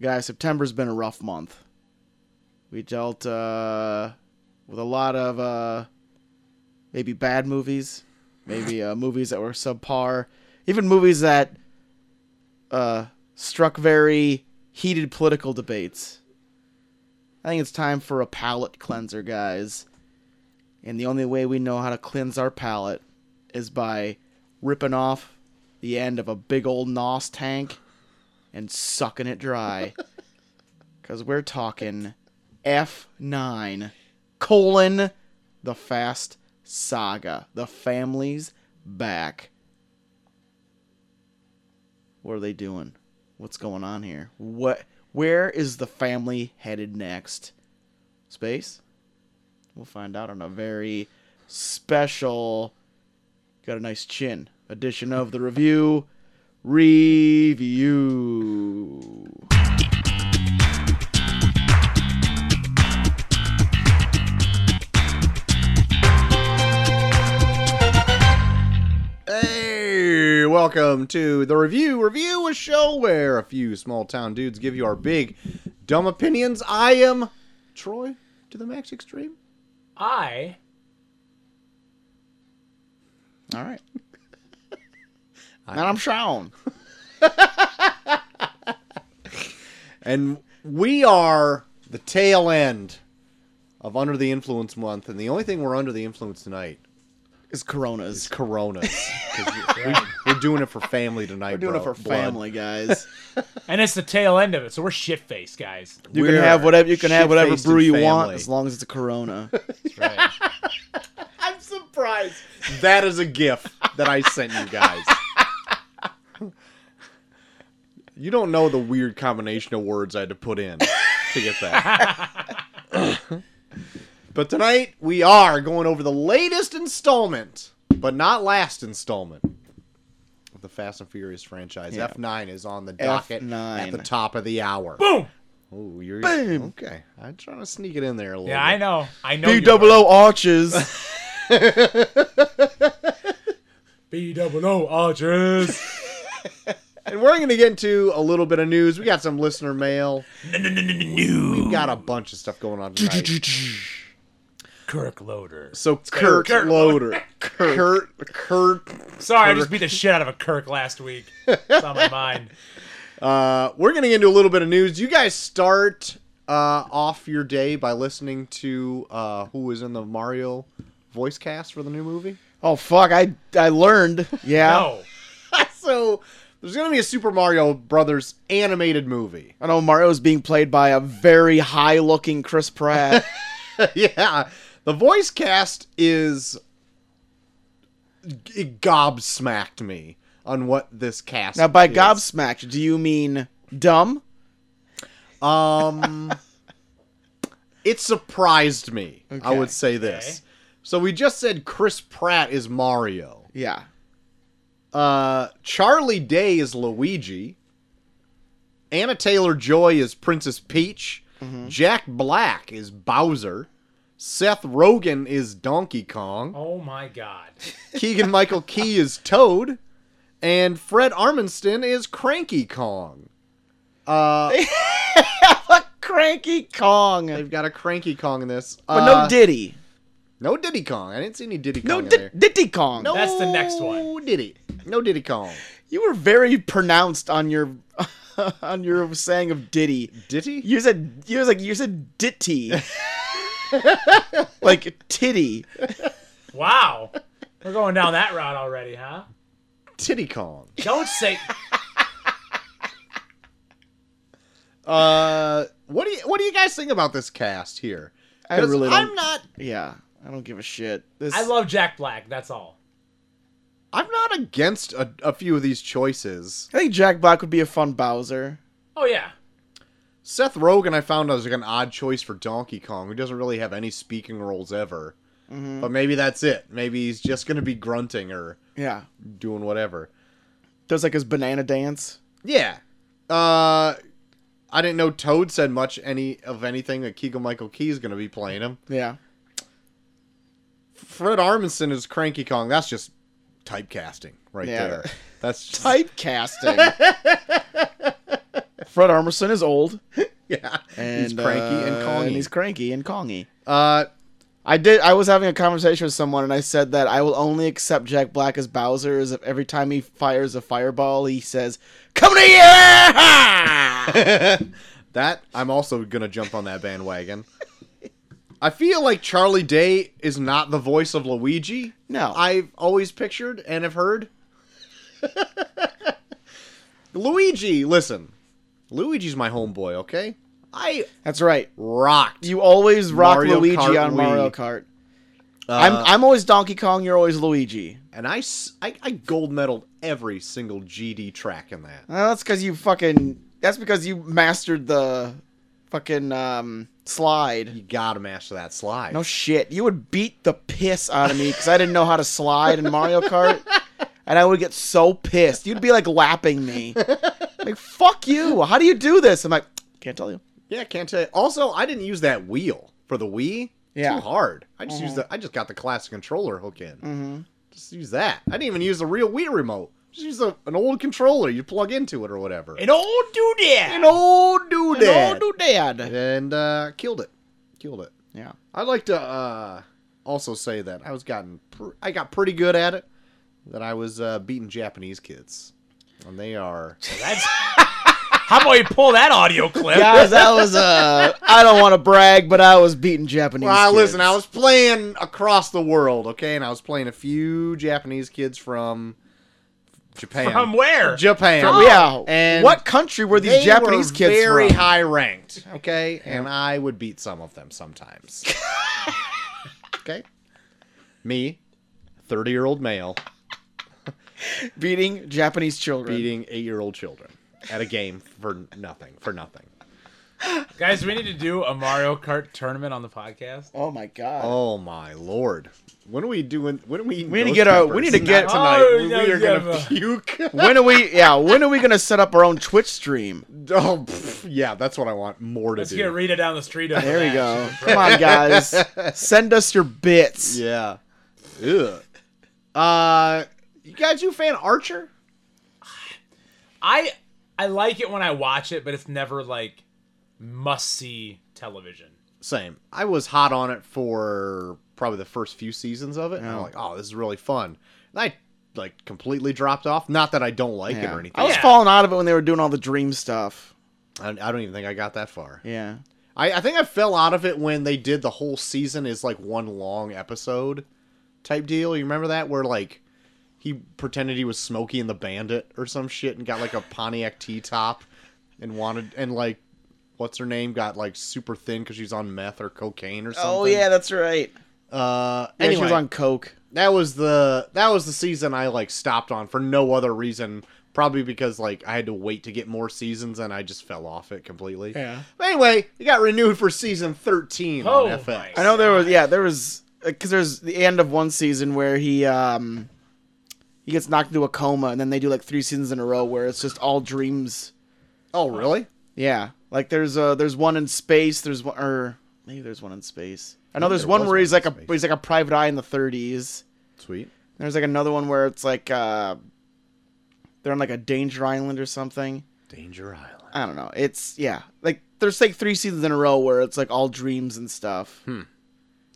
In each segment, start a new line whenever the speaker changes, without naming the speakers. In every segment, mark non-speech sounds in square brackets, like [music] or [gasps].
guys, September's been a rough month. We dealt uh, with a lot of uh, maybe bad movies, maybe uh, movies that were subpar, even movies that uh, struck very heated political debates. I think it's time for a palate cleanser, guys. And the only way we know how to cleanse our palate is by ripping off the end of a big old NOS tank and sucking it dry. [laughs] Because we're talking F9 colon the Fast Saga. The family's back. What are they doing? What's going on here? What? Where is the family headed next? Space? We'll find out on a very special. Got a nice chin edition of the review review.
Hey, welcome to the review. Review a show where a few small town dudes give you our big, dumb opinions. I am Troy to the max extreme.
I
All right. and I'm Sean.
And we are the tail end of Under the Influence month, and the only thing we're under the influence tonight
Is
is
Corona's.
Coronas. [laughs] 'Cause we- we're doing it for family tonight.
We're doing it
bro.
for
Blood.
family, guys.
and it's the tail end of it, so we're shit faced, guys.
[laughs] You
We're
can have whatever you can have whatever
shit-faced
brew
and
you want
family.
as long as it's a Corona. [laughs]
That's right.
I'm surprised. That is a gift that I sent you guys. you don't know the weird combination of words I had to put in to get that.
[laughs]
but tonight we are going over the latest installment, but not last installment of the Fast and Furious franchise.
Yeah.
F9 is on the docket at the
F9.
top of the hour.
[laughs] Boom.
Oh, you're
Boom.
okay. I'm trying to sneak it in there a little.
Yeah,
bit.
I know. I know.
B
you are.
double O arches.
B double O archers.
And we're going to get into a little bit of news. We got some listener mail. We've got a bunch of stuff going on tonight.
Kirk Loader.
So Kurt,
Kurt
Loader, Kurt, Kurt.
Sorry, I just beat the shit out of a Kirk last week. It's on my mind.
Uh, we're going to get into a little bit of news. You guys start uh, off your day by listening to uh, who was in the Mario voice cast for the new [laughs] movie.
oh fuck! I I learned. Yeah.
No.
so there's going to be a Super Mario Brothers animated movie.
I know Mario's being played by a very high looking Chris [laughs] Pratt.
[laughs] yeah, the voice cast is it gobsmacked me on what this cast.
now, by
is.
gobsmacked, do you mean dumb?
um, it surprised me. I
Okay.
would say this. So we just said Chris Pratt is Mario.
Yeah.
Uh, Charlie Day is Luigi. Anna Taylor Joy is Princess Peach.
Mm-hmm.
Jack Black is Bowser. Seth Rogen is Donkey Kong.
Oh my god.
Keegan Michael Key is Toad, and Fred Armiston is Cranky Kong. Uh,
[laughs] Cranky Kong.
they've got a Cranky Kong in this,
But
Uh,
no Diddy.
no Diddy Kong. I didn't see any Diddy Kong
No
in
Di-
there.
Diddy Kong.
No,
That's the next one.
Diddy. No Diddy Kong.
You were very pronounced on your [laughs] on your saying of Diddy.
Diddy?
You said you was like you said
[laughs]
ditty. like titty.
Wow. We're going down that route already, huh?
Diddy Kong.
Don't say
Uh, what do you what do you guys think about this cast here?
I
'Cause
really
I'm
don't-
not.
Yeah. I don't give a shit. This
I love Jack Black, that's all.
I'm not against a, a few of these choices.
I think Jack Black would be a fun Bowser.
Oh yeah.
Seth Rogen, I found was like an odd choice for Donkey Kong, who doesn't really have any speaking roles ever.
Mm-hmm.
But maybe that's it. Maybe he's just gonna be grunting or
Yeah.
doing whatever.
Does like his banana dance.
Yeah. Uh, I didn't know Toad said much any of anything that Keegan Michael Key is gonna be playing him.
Yeah.
Fred Armisen is Cranky Kong. That's just typecasting right
Yeah. [laughs]
[laughs] there. That's just,
Typecasting. Fred Armisen is old
yeah,
and
he's cranky and
uh,
calling.
he's cranky and congy.
uh,
I did. I was having a conversation with someone, and I said that I will only accept Jack Black as Bowser is if every time he fires a fireball, he says, "Come to you!" [laughs]
that I'm also gonna jump on that bandwagon. I feel like Charlie Day is not the voice of Luigi.
No.
I've always pictured and have heard. Luigi, listen, Luigi's my homeboy. Okay, I
That's right.
rocked.
You always rock
Mario
Luigi
Kart
on
Wii.
Mario Kart.
Uh,
I'm I'm always Donkey Kong. You're always Luigi.
and I, s- I- I gold medaled every single GD track in that.
Well, that's because you fucking. That's because you mastered the fucking um, slide.
You gotta master that slide.
No shit. You would beat the piss out of me because I didn't know how to slide in Mario Kart. And I would get so pissed. You'd be like lapping me. Like, fuck you. How do you do this? I'm like, can't tell you.
yeah, can't tell. You. Also, I didn't use that wheel for the Wii.
Yeah.
too hard. I just used the. I just got the classic controller hook in. Mm-hmm. Just use that. I didn't even use the real Wii remote. Just use a, an old controller you plug into it or whatever.
An old
[laughs]
doodad.
An old dude.
No, do dad.
And uh, killed it. Killed it.
Yeah.
I'd like to uh, also say that I was gotten pr- I got pretty good at it. That I was uh, beating Japanese kids, and they are
That's. How about you pull that audio clip?
Guys, that was,
[laughs]
uh, I don't want to brag, but I was beating Japanese.
Well,
kids.
listen, I was playing across the world, okay, and I was playing a few Japanese kids from Japan.
From where?
Japan.
Yeah.
Oh. And
what country were these
they
Japanese
were
kids
very
from?
high ranked, okay, and I would beat some of
[laughs]
them sometimes. okay, me, thirty-year-old male,
Beating Japanese children.
beating eight-year-old children at a game for nothing, for nothing.
Guys, we need to do a Mario Kart tournament on the podcast.
Oh my god.
Oh my lord! When are we doing? When are we?
We need to get our- we need to get-
tonight.
Oh,
we,
yeah,
we are gonna
yeah.
puke.
[laughs] When are we? Yeah, when are we gonna set up our own Twitch stream?
[laughs] Oh, pff, yeah, that's what I want more to
Let's
do.
get Rita down the street. over
There we
that.
go. Come on, guys. [laughs] Send us your bits.
yeah. Ugh. Uh, you guys, you a fan of Archer?
I I like it when I watch it, but it's never like must see television.
Same. I was hot on it for probably the first few seasons of it, and I'm like, oh, this is really fun. And I like completely dropped off. Not that I don't like it
Yeah.
or anything.
I was
Yeah.
falling out of it when they were doing all the dream stuff.
I, I don't even think I got that far.
Yeah.
I, I think I fell out of it when they did the whole season is like one long episode type deal. You remember that where like he pretended he was Smokey and the Bandit or some shit and got like a Pontiac T top and wanted and like what's her name got like super thin because she's on meth or cocaine or something.
Oh yeah, that's right.
Uh,
Yeah,
anyway,
she was on coke.
that was the that was the season I like stopped on for no other reason. Probably because like I had to wait to get more seasons and I just fell off it completely.
Yeah.
But anyway, it got renewed for season thirteen
Oh,
on FX.
I know there was. Yeah, there was. Because there's the end of one season where he um he gets knocked into a coma, and then they do like three seasons in a row where it's just all dreams.
Oh really?
Yeah. Like there's uh there's one in space. There's one or maybe there's one in space. I know
think
there's
there
one
was
where
one
he's
in
like a
space.
he's like a private eye in the 30s.
Sweet.
There's like another one where it's like uh they're on like a danger island or something.
Danger Island.
I don't know. It's yeah. Like there's like three seasons in a row where it's like all dreams and stuff.
Not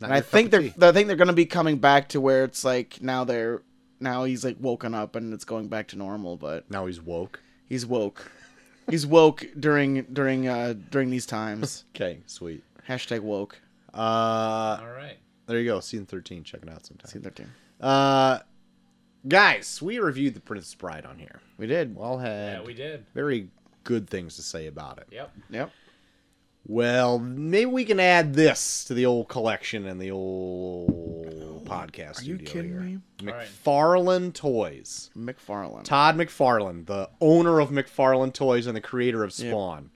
and I
your Hmm, cup
think
of
they're
tea.
I think they're gonna be coming back to where it's like now they're now he's like woken up and it's going back to normal, but
now he's woke.
he's woke. he's woke during during uh during these
[laughs]
times.
Okay, sweet.
Hashtag woke.
Uh
All right.
there you go, season thirteen, check it out
See
sometime.
their team.
Uh guys, we reviewed The Princess Bride on here.
We did.
We all had
Yeah, we did.
very good things to say about it.
Yep.
Yep.
Well, maybe we can add this to the old collection and the old podcast.
Are you
studio
kidding
here.
me?
Alright.
McFarlane Toys.
McFarlane.
Todd McFarlane, the owner of McFarlane Toys and the creator of
Yep.
Spawn.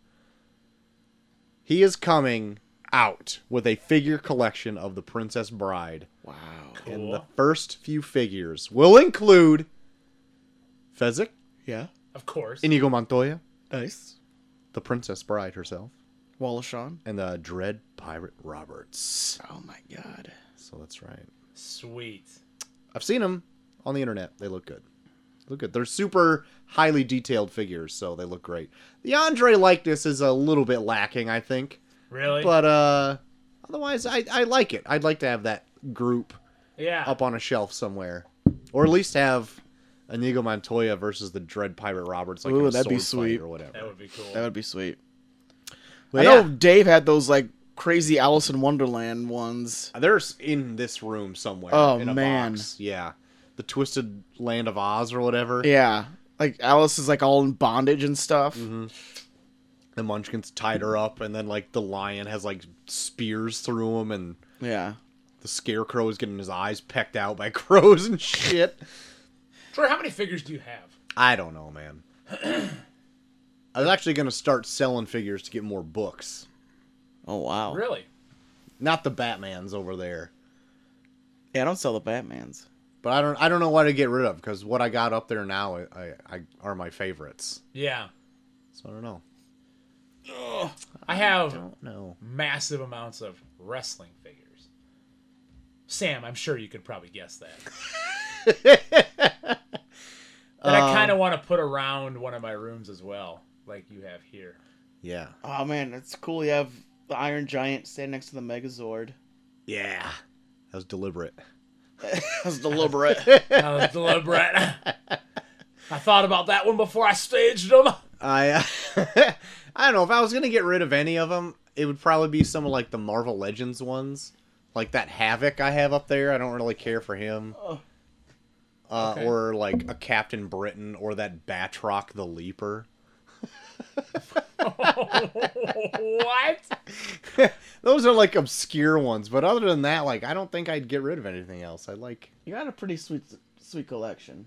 He is coming out with a figure collection of the Princess Bride.
wow.
And
Cool.
the first few figures will include Fezzik,
Yeah.
Of course.
Inigo Montoya,
Nice.
the Princess Bride herself,
Wallachon.
and the Dread Pirate Roberts.
Oh my god.
So that's right.
Sweet.
I've seen them on the internet. They look good. Look at they're super highly detailed figures, so they look great. The Andre likeness is a little bit lacking, I think,
Really?
but uh, otherwise, I I like it. I'd like to have that group
yeah.
up on a shelf somewhere, or at least have Inigo Montoya versus the Dread Pirate Roberts, like
Ooh,
in a
that'd be
sword fight
sweet.
or whatever.
that would be cool.
That would be sweet.
But
I know
yeah.
Dave had those like crazy Alice in Wonderland ones.
There's in this room somewhere.
Oh,
in a
man.
box. yeah, the Twisted Land of Oz or whatever.
Yeah, Mm-hmm. like Alice is like all in bondage and stuff.
The Munchkins tied her up, and then like the lion has like spears through him, and
Yeah,
the Scarecrow is getting his eyes pecked out by [laughs] crows and shit.
Troy, how many figures do you have?
I don't know, man. [clears throat] I was actually gonna start selling figures to get more books,
Oh wow.
Really?
not the Batman's over there.
Yeah, I don't sell the Batman's.
But I don't I don't know what to get rid of because what I got up there now I, I, I are my favorites.
Yeah.
So I don't know.
I have
don't know.
massive amounts of wrestling figures. Sam, I'm sure you could probably guess that.
[laughs]
that
Um,
I kind of want to put around one of my rooms as well, like you have here.
Yeah.
Oh man, it's cool. You have the Iron Giant stand next to the Megazord. [laughs]
Yeah. That was deliberate.
That's [laughs] deliberate.
That was deliberate. [laughs] I thought about that one before I staged them. [laughs]
I uh, [laughs] I don't know if I was gonna get rid of any of them, it would probably be some of like the Marvel Legends ones, like that Havoc I have up there. I don't really care for him, uh,
Okay.
or like a Captain Britain or that Batroc the Leaper. [laughs]
what?
Those are like obscure ones, but other than that, like I don't think I'd get rid of anything else. I like
you got a pretty sweet, sweet collection.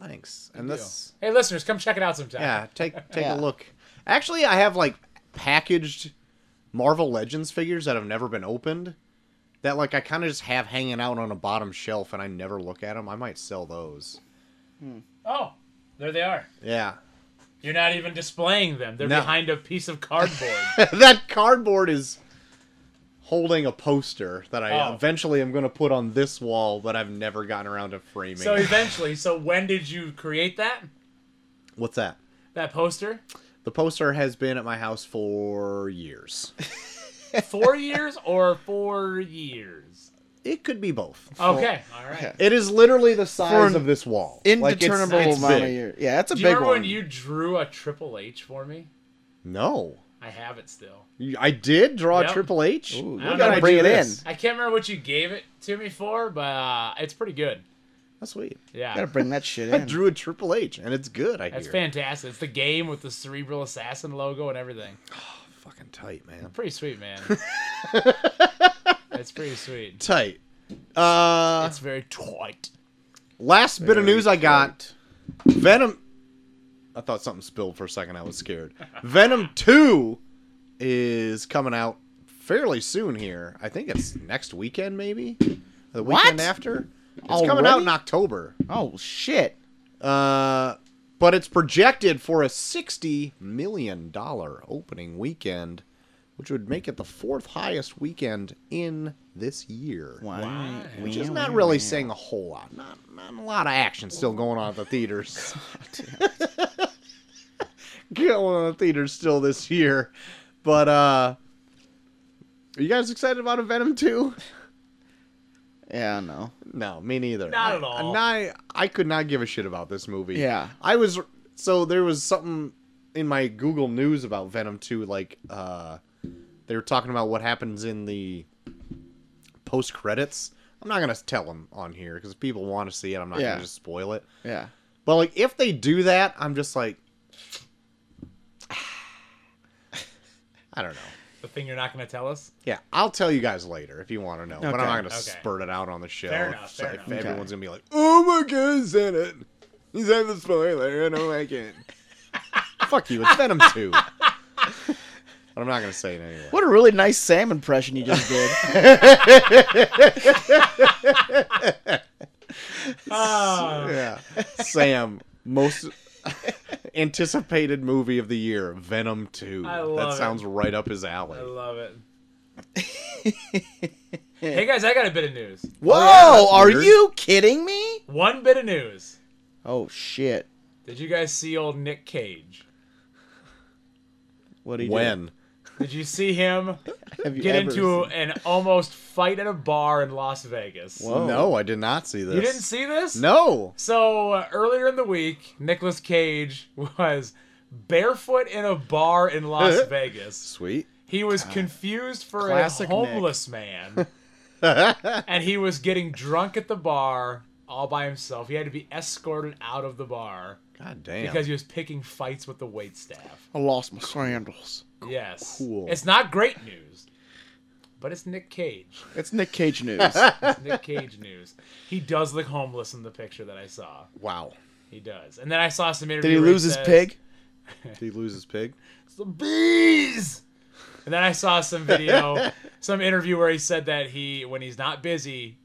thanks, and this
Hey, listeners, come check it out sometime.
yeah, take take
Yeah.
a look. Actually, I have like packaged Marvel Legends figures that have never been opened. That like I kind of just have hanging out on a bottom shelf, and I never look at them. I might sell those.
Oh, there they are.
Yeah,
You're not even displaying them. They're
No.
behind a piece
[laughs]
of cardboard.
[laughs] that cardboard is holding a poster that I
Oh.
eventually am going to put on this wall, but I've never gotten around to framing.
so
it.
eventually, so when did you create that?
What's that?
That poster?
The poster has been at my house for years.
Four years or four years?
It could be both.
Okay, all right.
Yeah.
It is literally the size
an
of this wall. Like, it's-
Indeterminable
it's
amount
big.
of years. Yeah, that's a
Do you
big
remember
one.
when you drew a Triple H for me?
No.
I have it still.
I did draw
Yep.
Triple
Ooh,
H.
I don't
we
know
gotta
what
bring
you
it in.
miss.
I can't remember what you gave it to me for, but uh, it's pretty good.
That's sweet.
Gotta
Yeah.
bring that shit
[laughs] I
in.
drew a Triple H, and it's good. I
That's
hear.
fantastic. It's the game with the Cerebral Assassin logo and everything.
Fucking tight, man.
Pretty
[laughs]
sweet, man. That's pretty sweet.
Tight. Uh,
That's very tight.
last bit of
Very
news I got. Venom. I thought something spilled for a second. I was
[laughs]
scared. Venom Two is coming out fairly soon here. I think it's next weekend, maybe the weekend
What?
after. It's coming out
Already?
in October.
Oh shit!
Uh, but it's projected for a $60 million opening weekend, which would make it the fourth highest weekend in this year.
Wow.
Which is not really saying a whole lot. Not, not a lot of action still going on at
[laughs]
the theaters. going on at the theaters still this year. But, uh, are you guys excited about a Venom 2?
Yeah, no.
No, me neither.
Not
I-
at all.
and I, I could not give a shit about this movie.
Yeah.
I was so there was something in my Google News about Venom 2 like uh they were talking about what happens in the post credits. I'm not going to tell them on here cuz people want to see it. I'm not going
Yeah.
to just spoil it.
Yeah.
But like if they do that, I'm just like [sighs] I don't know.
The thing you're not going to tell us?
Yeah, I'll tell you guys later if you want to know, but I'm
Okay.
not going to
Okay.
spurt it out on the show.
Fair enough, fair
if
enough.
Everyone's going to be like, oh my God, is that it? Is that the spoiler? I don't like it. Fuck you, it's Venom
[laughs]
2. but I'm not going to say it anyway.
What a really nice Sam impression you just did.
Oh,
Yeah. Sam, most anticipated movie of the year, Venom 2.
I love
that
it.
sounds right up his alley.
I love
[laughs]
it. hey, guys, I got a bit of news.
Whoa!
that's
are
weird.
you kidding me?
One bit of news.
Oh shit!
Did you guys see old Nick Cage?
What do you
When?
Did you see him
[laughs] have you
get
ever
into
seen-
an almost fight at a bar in Las Vegas?
Whoa.
No, I did not see this.
You didn't see this?
No.
So uh, earlier in the week, Nicolas Cage [laughs] was barefoot in a bar
[laughs]
in Las Vegas.
Sweet.
He was confused for
Classic
a
[laughs]
homeless man, and he was getting drunk at the bar all by himself. He had to be escorted out of the bar
God damn.
because he was picking fights with the wait staff.
I lost my sandals.
Yes,
Cool.
it's not great news, but it's Nick Cage.
It's Nick [laughs] Cage news.
It's Nick Cage news. He does look homeless in the picture that I saw.
wow.
He does. And then I saw some interview.
Did he
where
lose his
says,
pig?
Did he lose his pig?
the bees. And then I saw some
[laughs]
video, some interview where he said that he, when he's not busy,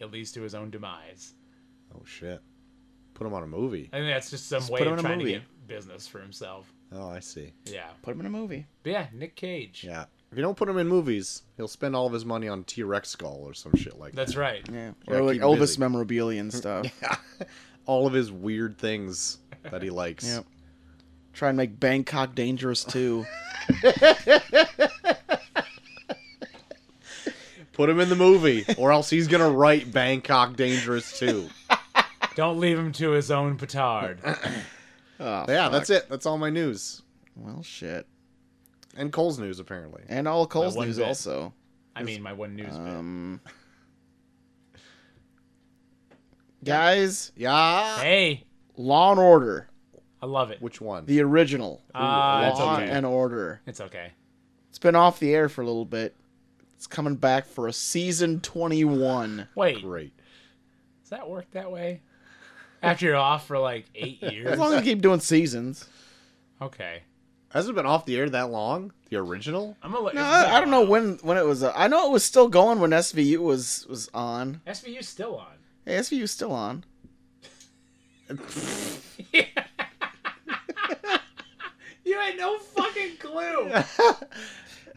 it leads to his own demise.
Oh shit. Put him on a movie.
I think that's just some way
put him
of
in a
trying to
movie.
get business for himself.
Oh, I see.
Yeah,
Put him in a movie.
but yeah, Nick Cage.
Yeah. If you don't put him in movies, he'll spend all of his money on T Rex skull or some shit like
That's right.
Yeah,
Yeah,
or like
keep
Elvis
busy.
memorabilia [laughs] and stuff.
that. [laughs] all of his weird things that he likes.
Yep. Try and make Bangkok Dangerous [laughs] too.
Put him in the movie, or else he's gonna write Bangkok Dangerous too.
Don't leave him to his own petard.
Oh,
Yeah,
fuck.
that's it. That's all my news.
Well, shit.
And Cole's news apparently.
And all Cole's
one
news
bit.
also.
I mean, my one news
Um, guys,
Yeah.
bit. Hey,
Law and Order,
I love it.
Which one?
the original.
Ah, that's
Law
okay.
and Order.
It's okay.
It's been off the air for a little bit. It's coming back for a season 21.
Wait,
Great.
does that work that way? After you're off for like [laughs] eight years?
As long as you keep doing seasons.
Okay.
Has it been off the air that long? The original?
I'm gonna look.
No, I, I don't know when when it was. Uh, I know it was still going when SVU was was on.
SVU's
[laughs]
still on.
Hey, SVU's still on.
You had no fucking clue.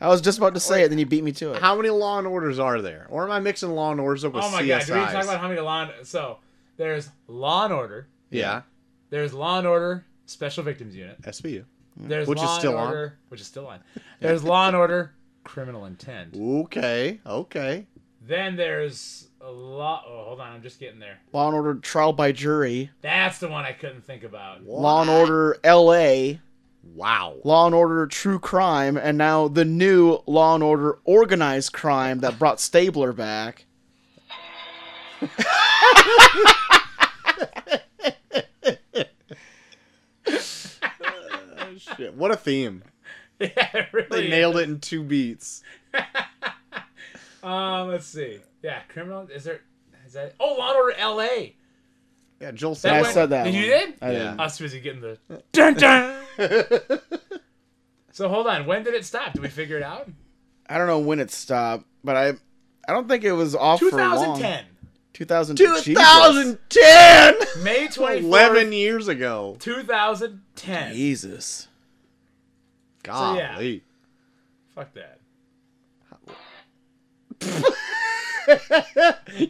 I was just about to say it, then you beat me to it.
How many Law and Orders are there? Or am I mixing Law and Orders up with
oh my god!
CSIs?
Do we need to talk about how many law? And, so there's Law and Order.
yeah,
There's Law and Order Special Victims Unit.
SVU.
Mm.
There's
Which is
Law
still
and
on.
Order, which is still on. There's Law and Order Criminal Intent.
Okay, okay.
Then there's a law. Oh, hold on, I'm just getting there.
Law and Order Trial by Jury,
That's the one I couldn't think about.
Law and Order LA,
Wow.
Law and Order True Crime, and now the new Law and Order Organized Crime that brought Stabler back.
Shit, what a theme.
[laughs] yeah, it really.
They
is.
nailed it in two beats.
Um, let's see. Yeah, Criminal. Is there? Is that? Oh, Law and Order L.A.
Yeah, Joel
I
said
went-
said that
Did you
one.
did?
I
Yeah.
did.
Us busy getting the. Dun, dun. so hold on. When did it stop? Did we figure it out?
I don't know when it stopped, but I I don't think it was off for long.
2010.
2000. 2000.
2010!
May 24th,
11 years ago.
2010.
Jesus.
Golly.
yeah. Fuck that.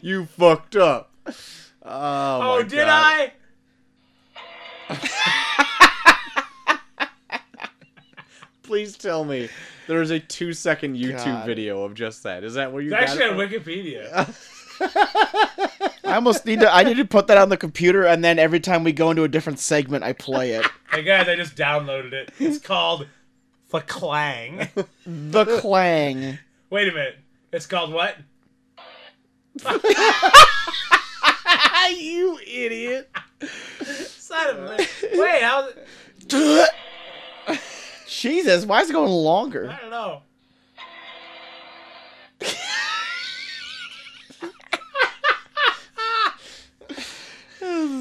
You fucked up. Oh,
Oh,
my
did
God.
I?
Please tell me there is a two second YouTube
God.
video of just that. Is that where you
It's
got
actually
it
on
from?
Wikipedia.
I almost need to. I need to put that on the computer, and then every time we go into a different segment, I play it.
hey guys, I just downloaded it. It's called The Clang.
The clang.
Wait a minute. It's called what?
[laughs] you idiot.
Son
Uh,
of a- Wait, how?
[laughs] Jesus, why is it going longer?
I
[laughs]
don't know.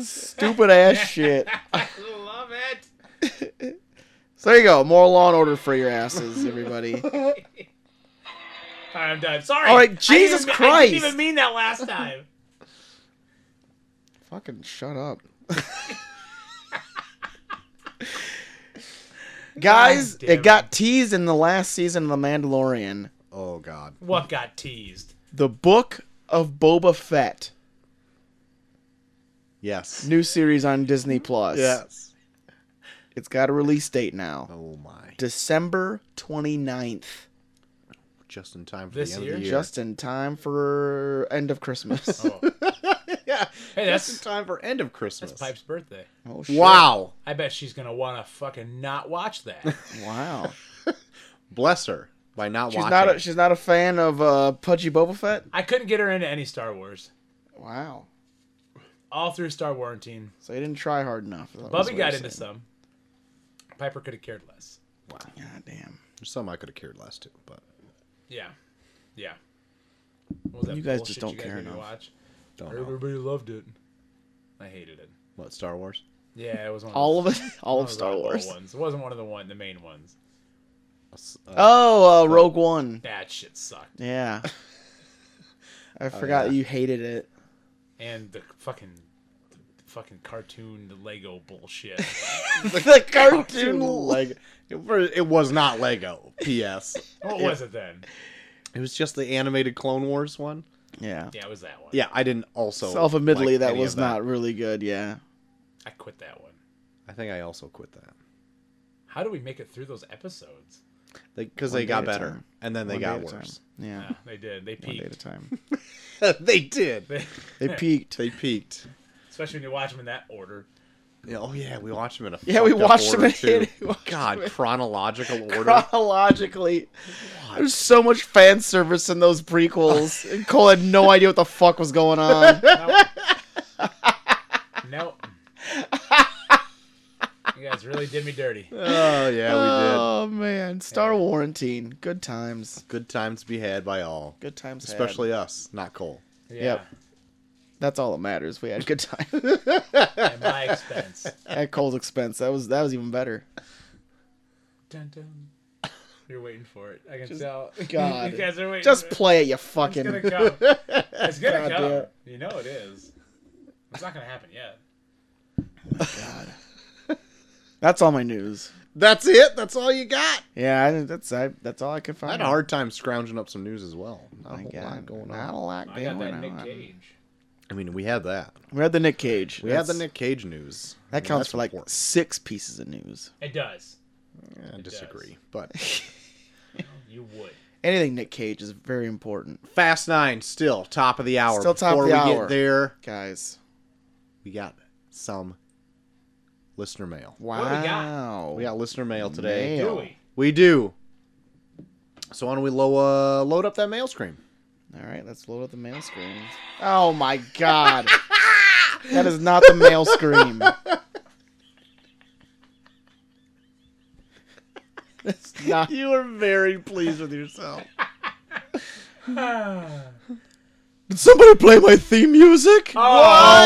Stupid ass shit.
I love it.
So there you go. More Law and Order for your asses, [laughs] everybody.
All right, I'm done. Sorry.
All right,
I didn't
Jesus
even- I
Christ.
didn't even mean that
[laughs]
last time.
Fucking shut [laughs] up. Guys,
God damn
it got teased in the last season of The Mandalorian.
Oh, God.
What got teased?
The Book of Boba Fett.
Yes.
New series on Disney Plus.
Yes.
It's got a release date now.
Oh my.
December 29th.
Just in time for
This
the end
year?
of the year.
Just in time for end of Christmas.
[laughs] Oh,
[laughs] yeah.
Hey,
just
that's-
in time for end of Christmas.
that's Pipe's birthday.
Oh, shit.
wow.
I bet she's gonna wanna fucking not watch that.
Wow.
Bless her by
[laughs]
not
She's
watching.
not a, she's not a fan of uh, Pudgy Boba Fett?
I couldn't get her into any Star Wars.
Wow.
All through Star Warranty.
So he didn't try hard enough. That was what
Bubby
he
got
was
into
saying.
some. Piper could have cared less.
wow.
God damn.
There's some I could have cared less to, but
Yeah. Yeah. What was that
You guys
bullshit
just don't
you guys
care
made me
enough.
Watch?
don't know.
Everybody loved it. I hated it.
What Star Wars?
Yeah, it was one of
All
those-
of it. [laughs] All
one
of
those
Star
oddball
Wars.
ones. It wasn't one of the one the main ones.
Uh,
Oh, uh, Rogue One.
That shit
[laughs]
sucked.
Yeah. I forgot
Oh, yeah.
you hated it. [laughs]
And the fucking the fucking cartoon the Lego
[laughs]
bullshit.
the
cartoon
cartoon like
Lego. It, was- it was not Lego. P.S.
what was it then?
It was just the animated Clone Wars one.
yeah.
Yeah, it was that one.
Yeah, I didn't also.
Self-admittedly,
like
that
any of
was not really good. Yeah.
I quit that one.
I think I also quit that
How do we make it through those episodes?
because
One
they,
day
got
at a
better
time.
and then they
One day
got
at a time.
worse.
Yeah.
Yeah, Ah, they did. They
One day at a
peaked. [laughs]
time.
[laughs] they did.
They peaked.
They peaked.
Especially when you watch them in that order.
Yeah, oh yeah, we watched them in a
Yeah, we
fucked up
watched them
order,
in-
[laughs] too.
we watched
God, [laughs] chronological order.
Chronologically, there's so much fan service in those prequels, and Cole had no idea what the fuck was going on.
No.
[laughs]
no. You guys really did me dirty.
oh yeah, we
oh man, Star Warrantine, good times,
did. Good times to be had by all,
good times. had.
especially us, not Cole.
Yeah.
that's all that matters. We had good time
At my
[laughs]
expense.
at Cole's expense. That was that was even better.
Dun, dun. You're waiting for it. I can tell. [laughs]
God.
you guys are waiting.
Just
for it.
play it, you
It's
fucking.
gonna come. [laughs] It's gonna
God
come.
damn.
You know it is. It's not gonna happen yet.
That's all my news.
That's it. That's all you got.
Yeah, I, that's I, that's all I could find. Oh
I had a hard time scrounging up some news as well. Not a
My
whole lot
God,
going
not a
on.
lot
I got
going
that Nick
on.
Cage.
I mean, we had that.
We had the Nick Cage.
We had the
That's-
Nick Cage news.
That counts
That's
for like
important.
six pieces of news.
It does.
I
does.
disagree, but
You would.
Anything Nick Cage is very important,
Fast Nine still top of the hour.
Still top
Before
of the
we
hour.
get there,
guys.
we got some listener mail.
Wow.
do we got?
We got listener mail today.
Mail.
Do we?
We do. So why don't we lo- uh, load up that mail screen?
All right, let's load up the
[laughs]
mail screen. Oh my god. that is not the mail screen. That's not
You are very pleased with yourself.
Did somebody play my theme music? oh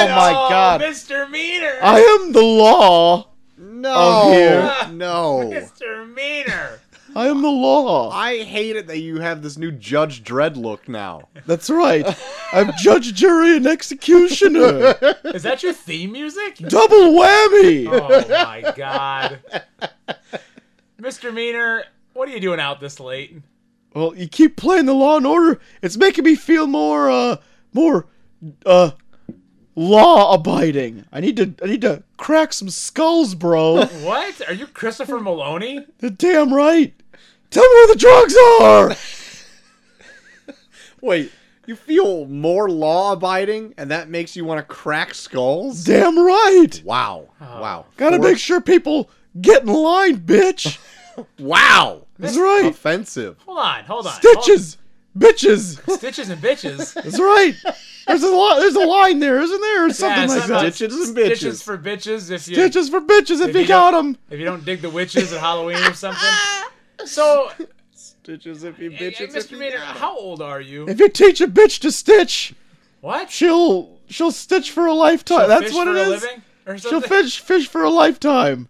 my god. Oh.
Misdemeanor.
I am the law.
No,
Oh, dear.
[laughs]
[laughs]
no.
[laughs] Misdemeanor.
I am the law.
I hate it that you have this new Judge Dredd look now.
That's right. I'm judge, jury, and executioner.
Is that your theme
[laughs]
music?
Double whammy.
Oh my god. Misdemeanor. What are you doing out this late?
Well, you keep playing the Law and Order. It's making me feel more, uh, more, uh, law abiding. I need to, I need to crack some skulls, bro.
What? Are you Christopher Maloney?
You're damn right. Tell me where the drugs are.
Wait, you feel more law abiding, and that makes you want to crack skulls?
Damn right.
Wow.
Oh.
Wow.
Gotta
Four-
make sure people get in line, bitch.
Wow.
That's right.
Offensive.
Hold on, hold on. hold-
Stitches, bitches.
stitches and bitches.
That's right. There's a lot. There's a line there, isn't there? Or
Yeah,
something like
something about
that.
Stitches and
Stitches
bitches.
for bitches. If you
Stitches for bitches if,
you
you got
don't-
them.
if you don't dig the witches at Halloween or something. So,
Stitches if you
Mr. Mater, how old are you?
If you teach a bitch to stitch,
What?
she'll she'll stitch for a lifetime. That's
Fish
what
for
it
a
is.
living or
She'll
something?
fish fish for a lifetime.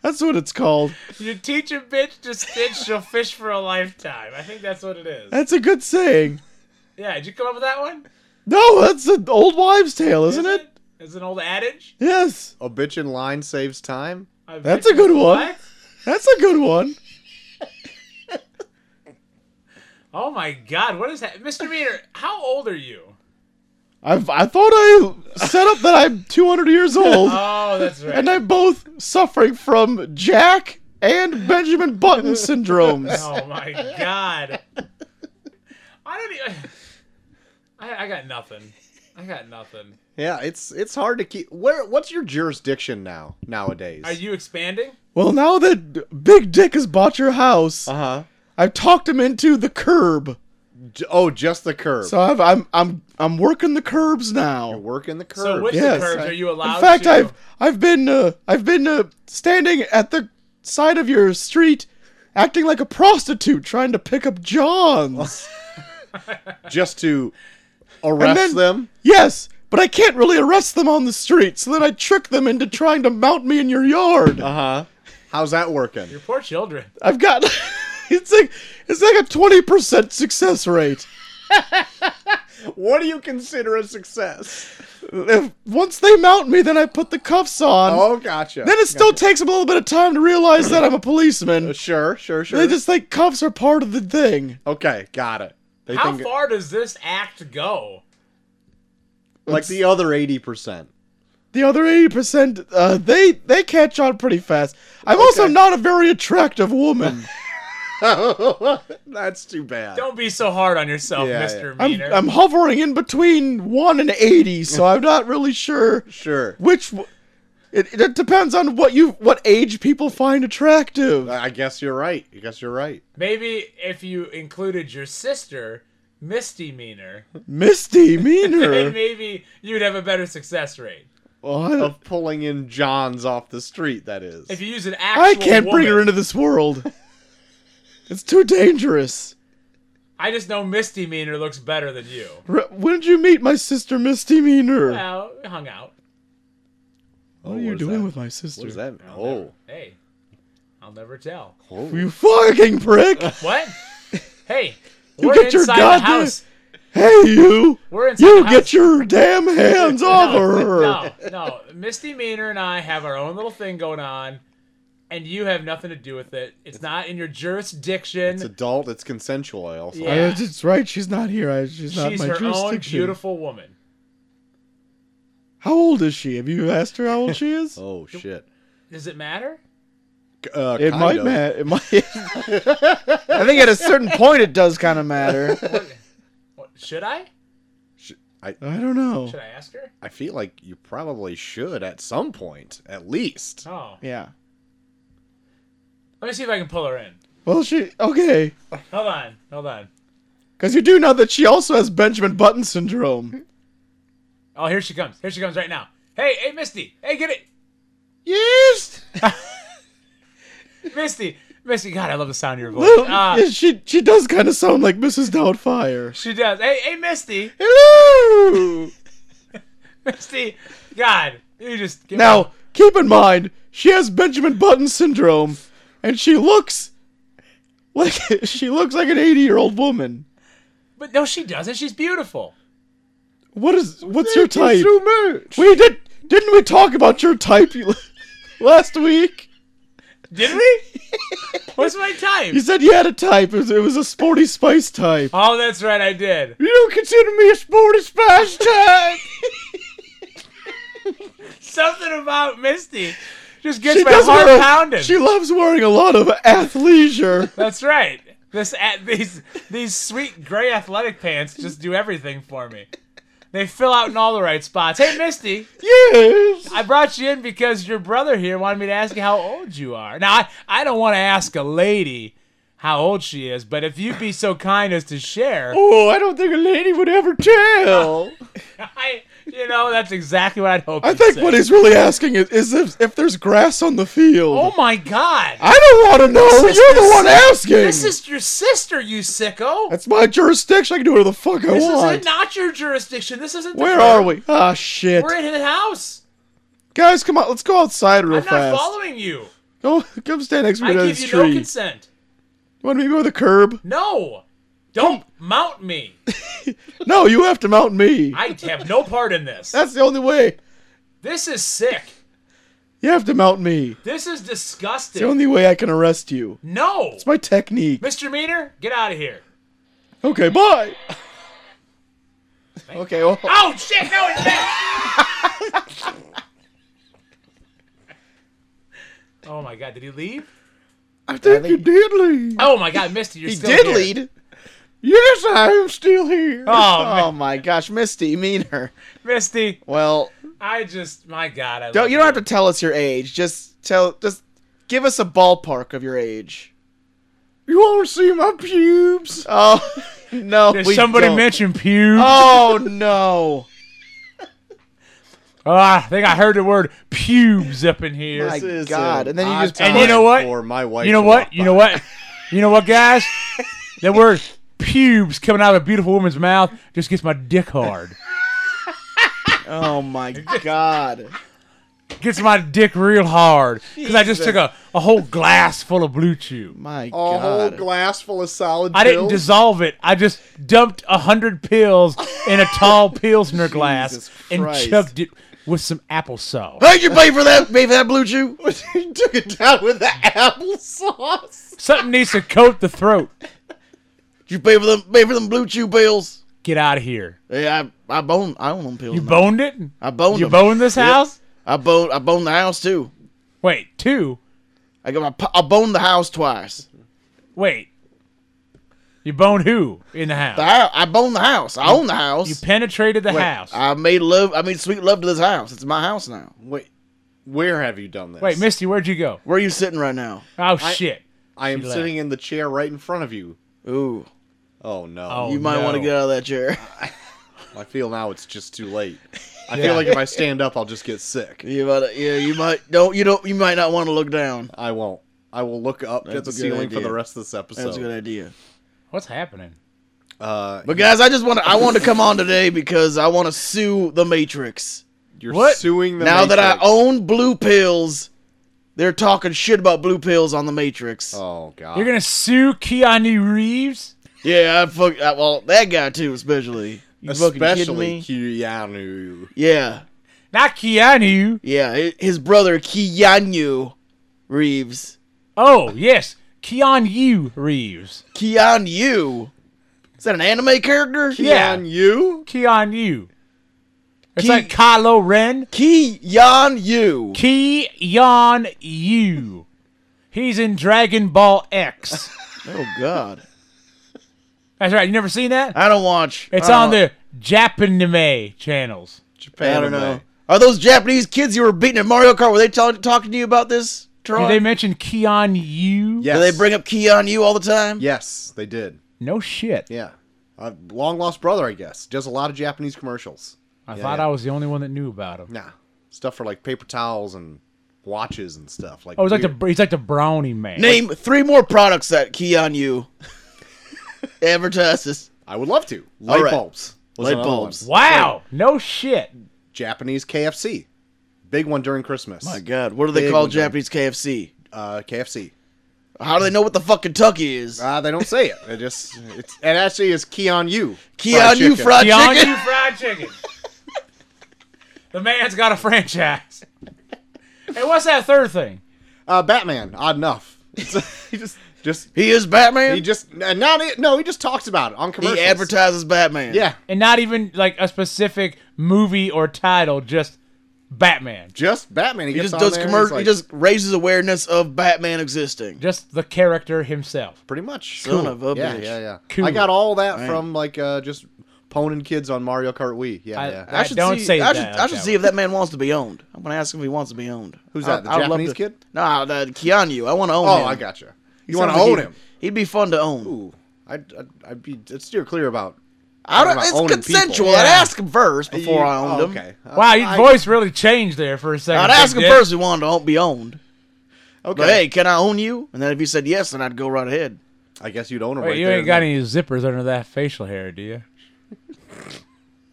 That's what it's called.
You teach a bitch to stitch, she'll fish for a lifetime. I think that's what it is.
That's a good saying.
Yeah, did you come up with that one?
No, that's an old wives' tale, isn't it?
It's an old adage.
Yes,
A bitch in line saves time.
I
That's
bet
a good
you-
one.
What?
that's a good one.
Oh my god, what is that? Mr. Meter, how old are you?
I've, I thought I set up that I'm 200 years
[laughs]
old,
Oh, that's right.
and I'm both suffering from Jack and Benjamin Button syndromes.
Oh my god. I don't even. [laughs] I, I got nothing. I got nothing.
Yeah, it's it's hard to keep. Where what's your jurisdiction now nowadays?
Are you expanding?
Well, now that Big Dick has bought your house,
uh
I've talked him into the curb.
huh. Oh, just the curb.
So I've, I'm I'm I'm working the curbs now.
You're working the curb.
So with
Yes,
the curbs,
I-
are you allowed?
In fact,
to...
I've I've been uh, I've been uh, standing at the side of your street, acting like a prostitute trying to pick up
[laughs]
Johns.
just to
then-
arrest them.
yes, but I can't really arrest them on the street, so then I trick them into trying to mount me in your yard.
Uh huh. How's that working?
Your poor children.
I've got [laughs] it's like it's like a twenty percent success rate.
What do you consider a success?
If, once they mount me, then I put the cuffs on.
Oh, gotcha.
Then it still takes them a little bit of time to realize that I'm a
[laughs]
policeman.
sure, sure, sure.
They just think cuffs are part of the thing.
okay, got it. They
How
think
far does this act go?
like the other eighty
[laughs]
percent.
The other eighty percent, uh, they they catch on pretty fast. I'm also
Okay.
not a very attractive woman.
That's too bad.
Don't be so hard on yourself,
Yeah,
Mr.
I'm,
Meaner.
I'm hovering in between one and eighty, so I'm not really sure
Sure.
which. W- it, it depends on what you what age people find attractive.
I guess you're right. I guess you're right.
Maybe if you included your sister, Misty Meaner, [laughs]
Misty
then [laughs]
meaner.
maybe you'd have a better success rate.
Well, I, don't-
Of pulling in Johns off the street, that is.
If you use an actual
I can't bring her
woman-
into this world. It's too dangerous.
I just know Misty Meaner looks better than you.
R- when did you meet my sister, Misty Meaner?
Well, we hung out. Oh,
What are you doing with my sister?
What does that mean?
I'll
Oh.
never- hey, I'll never tell.
You fucking prick! [laughs]
What? hey, we're
get your
inside the
goddamn-
house.
hey, you!
We're [laughs] inside
You
the house.
get your damn hands off of her!
[laughs] No, no. Misty Meaner and I have our own little thing going on, and you have nothing to do with it. It's, not in your jurisdiction.
It's adult, it's consensual. I also.
I-
Yeah.
it's right. She's not here. I, she's not
She's
my
her own
jurisdiction.
beautiful woman.
How old is she? Have you asked her how old she [laughs] is?
Oh, shit.
Does it matter?
Uh,
it
kind
might
of.
matter. It might. [laughs] I think at a certain point it does kind of matter.
What, what, should I?
Sh- I,
[laughs] I don't know.
Should I ask her?
I feel like you probably should at some point, at least.
Oh,
Yeah.
let me see if I can pull her in.
Well, she okay.
Hold on, hold on.
Because you do know that she also has Benjamin Button syndrome.
Oh, here she comes. Here she comes right now. Hey, hey, Misty. Hey, get it,
Yes.
Misty. Misty. God, I love the sound of your voice.
Well, yeah,
Uh,
she she does kind of sound like Mrs. Doubtfire.
she does. Hey, hey, Misty.
Hello.
Misty. God, you just give
Now, keep in mind, she has Benjamin Button syndrome, and she looks like [laughs] she looks like an eighty-year-old woman.
But no, she doesn't. She's beautiful.
What is? What's your type? We did didn't we talk about your type [laughs] you- last week?
Did we? [laughs] What's my type?
You said you had a type. It was, it was a sporty spice type.
Oh, that's right, I did.
You don't consider me a sporty spice [laughs] type.
Something about Misty just gets
she
my
does
heart
wear-
pounding.
She loves wearing a lot of athleisure.
That's right. This at these these sweet gray athletic pants just do everything for me. They fill out in all the right spots. Hey, Misty,
Yes.
I brought you in because your brother here wanted me to ask you how old you are. Now, I, I don't want to ask a lady how old she is, but if you'd be so kind as to share, [laughs]
Oh, I don't think a lady would ever tell.
I, you know, that's exactly what I'd hope.
I
you'd
think
say.
what he's really asking is, is if, if there's grass on the field.
Oh my God!
I don't want to know.
This is
You're the
the
one
s-
asking.
This is your sister, you sicko.
That's my jurisdiction. I can do whatever the fuck I
this
want.
isn't not your jurisdiction. This isn't. the
Where
court.
are we? Ah, shit.
We're in his house.
Guys, come on. Let's go outside real
I'm not
fast.
following you.
Go, come stand next to
I
me on the
give you no
street.
consent.
Want to meet me with a curb?
No, don't mount me.
No, you have to mount me.
I have no part in this.
That's the only way.
This is sick.
You have to mount me.
This is
The
disgusting.
only way I can arrest you.
No,
It's my technique.
[laughs] Mr. Meaner, get out of here.
Okay, bye.
Okay, well,
Oh shit! No, it's
[laughs]
that. oh my god, did he leave?
I think you did leave.
Oh my god, Misty, you're
He
still
did
here.
lead.
Yes, I am still here.
Oh,
Oh,
man.
my gosh, Misty, mean her.
Misty,
Well,
I just my god, I
don't
love
you don't have to tell us your age. Just tell, just give us a ballpark of your age.
You want to see my pubes?
Oh [laughs] no,
Did
we
somebody
don't.
mention pubes?
Oh
[laughs]
no,
Oh, I think I heard the word pubes up in here.
my
is
God!
a
And then you
odd
just
and
put-
you know what?
For my wife
You know
to
what?
walk
You know
by.
what? You know
[laughs]
what, guys? that word pubes coming out of a beautiful woman's mouth just gets my dick hard.
Oh my
[laughs]
God!
Gets my dick real hard. Because I just took a, a whole glass full of blue chew.
My
A whole
God!
glass full of solid
I didn't
pills?
dissolve it. I just dumped a hundred pills in a tall pilsner glass
Jesus
and
Christ.
chugged it with some applesauce.
Hey, you pay for that? Pay for that blue
[laughs]
chew?
you took it down with the applesauce.
Something needs to coat the throat.
You pay for them? Pay for them blue chew pills?
Get out of here.
Yeah, I, I bone. I own them pills.
You
now.
boned it?
I boned
You
them.
boned this
Yep.
house?
I bone. I bone the house too.
Wait, two.
I got my. po- I boned the house twice.
Wait. You boned who in the house?
The house, I boned the house. I own the house.
You penetrated the house.
I made love. I made sweet love to this house. It's my house now.
Wait, where have you done this?
Wait, Misty, where'd you go?
Where are you sitting right now?
Oh shit.
I am
she left.
sitting in the chair right in front of you.
Ooh,
Oh no!
Oh.
you might want to
no.
get out of that chair. [laughs]
Oh.
I feel now it's just too late. I
Yeah.
feel like if I stand up, I'll just get sick.
You might. Yeah, you might. Don't. You don't. You might not want to look down.
I won't. I will look up at
That's
the
a good
ceiling for
idea.
the rest of this episode.
That's a good idea.
What's happening?
Uh,
But guys, I just want to. I want to come on today because I want to sue the Matrix.
you're
What?
suing the
now that I
Matrix.
own blue pills, they're talking shit about blue pills on the Matrix.
Oh god!
You're gonna sue Keanu Reeves?
Yeah, I fuck. I, well, that guy too, especially. You fucking kidding
especially
me?
Keanu.
Yeah,
Not Keanu.
yeah. hi- His brother Keanu Reeves.
Oh, yes. Keanu Reeves.
Keanu. Is that an anime character?
Yeah.
Keanu.
Keanu. It's
Ke-
like Kylo Ren.
Keanu.
Keanu. He's in Dragon Ball X.
Oh God.
That's right. You never seen that?
I don't watch.
It's
I
on
don't-
the Japanime channels.
I
Japan.
don't know. Are those Japanese kids you were beating at Mario Kart? Were they tell- talking to you about this, Troy?
Did they mention Keanu?
Yes.
Do they bring up Keanu all the time?
Yes, they did.
No shit.
Yeah. Uh, long lost brother, I guess. Does a lot of Japanese commercials.
I thought
yeah.
I was the only one that knew about him.
Nah. Stuff for like paper towels and watches and stuff. Like
Oh, he's like
weird-
the he's like the brownie man.
Name three more products that Keanu [laughs] advertises.
I would love to. Light
right.
bulbs. was
Light
another one.
bulbs.
Wow, no shit.
Japanese KFC. Big one during Christmas.
My God, what do they
Big
call
one, Johnny.
Japanese KFC?
Uh, KFC.
How do they know what the fuck Kentucky is?
Uh, they don't say it. They just it's it actually is Keanu.
Keanu
chicken.
fried
Beyond
chicken.
you fried chicken. the man's got a franchise. Hey, what's that third thing?
Uh, Batman. Odd enough. [laughs] It's- he just just
He is Batman.
he just uh, not it- no. He just talks about it on
He
commercials.
advertises Batman.
Yeah.
And not even like a specific movie or title, just Batman.
Just Batman. He,
He
gets
just
on
does
there and he's
commercial.
like-
he just raises awareness of Batman existing.
Just the character himself.
pretty much.
Son of a
yeah,
bitch.
Yeah, yeah,
Cool.
I got all that
Man.
from like uh, just poning kids on Mario Kart Wii. Yeah,
I-
yeah.
I- don't
see,
say
I
that
Should,
like
I should
that
see
one.
if that man wants to be owned. I'm gonna ask him if he wants to be owned.
Who's
I-
that, the
I would love
Japanese
to-
kid?
No, the Keanu. I want to own him.
oh, I gotcha. You want to
Sounds like
own
he'd-
him?
He'd be fun to own.
Ooh, I'd, I'd, I'd be I'd steer clear about.
I
Talking
don't.
about
It's
owning people.
consensual. I'd
Yeah.
ask him first before I owned
oh,
him.
Okay. Uh,
Wow, your
I-
voice really changed there for a second.
I'd ask him
Big Dick.
first if he wanted to own- be owned.
Okay.
But hey, can I own you? And then if he said yes, then I'd go right ahead.
I guess you'd own him.
Wait,
right
you
there
ain't got
[laughs]
and
any zippers under that facial hair, do you?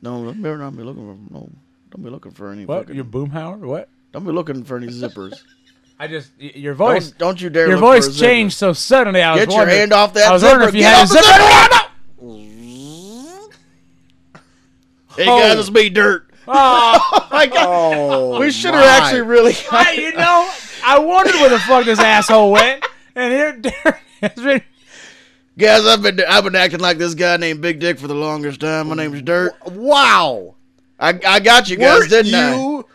No, don't be, don't be looking for no. Don't be looking for any.
What?
fucking-
Your boomhauer? What?
don't be looking for any zippers.
I just y- your voice.
Don't, don't you dare.
Your
look for a
voice
zipper.
changed so suddenly. I was
Get your
wondering-
hand off that
I was
zipper.
wondering if you
Get
had a
off the zipper.
zipper.
Hey
Oh.
guys, it's me, Dirt.
Oh, [laughs]
My God,
Oh,
we should
my.
have actually really.
I, you [laughs] know, I wondered where the fuck this asshole went, and here, there has been
Guys, I've been I've been acting like this guy named Big Dick for the longest time. My name's Dirt.
Wow.
I, I got you guys,
Weren't
didn't I?
you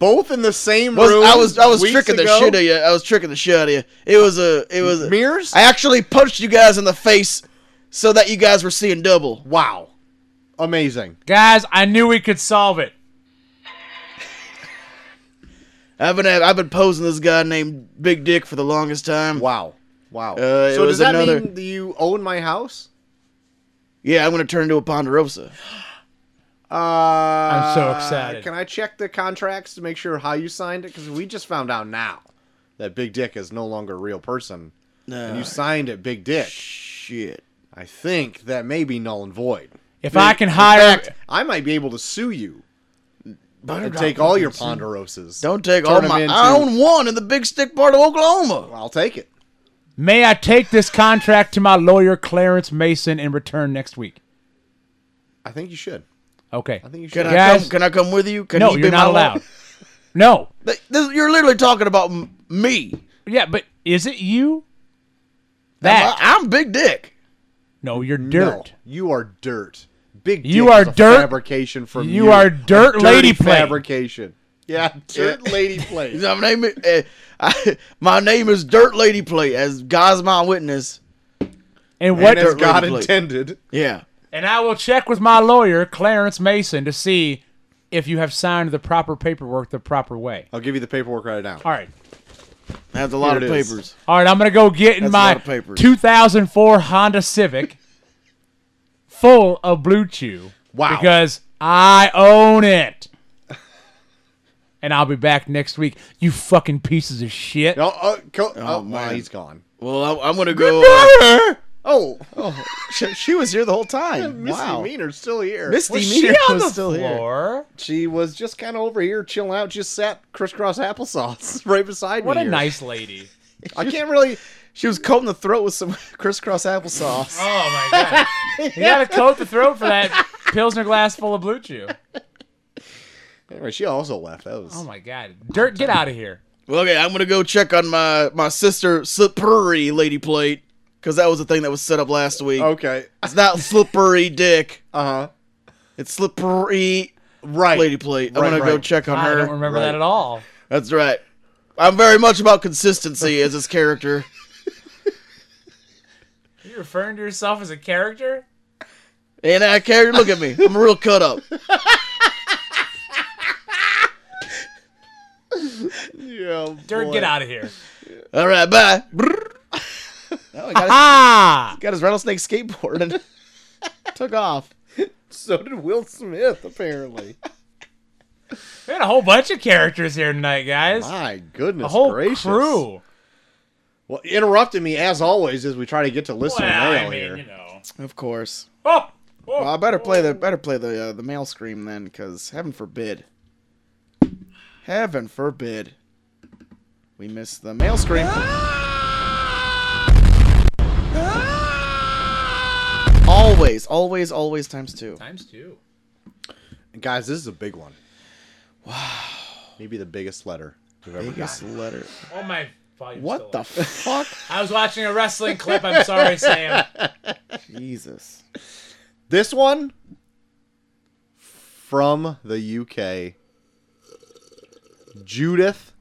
both in the same
Was-
room?
I was I was
weeks
tricking the
ago?
shit out of you. I was tricking the shit out of you. It was a it was a,
Mirrors?
I actually punched you guys in the face so that you guys were seeing double.
Wow. Amazing.
Guys, I knew we could solve it.
I've been I've been posing this guy named Big Dick for the longest time.
Wow. Wow.
Uh, it
so
was
does that
another-
mean that you own my house?
Yeah, I'm gonna turn into a Ponderosa.
Uh, I'm
so excited.
Uh, Can I check the contracts to make sure how you signed it? Because we just found out now that Big Dick is no longer a real person.
No
And you signed it, Big Dick.
shit.
I think that may be null and void.
If I can
In
hire,
fact, I might be able to sue you and take all your ponderosas.
Don't take
Turn
all
them
my.
into-
I own one in the big stick part of Oklahoma.
I'll take it.
may I take this contract to my lawyer Clarence Mason in return next week?
I think you should.
Okay.
I think you should.
Can I
Guys-
come? Can I come with you? Can
No,
you
you're
be my
not
lawyer?
allowed. No.
Th- this- you're literally talking about m- me.
Yeah, but is it you?
I,
That
I'm Big Dick.
no, you're dirt.
No, you are dirt. Big.
You
Dick
are
is a
dirt.
Fabrication from you.
You are
A
dirt
dirty
lady plate.
Fabrication.
[laughs]
Yeah, dirt lady
You [laughs]
plate.
know, my name. Is, eh, I, [laughs] my name is Dirt Lady Plate. As God's my witness.
And
and
what?
as
dirt
God
lady plate?
intended.
Yeah.
And I will check with my lawyer Clarence Mason to see if you have signed the proper paperwork the proper way.
I'll give you the paperwork right now.
All right.
That's a lot
Here
of
it is.
papers.
All right, I'm gonna go get in
That's a
my
lot of papers.
2004 Honda Civic, full of Blue Chew.
Wow.
Because I own it, and I'll be back next week. You fucking pieces of shit.
No, uh, co- oh, well,
man.
he's gone.
Well, I, I'm gonna go. uh,
Oh,
[laughs]
she, she was here the whole
[laughs]
time.
Misty
wow.
Meaner's still here.
Misty
Was
[laughs]
she
Meaner
on
was
the
still here.
floor?
She was just kind of over here chilling out. Just sat crisscross applesauce [laughs] right beside
What
me.
a
here.
nice lady.
I
[laughs]
can't really.
She was combing the throat with some [laughs] crisscross applesauce.
Oh my
[laughs]
god! [laughs] You gotta coat the throat for that pilsner glass full of blue chew.
Anyway, she also left. That was.
Oh my god! Dirt, get out of here.
Well, okay, I'm gonna go check on my my sister slippery lady plate because that was the thing that was set up last week.
Okay.
It's not slippery dick.
Uh huh.
It's slippery
Right.
lady plate. I'm
Right,
gonna go
right.
check on
I
her.
don't remember
right.
that at all.
That's right. I'm very much about consistency as this character.
You referring to yourself as a character?
And I character, look at me. I'm a real cut up.
Yeah,
Dirt,
boy.
get out of here.
All right, bye. Brrr. oh, I got, his,
Ah!
got his rattlesnake skateboard [laughs] and took off.
So did Will Smith, apparently.
We had a whole bunch of characters here tonight, guys.
My goodness
a whole
gracious.
crew.
Well, interrupting me as always as we try to get to
Well,
listener mail
I
here.
mean, you know.
Of course.
Oh, oh,
Well, I better play the better play the uh, the male scream then, because heaven forbid, heaven forbid, we miss the male scream. Always, always, always times two.
Times two.
And guys, this is a big one. Wow. Maybe the biggest letter we've ever
Biggest
gotten.
letter.
Oh my. volume's
What
still
the
up.
fuck?
I was watching a wrestling clip. I'm sorry, Sam.
Jesus.
This one from the UK. Judith.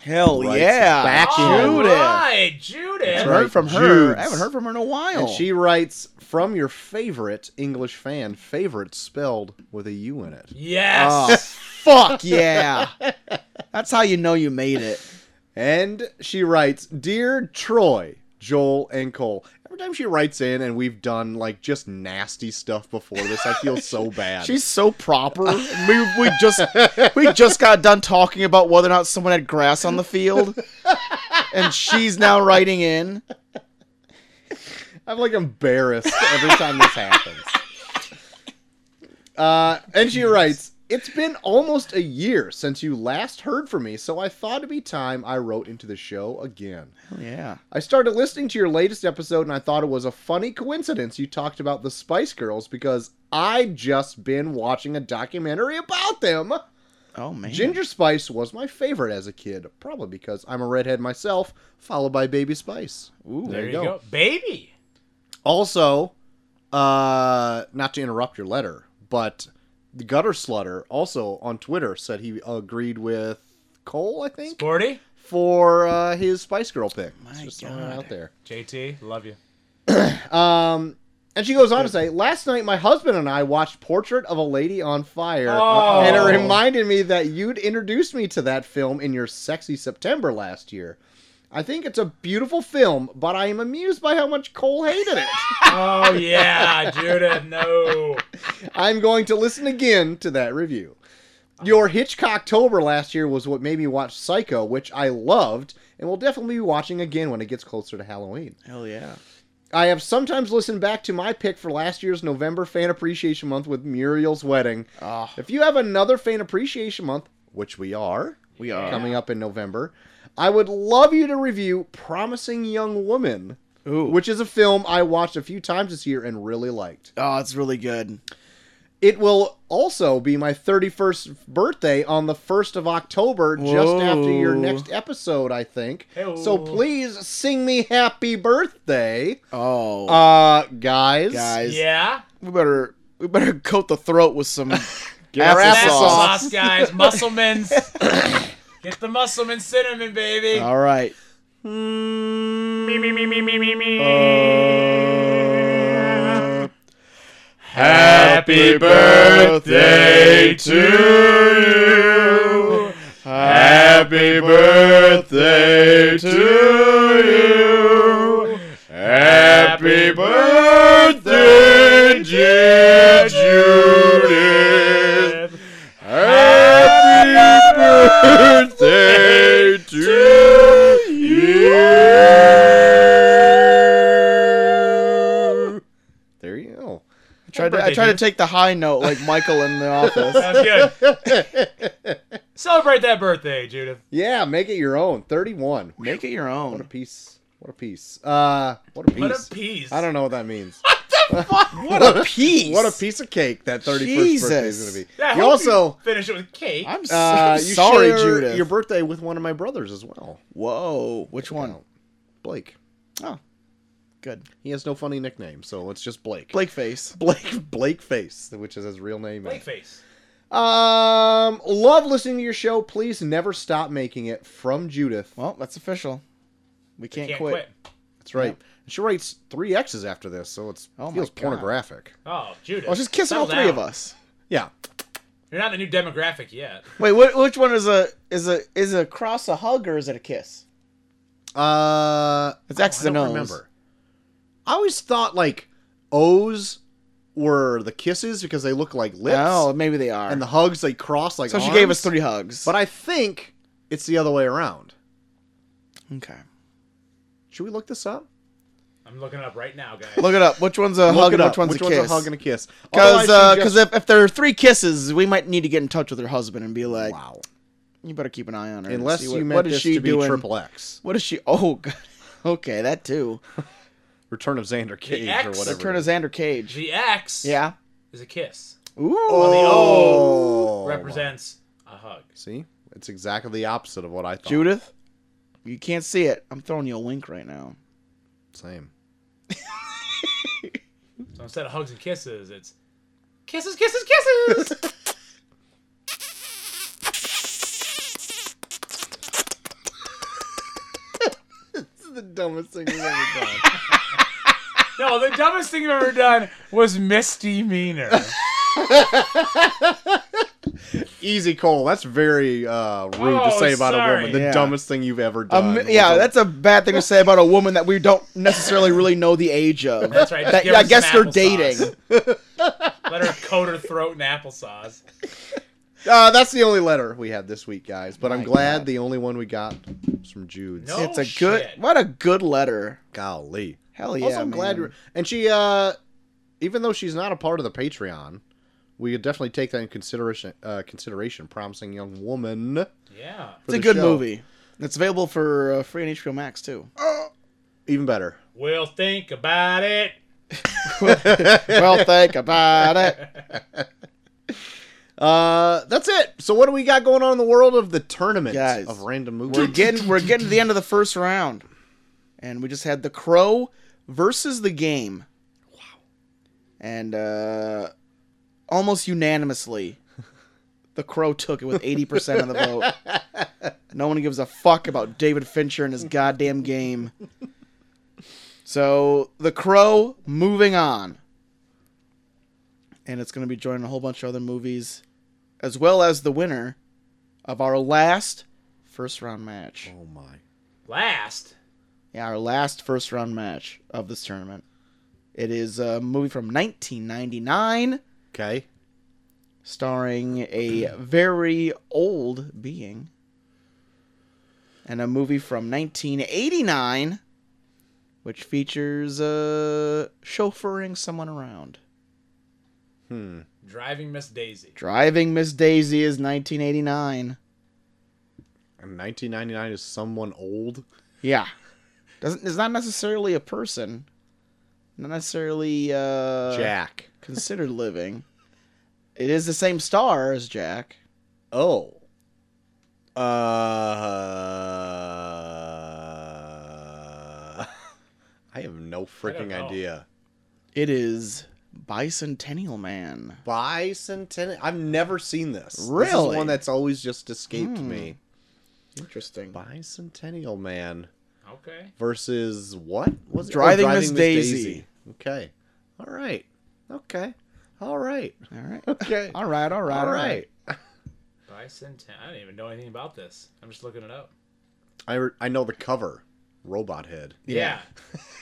Hell
Right,
yeah.
back in.
Judith.
right, Oh, Judith.
I haven't heard
Right,
from her.
Jude's.
I haven't heard from her in a while.
And she writes from your favorite English fan, favorite spelled with a U in it.
Oh,
Yes.
fuck yeah. That's how you know you made it.
And she writes, Dear Troy, Joel, and Cole. Every time she writes in and we've done like just nasty stuff before this, I feel
[laughs]
so bad.
She's so
[laughs]
proper. We, we just we just got done talking about whether or not someone had grass on the field, and she's now writing in.
I'm like embarrassed every time this happens. [laughs] Uh, and she writes, It's been almost a year since you last heard from me, so I thought it'd be time I wrote into the show again.
Yeah,
I started listening to your latest episode and I thought it was a funny coincidence you talked about the Spice Girls because I'd just been watching a documentary about them.
Oh man.
Ginger Spice was my favorite as a kid, probably because I'm a redhead myself, followed by Baby Spice.
Ooh.
There, you go. baby.
Also, uh, not to interrupt your letter, but the Gutter Slutter also on Twitter said he agreed with Cole, I think,
Sporty,
for uh, his Spice Girl pick. It's
My
just throwing it
God.
out there.
JT, love you.
Um, and she goes on to say, "Last night, my husband and I watched Portrait of a Lady on Fire,
Oh.
and it reminded me that you'd introduced me to that film in your sexy September last year. I think it's a beautiful film, but I am amused by how much Cole hated it.
Oh yeah, Judith. No.
I'm going to listen again to that review. Your Hitchcocktober last year was what made me watch Psycho, which I loved, and will definitely be watching again when it gets closer to Halloween."
Hell yeah.
I have sometimes listened back to my pick for last year's November Fan Appreciation Month with Muriel's Wedding.
Ah,
If you have another Fan Appreciation Month, which we are
we are.
coming up in November, I would love you to review Promising Young Woman,
Ooh.
which is a film I watched a few times this year and really liked.
Oh, it's really good.
It will also be my 31st birthday on the 1st of October, just
Whoa.
after your next episode, I think.
Hey-o.
So please sing me happy birthday.
Oh,
Uh, guys.
guys,
Yeah.
we better we better coat the throat with
[laughs]
some
our
apple
apple
sauce.
Applesauce, guys. Muscleman's. [coughs] Get the Muscleman cinnamon, baby.
All right. Uh,
Happy
birthday to you.
Uh,
Happy birthday to you. Happy birthday, dear Judith. Happy birthday to you.
There you go.
I tried, to, I tried to take the high note like Michael in the office.
That's good. [laughs] Celebrate that birthday, Judith.
Yeah, make it your own. 31.
Make it your
What a
own.
piece. What a piece. Uh, what a piece.
What a piece.
I don't know what that means.
What a piece.
what a piece of cake that 31st birthday
Jesus.
is going to be.
Yeah, I
you
hope you
also,
finish it with cake.
I'm so
uh, you
sorry,
share
Judith.
your birthday with one of my brothers as well.
Whoa. Which one?
Now, Blake.
Oh, good.
He has no funny nickname, so it's just Blake.
Blake face.
Blake, Blake Face, which is his real name.
Blake face.
Um, love listening to your show. Please never stop making it. From Judith.
Well, that's official. We can't,
Can't
quit.
quit.
That's right. And she writes three X's after this, so it's
Oh my
feels
God.
pornographic.
Oh, Judith.
I was just kissing all
settle
three
down.
of us.
Yeah.
You're not the new demographic yet.
Wait, wh- which one is a is a is a cross a hug or is it a kiss?
Uh,
It's X's
I
and
don't
O's.
remember. I always thought like O's were the kisses because they look like lips,
Oh, maybe they are.
and the hugs they cross like.
so she gave
arms.
us three hugs.
But I think it's the other way around.
okay.
Should we look this up?
I'm looking it up right now, guys.
Look it up. Which one's a
Look
hug
it
and
up.
which one's
which
a
one's
kiss? uh,
a hug and a kiss?
Because
Otherwise, you just-
if, if there are three kisses, we might need to get in touch with her husband and be like,
wow,
you better keep an eye on her. and
unless
see
you
what,
meant
what is
this
she
to be
doing?
triple X,
What is she? [laughs] Oh, God. okay, that too.
Return of Xander Cage
X.
or whatever.
Return
it
of
is.
Xander Cage.
The X
Yeah.
is a kiss.
Ooh.
Oh,
Represents a hug.
See, it's exactly the opposite of what I thought.
Judith, you can't see it. I'm throwing you a link right now.
Same.
So instead of hugs and kisses, it's kisses, kisses, kisses.
[laughs]
This is the dumbest thing we've ever done.
no, the dumbest thing I've ever done
[laughs]
was misdemeanor.
[laughs] Easy, Cole. That's very uh, rude to
Oh,
say about a
sorry.
woman. The
Yeah.
dumbest thing you've ever
Um,
done.
yeah,
Was a-
that's a bad thing to say about a woman that we don't necessarily really know the age of.
[laughs] That's right. just
That-
give
I
her
guess
some
they're dating.
applesauce. Let her coat her throat in applesauce.
uh, that's the only letter we had this week, guys. But I'm
My
glad
God.
the only one we got was from Jude's.
No.
It's a
Oh,
good.
shit.
What a good letter.
Golly.
Hell yeah.
Also, I'm glad
man.
you're. And she, uh, even though she's not a part of the Patreon, we could definitely take that in consideration. Uh, consideration, promising young woman.
Yeah.
It's a
the
good
show.
movie. It's available for uh, free on HBO Max [laughs] too.
Even better.
We'll think about it.
well, think about it.
Uh, that's it. So what do we got going on in the world of the tournament
Guys,
of random movies?
We're getting we're getting to the end of the first round, and we just had the Crow versus the Game. Wow. And uh, almost unanimously, the Crow took it with eighty percent of the vote. No one gives a fuck about David Fincher and his goddamn game. So the Crow moving on, and it's going to be joining a whole bunch of other movies, as well as the winner of our last first round match.
oh my.
Last.
Yeah, our last first round match of this tournament. It is a movie from 1999
Okay.
starring a very old being. And a movie from 1989 which features uh, chauffeuring someone around.
Driving Miss Daisy.
Driving Miss Daisy is 1989.
And 1999 is someone old.
Yeah. Doesn't it's not necessarily a person. Not necessarily uh
Jack.
considered living. It is the same star as Jack.
Oh. [laughs] Uh. I have no freaking
know.
idea.
It is Bicentennial Man.
Bicentennial. I've never seen this. This is
Really?
one that's always just escaped
Hmm.
me.
Interesting.
Bicentennial man
Okay.
versus what was it? Oh,
Driving Miss Daisy.
Okay. All right. Okay. All right.
All [laughs] right.
Okay.
All right. All right.
All right.
Bicentennial. I don't even know anything about this. I'm just looking it up.
I re- I know the cover. Robot head.
Yeah.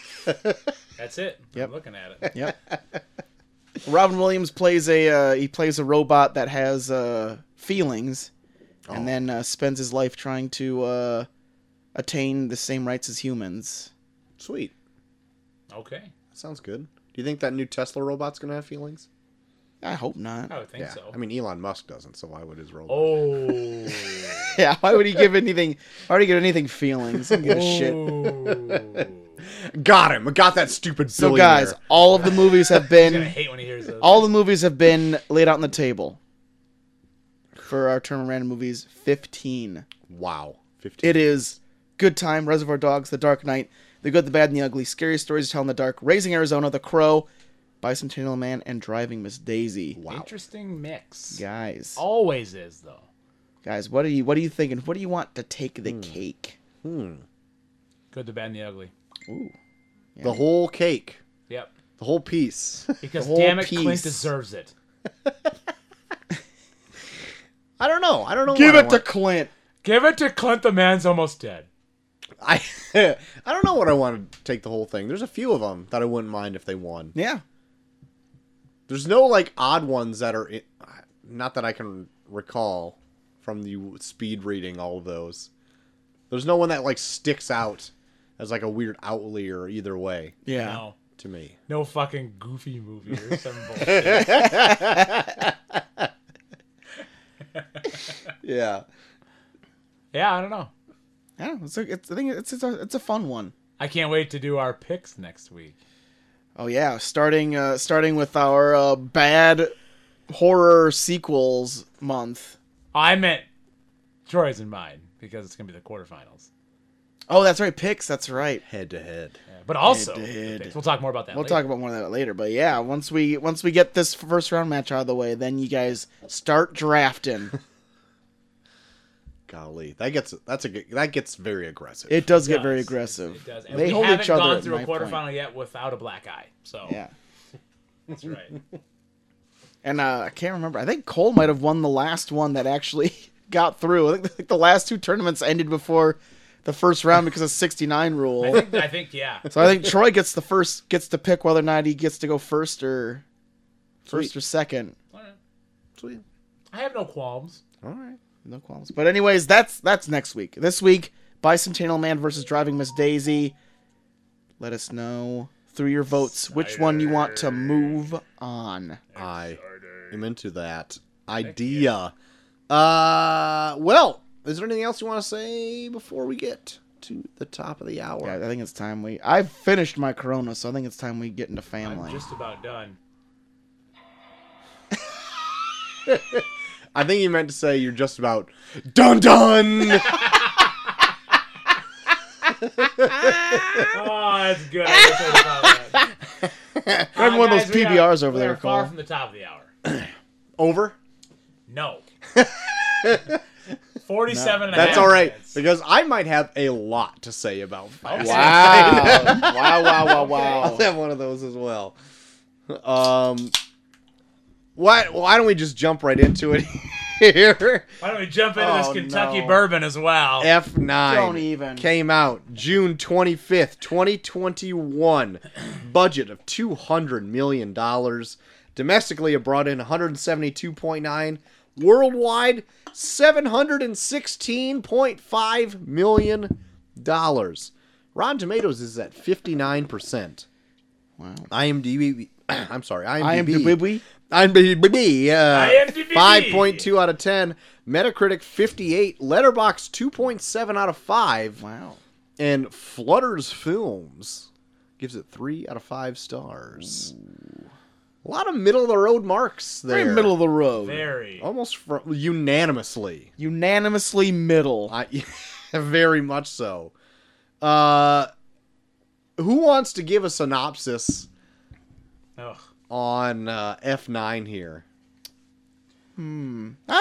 [laughs]
That's it.
Yep.
I'm looking at it.
Yep. Robin Williams plays a uh, he plays a robot that has uh, feelings,
Oh.
and then uh, spends his life trying to uh, attain the same rights as humans.
Sweet.
Okay.
That sounds good. Do you think that new Tesla robot's gonna have feelings?
I hope not.
I would think
yeah.
so.
I mean, Elon Musk doesn't, so why would his robot?
[laughs] oh.
[laughs] Yeah. Why would he give anything? Why would he give anything feelings? He don't give a shit.
Oh.
Got him. Got that stupid.
So guys,
billionaire.
all of the movies have [laughs]
He's gonna
been
hate when he hears this.
all the movies have been laid out on the table for our term of random movies 15
Wow. Fifteen.
it is good time reservoir dogs the dark knight the good the bad and the ugly scary stories to tell in the dark raising arizona the crow bicentennial man and driving miss daisy
Wow.
Interesting mix.
guys
Always is though.
guys what are you what are you thinking what do you want to take the cake
Good, the bad, and the ugly.
Ooh.
The whole cake.
Yep.
The
[laughs]
whole piece. [laughs]
Because
The whole
damn it,
piece.
Clint deserves it.
I don't know. I don't know.
give
what I
it to
want.
clint
Give it to Clint. The man's almost dead.
I I [laughs] don't know what I want to take the whole thing. There's a few of them that I wouldn't mind if they won.
yeah
There's no like odd ones that are in, not that I can recall from the speed reading all of those. There's no one that like sticks out as like a weird outlier either way
yeah
No.
to me.
No fucking goofy movie or some bullshit.
Yeah.
[laughs] yeah, I don't know.
yeah it's a, it's, i think it's it's a, it's a fun one
I can't wait to do our picks next week.
Oh yeah, starting uh, starting with our uh, bad horror sequels month.
I meant Troy's and mine because it's gonna be the quarterfinals.
Oh, that's right, picks. That's right.
Head to head.
Yeah, But also,
It
the
did.
picks. we'll talk more about that.
We'll
later.
talk about more of that later. But yeah, once we once we get this first round match out of the way, then you guys start drafting.
Golly, that gets that's a good- that gets very aggressive.
It does get
Does.
very
It-
aggressive.
It does. And
they
we
hold
haven't
each other.
gone
at
through a
my point.
quarterfinal yet without a black eye. So
Yeah,
that's right.
and uh, I can't remember. I think Cole might have won the last one that actually [laughs] got through. I think like, the last two tournaments ended before the first round because of sixty nine rule.
I think, I think yeah.
So I think Troy gets the first gets to pick whether or not he gets to go first or first
Sweet.
or second.
All right.
Sweet.
I have no qualms.
All right.
No qualms. But anyways, that's that's next week. This week, Bicentennial Man versus Driving Miss Daisy. Let us know through your votes which one you want to move on.
I am into that idea. Uh, well, is there anything else you want to say before we get to the top of the hour?
Yeah, I think it's time we. I've finished my Corona, so I think it's time we get [laughs] into family.
I'm just about done.
I think you meant to say you're just about dun dun.
Oh, that's good. I wish I thought of that.
Grab
Uh,
one of
guys,
those
we are-
PBRs over
we
there,
are far
Cole.
from the top of the hour.
Over.
[laughs]
No. 47 and a
That's
half
all right
minutes.
because I might have a lot to say about. Fireside.
Wow! wow! Wow! Wow! Wow!
I'll have one of those as well. Um, why why don't we just jump right into it [laughs] here?
Why don't we jump into
Oh,
this Kentucky
no.
bourbon as well?
F nine
Don't even.
came out June twenty fifth, twenty twenty one. Budget of two hundred million dollars. Domestically, it brought in one hundred seventy two point nine. Worldwide, seven hundred and sixteen point five million dollars. Rotten Tomatoes is at fifty nine percent.
Wow.
IMDb. [clears throat] I'm sorry. IMDb.
I am Dewey.
IMDb. Uh,
IMDb.
5.2 out of 10. Metacritic 58. Letterbox 2.7 out of 5.
Wow.
And Flutter's Films gives it 3 out of 5 stars. A lot of middle of the road marks there.
Very middle of the road.
Very.
Oh.
Almost fr- unanimously.
Unanimously middle.
I, [laughs] very much so. Uh, who wants to give a synopsis
Ugh.
on uh, F9 here?
Ah,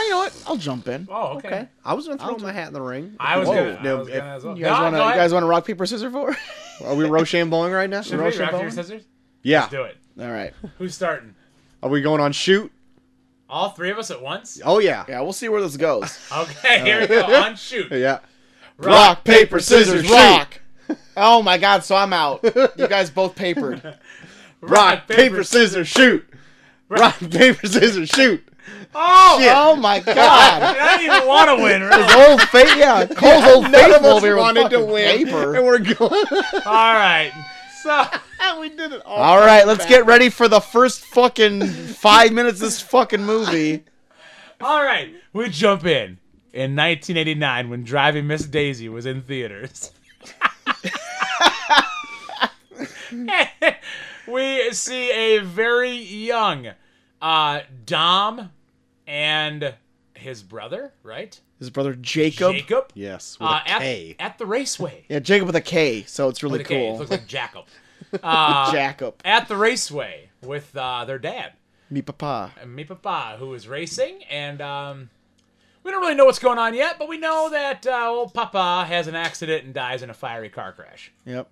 you know what? I'll jump in.
Oh, okay.
Okay. I was gonna throw my hat in the ring.
I was
Whoa,
gonna. I
no,
was
if-
gonna as well.
You guys
No,
want to?
go
You
ahead.
guys want to rock paper scissors for?
Are we Rochambeauing right now?
Should we
Roche
rock
and
paper
Bone?
scissors?
yeah.
Let's do it.
[laughs] All right.
Who's starting?
Are we going on shoot?
All three of us at once?
Oh yeah.
Yeah, we'll see where this goes.
Okay, here we go. On shoot.
Yeah.
Rock,
[laughs]
paper,
Scissors, rock. [laughs] Oh my God! So I'm out. You guys both [laughs] papered.
Rock, paper, scissors, shoot. Rock, paper, scissors, shoot.
Oh,
Oh my God!
I didn't even want to
[laughs]
win. Really.
Old fa- [laughs] yeah, Cole's old
None of
faithful
us
over here with
wanted to
fucking
win,
paper. [laughs]
and we're going. [laughs]
All right. So,
we did it all.
All right, let's get ready for the first fucking five minutes of this fucking [laughs] movie.
all right, we jump in. In 1989, when Driving Miss Daisy was in theaters, [laughs] we see a very young uh, Dom and his brother, right?
His brother Jacob.
Jacob.
Yes. With
Uh,
a K.
at, at the
[laughs]
raceway.
Yeah, Jacob with a K, so it's really
With a K. It
cool.
looks like Jacob. Uh,
Jacob,
at the raceway with uh, their dad,
me papa.
me papa, who is racing, and um, we don't really know what's going on yet, but we know that uh, old papa has an accident and dies in a fiery car crash.
Yep.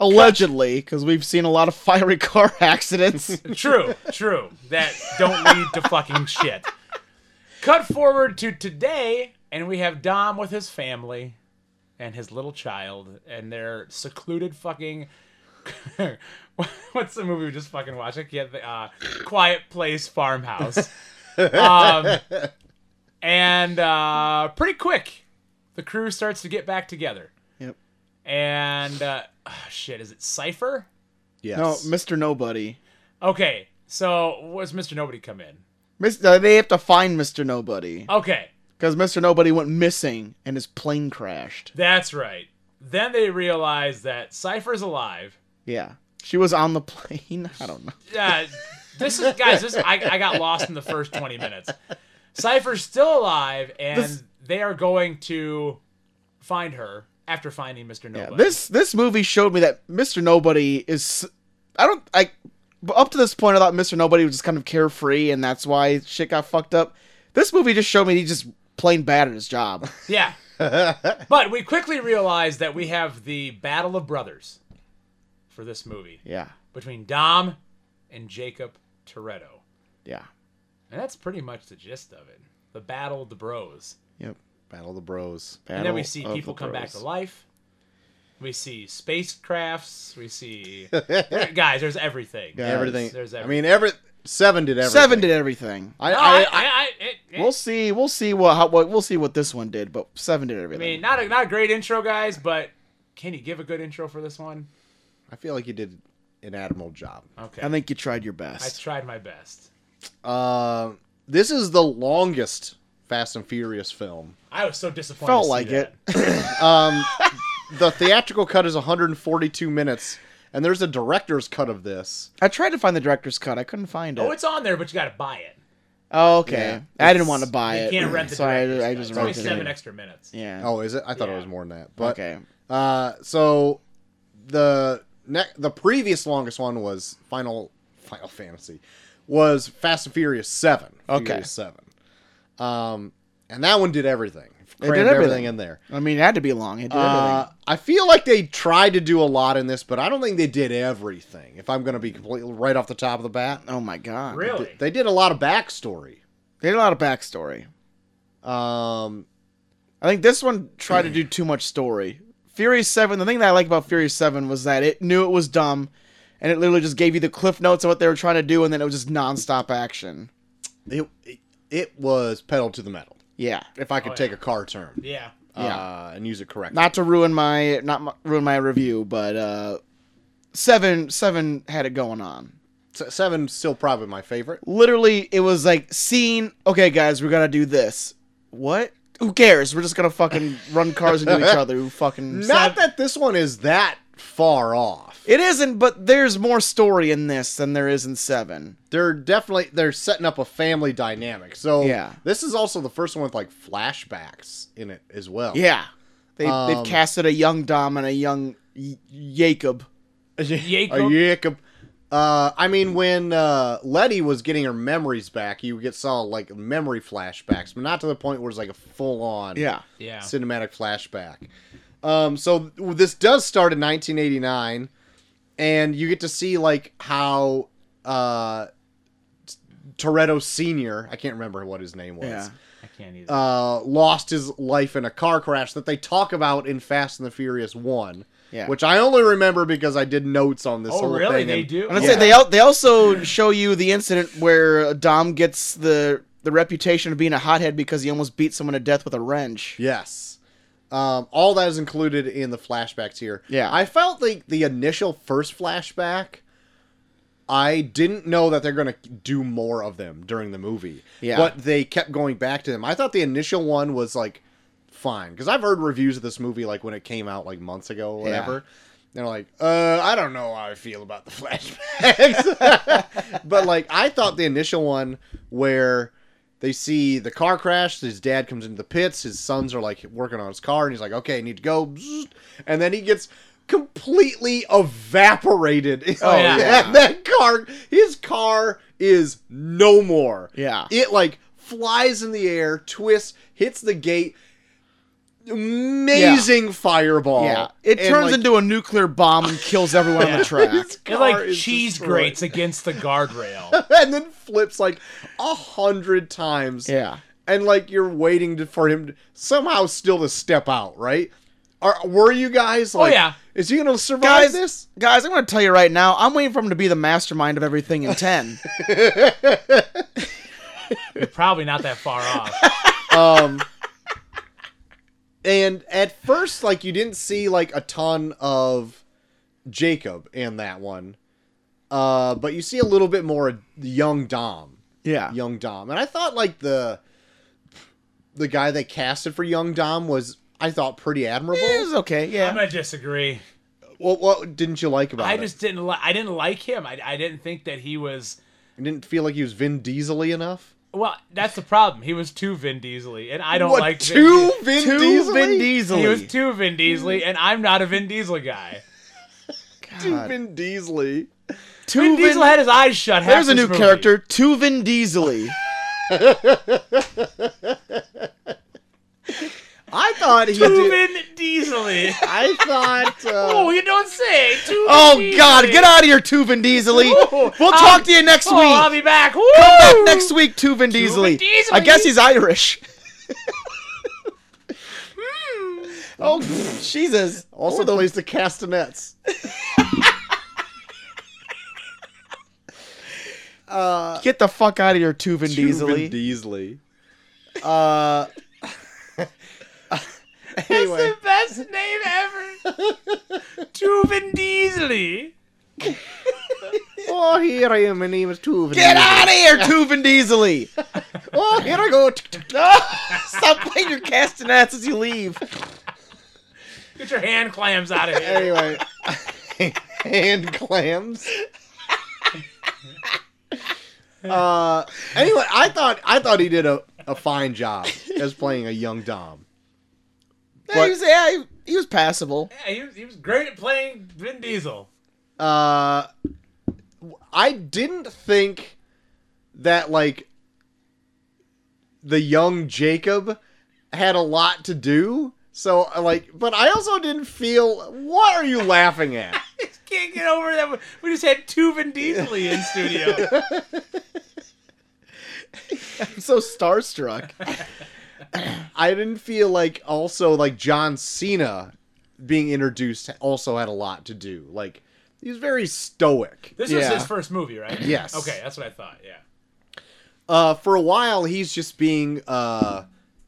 Allegedly, because we've seen a lot of fiery car [laughs] accidents.
True, true. That don't lead to fucking shit. Cut forward to today, and we have Dom with his family and his little child, and their secluded fucking. [laughs] What's the movie we just fucking watched? I can't. thi- Uh, Quiet Place Farmhouse. Um, and uh, pretty quick, the crew starts to get back together.
yep.
And uh, shit, is it Cipher?
Yes.
No, Mr. Nobody.
Okay, so where's Mr. Nobody come in?
Mis- uh, they have to find Mr. Nobody
Okay,
because Mr. Nobody went missing and his plane crashed.
that's right. Then they realize that Cypher's alive.
Yeah. She was on the [laughs] plane. I don't know.
Uh, this is guys, this I, I got lost in the first 20 minutes. Cypher's still alive and
This-
they are going to find her after finding Mr. Nobody.
Yeah, this this movie showed me that Mr. Nobody is. I don't. I up to this point, I thought Mr. Nobody was just kind of carefree, and that's why shit got fucked up. This movie just showed me he's just plain bad at his job. [laughs]
Yeah. but we quickly realize that we have the battle of brothers for this movie
Yeah.
between Dom and Jacob Toretto.
Yeah.
And that's pretty much the gist of it. The battle of the bros.
Yep.
Battle of the Bros.
and then we
Battle
see
of the
people come back to
Bros.
life. We see spacecrafts.
[laughs]
We see guys. There's everything.
Yeah.
Everything.
There's
I
everything.
mean, every seven did everything.
Seven did everything.
I,
No,
I,
I,
I,
I, I, it, it-
We'll see. We'll see what, how, what we'll see what this one did, but seven did
I
everything.
mean, not a not a great intro, guys, but can you give a good intro for this one?
I feel like you did an admirable job.
Okay,
I think you tried your
I
best.
tried my best.
Uh, this is the longest Fast and Furious film.
I was so disappointed.
Felt
to see
like
that.
it.
The theatrical cut is 142 minutes, and there's a director's cut of this.
I tried to find the director's cut. I couldn't find it.
Oh, it's on there, but you got to buy it.
Oh, okay.
Yeah.
I didn't want to buy
You
it.
can't rent the
so I,
director's
I
cut.
just
It's only
rented
seven
it.
extra minutes.
yeah.
Oh, is it? I thought it
Yeah.
was more than that. But
okay.
uh, so the ne- the previous longest one was Final Final Fantasy was Fast and Furious Seven.
Okay.
Furious Seven. Um, and that one did everything.
did
Crammed
everything.
everything in there.
I mean, it had to be long. It did
Uh, I feel like they tried to do a lot in this, but I don't think they did everything. If I'm going to be completely right off the top of the bat,
everything. Oh my god.
Really?
they did a lot of backstory.
They had a lot of backstory.
Um,
I think this one tried to do too much story. Fury 7, the thing that I like about Fury 7 was that it knew it was dumb and it literally just gave you the cliff notes of what they were trying to do and then it was just nonstop action.
it, it it was pedal to the metal.
Yeah.
If I could
Oh,
take a car term,
Yeah.
Yeah.
uh, and use it correctly.
Not to ruin my not mu- ruin my review, but uh 7 7 had it going on.
S- Seven still probably my favorite.
Literally it was like scene, okay guys, we're going to do this. What? Who cares? We're just going to fucking run cars into each other.
[laughs]
Who fucking
Not that this one is that far off.
It isn't, but there's more story in this than there is in 7.
They're definitely they're setting up a family dynamic. So
Yeah.
this is also the first one with like flashbacks in it as well.
Yeah. They,
Um,
they've casted a young Dom and a young y- Jacob. [laughs]
Jacob.
A Jacob. Uh, I mean, when uh, Letty was getting her memories back, you get saw like memory flashbacks, but not to the point where it's like a full on
Yeah.
Yeah.
cinematic flashback. Um, so this does start in 1989, and you get to see like how uh, Toretto Senior, I can't remember what his name was,
Yeah.
I can't either.
uh, lost his life in a car crash that they talk about in Fast and the Furious One.
Yeah.
Which I only remember because I did notes on this.
oh,
whole
really?
thing,
They
and-
do?
And I'd
Yeah.
say they al- they also show you the incident where Dom gets the the reputation of being a hothead because he almost beat someone to death with a wrench.
Yes. Um, all that is included in the flashbacks here.
Yeah.
I felt like the initial first flashback, I didn't know that they're going to do more of them during the movie.
Yeah.
But they kept going back to them. I thought the initial one was like fine. Because I've heard reviews of this movie like when it came out like months ago or whatever. They're like, uh, I don't know how I feel about the [laughs] flashbacks. [laughs] but like, I thought the initial one where they see the car crash, his dad comes into the pits, his sons are like working on his car, and he's like, okay, I need to go. [laughs] Bzzzt. And then he gets completely evaporated. [laughs]
Oh, yeah.
And that car, his car is no more.
Yeah.
It like flies in the air, twists, hits the gate. Amazing fireball.
Yeah. It
And,
turns
like,
into a nuclear bomb and kills everyone
[laughs]
on the track.
his
They're
car
like
is
cheese
destroyed.
grates against the guardrail.
[laughs] and then flips like a hundred times.
Yeah.
and like you're waiting to, for him to, somehow still to step out, right? Are were you guys like?
yeah.
Is he gonna survive
Guys,
this?
guys, I'm going to tell you right now, I'm waiting for him to be the mastermind of everything in
[laughs]
10.
You're probably not that far off.
[laughs]
Um. and at first, like you didn't see like a ton of Jacob in that one, uh, but you see a little bit more of young Dom.
yeah.
young Dom. And I thought like the the guy they casted for young Dom was I thought pretty admirable.
Eh.
It was okay.
I'm
Yeah.
gonna disagree.
Well, what didn't you like about
I
it?
just didn't like. I didn't like him. I, I didn't think that he was.
You didn't feel like he was Vin Diesel-y enough.
Well, that's the problem. He was too Vin Diesel, and I don't
what
like Vin
two
Diesel.
Vin,
Too
Diesel?
Vin Diesel.
He was too Vin Diesel, and I'm not a Vin Diesel guy.
Two Vin Diesel.
Two
Vin,
Vin-
Diesel had his eyes shut. half
There's a
this
new
movie.
character, Two Vin Diesel.
I thought he
Two
did.
Vin Diesel.
[laughs]
I thought.
Oh,
Uh,
you don't say. Two
Oh
Vin
God,
Diesel.
get out of here, Tuvin Diesely.
Ooh,
We'll
I'll-
talk to you next
Oh, I'll
week.
be back. Woo!
Back next week, Tuvin Diesely. I
Diesely.
guess he's Irish. [laughs]
Hmm.
oh Jesus!
also plays the castanets.
Get the fuck out of here, Tuvin
Vin
Diesely.
Diesel. Uh. anyway.
That's the best name ever.
[laughs]
Two Vin Diesel.
Oh, here I am. My name is Two Vin
Get
Diesel.
out of here, Tuvin
[laughs]
Diesely.
Oh, here I
[laughs]
go.
Ah, Stop playing your castanets as you leave.
Get your hand clams out of here.
anyway, hand clams. [laughs] Uh, anyway, I thought I thought he did a, a fine job as playing a young Dom.
yeah, he was, yeah, he, he was passable.
Yeah, he was, he was great at playing Vin Diesel.
Uh, I didn't think that like the young Jacob had a lot to do. So like, but I also didn't feel. What are you laughing at?
I just can't get over that. We just had two Vin Diesel in studio.
I'm so [laughs] starstruck.
I didn't feel like also like John Cena being introduced also had a lot to do. Like he was very stoic.
This was
Yeah.
his first movie, right?
Yes.
Okay, that's what I thought. Yeah.
Uh, for a while, he's just being uh,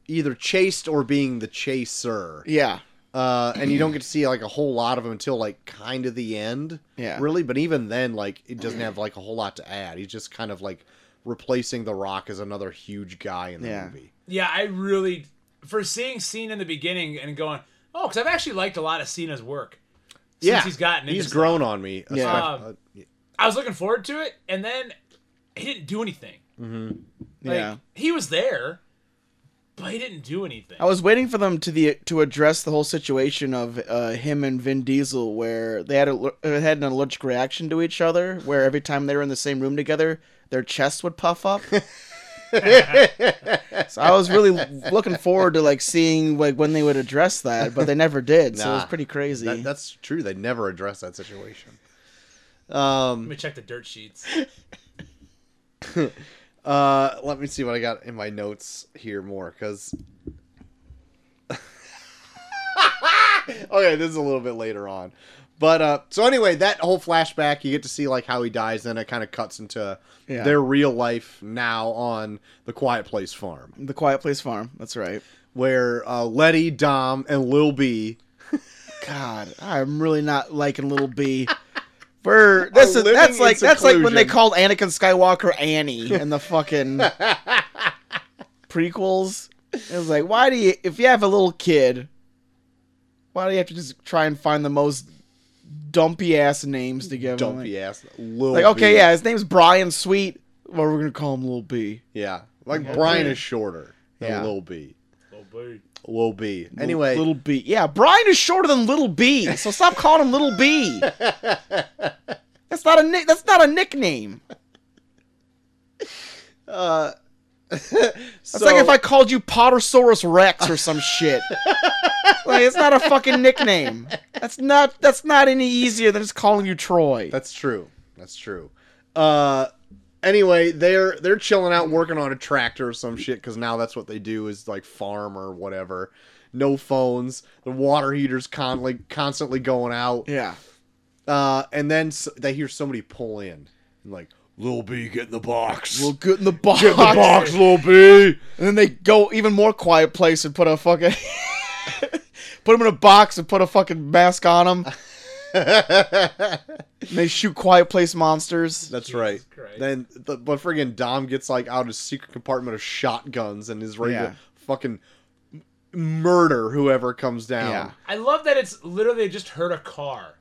either chased or being the chaser.
yeah.
Uh, and you don't get to see like a whole lot of him until like kind of the end.
Yeah.
Really, but even then, like it doesn't have like a whole lot to add. He's just kind of like replacing The Rock as another huge guy in the
Yeah.
movie.
Yeah, I really for seeing Cena in the beginning and going, oh, because I've actually liked a lot of Cena's work. Since
yeah,
he's gotten into
he's
stuff.
grown on me.
Yeah.
espec-
Um,
uh,
I was looking forward to it, and then he didn't do anything. Like,
yeah.
He was there, but he didn't do anything.
I was waiting for them to the to address the whole situation of uh, him and Vin Diesel, where they had a, uh, had an allergic reaction to each other, where every time they were in the same room together, their chests would puff
[laughs]
up. so I was really looking forward to like seeing like when they would address that, but they never did. So it was
Nah.
pretty crazy.
That, that's true. They never address that situation. Um,
Let me check the dirt sheets.
uh, let me see what I got in my notes here more because. [laughs] okay, this is a little bit later on, but uh, so anyway, that whole flashback you get to see like how he dies, then it kind of cuts into
Yeah.
their real life now on the Quiet Place farm,
the Quiet Place Farm. That's right.
where uh, Letty, Dom, and Lil B.
God, I'm really not liking little
[laughs]
B. We're this is
living
that's
in
like that's like when they
seclusion.
called Anakin Skywalker Annie in the
[laughs]
fucking prequels. It was like, why do you if you have a little kid, why do you have to just try and find the most dumpy ass names to give him?
Don't
Like-
be ass. Lil
Like, okay,
B.
yeah, his name's Brian Sweet. Well, we're gonna call him Little B.
yeah. Like Brian is shorter than
Yeah.
Lil B.
Oh, boy.
Lil B. Anyway,
Little B. Yeah, Brian is shorter than Little B, so stop calling him Little
[laughs]
B. That's not a nick. That's not a nickname. It's like if I called you Pottersaurus Rex or some shit. like it's not a fucking nickname. That's not. That's not any easier than just calling you Troy.
That's true. That's true. Uh, anyway, they're they're chilling out, working on a tractor or some shit, because now that's what they do is like farm or whatever. No phones. The water heater's con- like, constantly going out.
yeah.
Uh, and then s they hear somebody pull in and like, "Lil B, get in the box.
Well, get in the box.
get in the box, Lil B."
And then they go even more quiet place and put a fucking. [laughs] Put him in a box and put a fucking mask on
[laughs]
him. And they shoot Quiet Place monsters.
That's
Jesus
right.
Christ.
Then, the, but friggin' Dom gets like out of his secret compartment of shotguns and is ready
Yeah.
to fucking m- murder whoever comes down.
Yeah.
I love that it's literally just heard a car.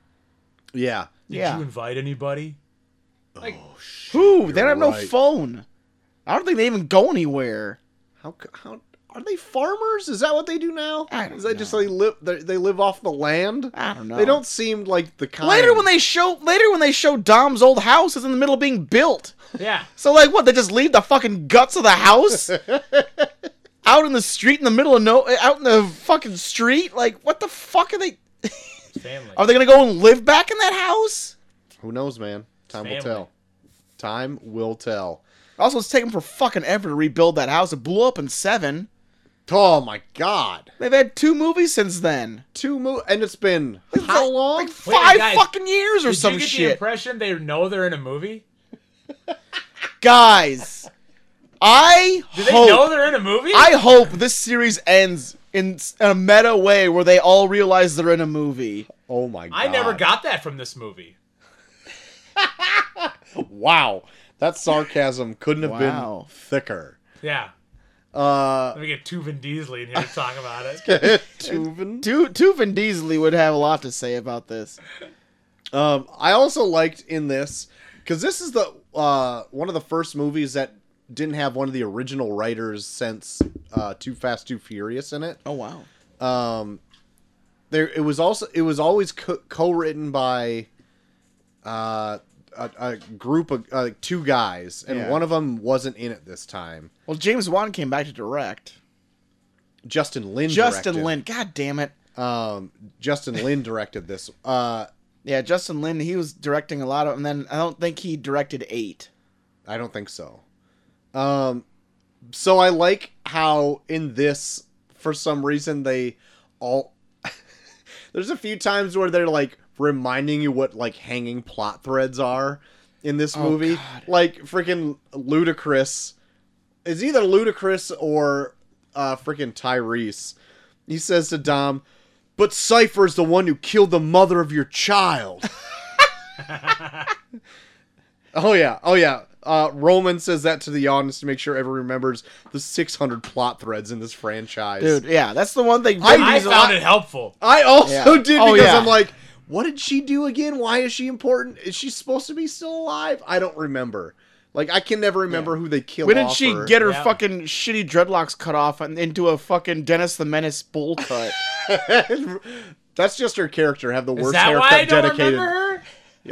Yeah. Oh,
Did
Yeah.
you invite anybody? Like,
Who? They don't have no
right.
phone. I don't think they even go anywhere.
How c- how are they farmers? Is that what they do now?
I don't
Is that just
know.
they live they they live off the land?
I don't know.
They don't seem like the kind.
Later when they show later when they show Dom's old house is in the middle of being built.
yeah.
So like what? They just leave the fucking guts of the house out in the street in the middle of no out in the fucking street. Like what the fuck are they?
Family.
Are they gonna go and live back in that house?
who knows, man. Time will
Family.
tell. Time will tell.
Also, it's taken for fucking ever to rebuild that house. It blew up in seven.
Oh my god.
They've had two movies since then.
Two mo and it's been
It's
how
like-
long?
Like five
guys,
fucking years or
Did
some
you get the
shit.
impression they know they're in a movie?
Guys, I
Do they
hope
know they're in a movie?
I hope this series ends in s- a meta way where they all realize they're in a movie.
oh my god.
I never got that from this movie.
Wow. That sarcasm couldn't have
Wow.
been thicker.
Yeah.
Uh
Let me get two Vin Diesel in here to talk about
[laughs]
it.
Tuvan.
Tu- Tuve and Diesley would have a lot to say about this.
Um, I also liked in this because this is the uh, one of the first movies that didn't have one of the original writers since uh, Too Fast, Too Furious in it.
Oh wow.
There, it was also it was always co- co-written by uh, a, a group of uh, two guys, and
Yeah.
one of them wasn't in it this time.
Well, James Wan came back to direct.
Justin Lin.
Justin
directed.
Lin, god damn it.
Um, Justin Lin directed this. Uh,
Yeah, Justin Lin, he was directing a lot of, and then I don't think he directed eight.
I don't think so. Um, so I like how in this, for some reason, they all. [laughs] There's a few times where they're like reminding you what like hanging plot threads are in this movie.
God.
Like freaking ludicrous. It's either ludicrous or uh, freaking Tyrese. He says to Dom, "But Cipher's the one who killed the mother of your child."
[laughs]
Oh yeah, oh yeah. Uh, Roman says that to the audience to make sure everyone remembers the 600 plot threads in this franchise.
Dude, yeah, that's the one thing.
I-
I
He's a
found
lot-
it helpful.
I also
Yeah.
did because
Oh, yeah.
I'm like, what did she do again? Why is she important? Is she supposed to be still alive? I don't remember. Like I can never remember who they killed.
when did she
off or-
get her
Yeah.
fucking shitty dreadlocks cut off and into a fucking Dennis the Menace bowl cut?
[laughs] That's just her character. Have the
Is
worst
that why I
haircut
don't
dedicated.
remember her?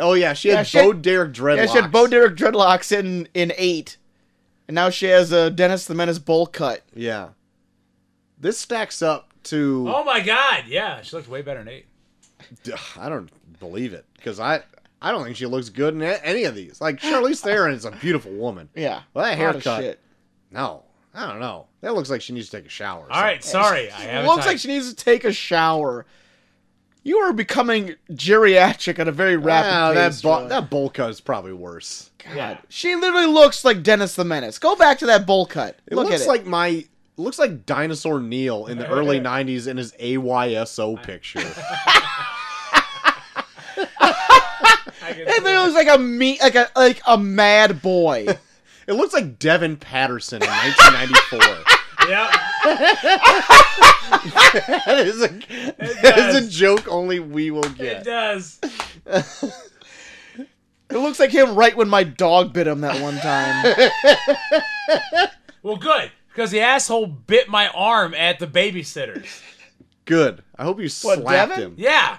Oh yeah, she had
Yeah, she had-
Bo Derek dreadlocks.
yeah, she had Bo Derek dreadlocks in in eight, and now she has a Dennis the Menace bowl cut.
Yeah. This stacks up to.
Oh my god, yeah, she looked way better than eight.
Ugh, I don't believe it because I I don't think she looks good in a- any of these.
[laughs]
Like Charlize Theron is a beautiful woman.
Yeah,
Well, that
Hot as
haircut. No, I don't know. That looks like she needs to take a shower.
All right, sorry, I have
Looks like she needs to take a shower. You are becoming geriatric at a very rapid
Wow, that
pace.
bo-
Roy.
that bowl cut is probably worse.
God.
Yeah.
She literally looks like Dennis the Menace. Go back to that bowl cut.
It
Look
looks
at it.
like my looks like dinosaur Neil in the early '90s in his AYSO picture.
I can
It
[laughs]
literally looks like a me like a like a mad
[laughs]
boy.
it looks like Devin Patterson in 1994.
yeah,
that is a [laughs] that is a
does.
joke only we will
it
get.
does.
it looks like him right when my dog bit him that one
[laughs]
time.
Well, good because the asshole bit my arm at the babysitters.
Good. I hope you
What,
slapped
Devin?
him.
Yeah,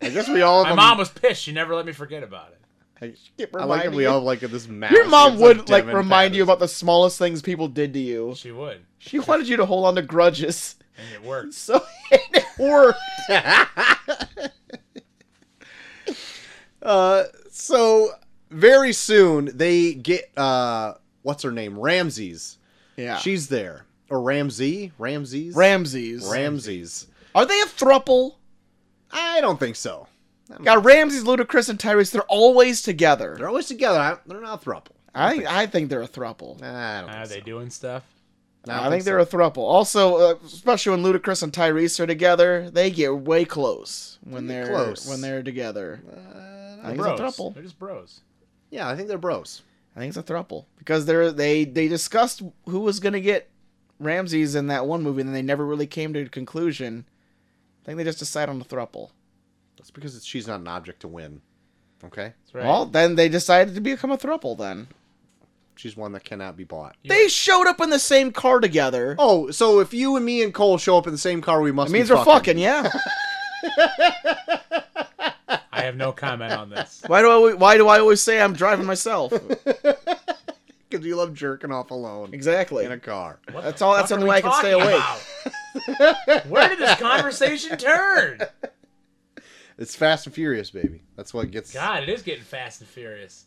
I guess we all.
my mom was pissed. She never let me forget about it.
I, I
reminding
like that we
you.
all like this mouse.
Your mom
It's
would like
Devin
remind you
Patterson.
about the smallest things people did to you.
She would,
She wanted you to hold on to grudges. [laughs]
and it worked.
So it worked.
[laughs] uh, so very soon they get uh, what's her name, Ramses.
Yeah. She
She's there, or Ramsey, Ramses,
Ramses.
Ramses.
are they a thruple?
I don't think so.
Got Ramses, Ludacris, and Tyrese. They're always together.
They're always together. I, they're not a throuple.
I I think they're a thruple.
I don't.
Are
think
Ah, they
so.
doing stuff?
I
I
don't
think,
so.
they're a thruple. Also, uh, especially when Ludacris and Tyrese are together, they get way close when
They
they're
get close.
when they're together. I
Uh,
think it's
Bros.
a thruple.
They're just bros.
yeah, I think they're bros.
I think it's a thruple because they're they they discussed who was gonna get Ramses in that one movie, and they never really came to a conclusion. I think they just decide on a thruple.
That's because it's, she's not an object to win. Okay,
That's right.
Well, then they decided to become a thruple. Then
she's one that cannot be bought.
Yeah.
they showed up in the same car together.
Oh, so if you and me and Cole show up in the same car, we must.
it means
be
we're
[laughs]
fucking. Yeah.
I have no comment on this.
[laughs] Why do I always, why do I always say I'm driving myself?
Because you love jerking off alone
[laughs] exactly.
in a car.
[laughs]
What
That's
the
all- that's
fuck
the only
are
way
we
I can stay
talking
[laughs]
about? Where did this conversation turn?
It's Fast and Furious, baby. That's what gets.
God, it is getting fast and furious.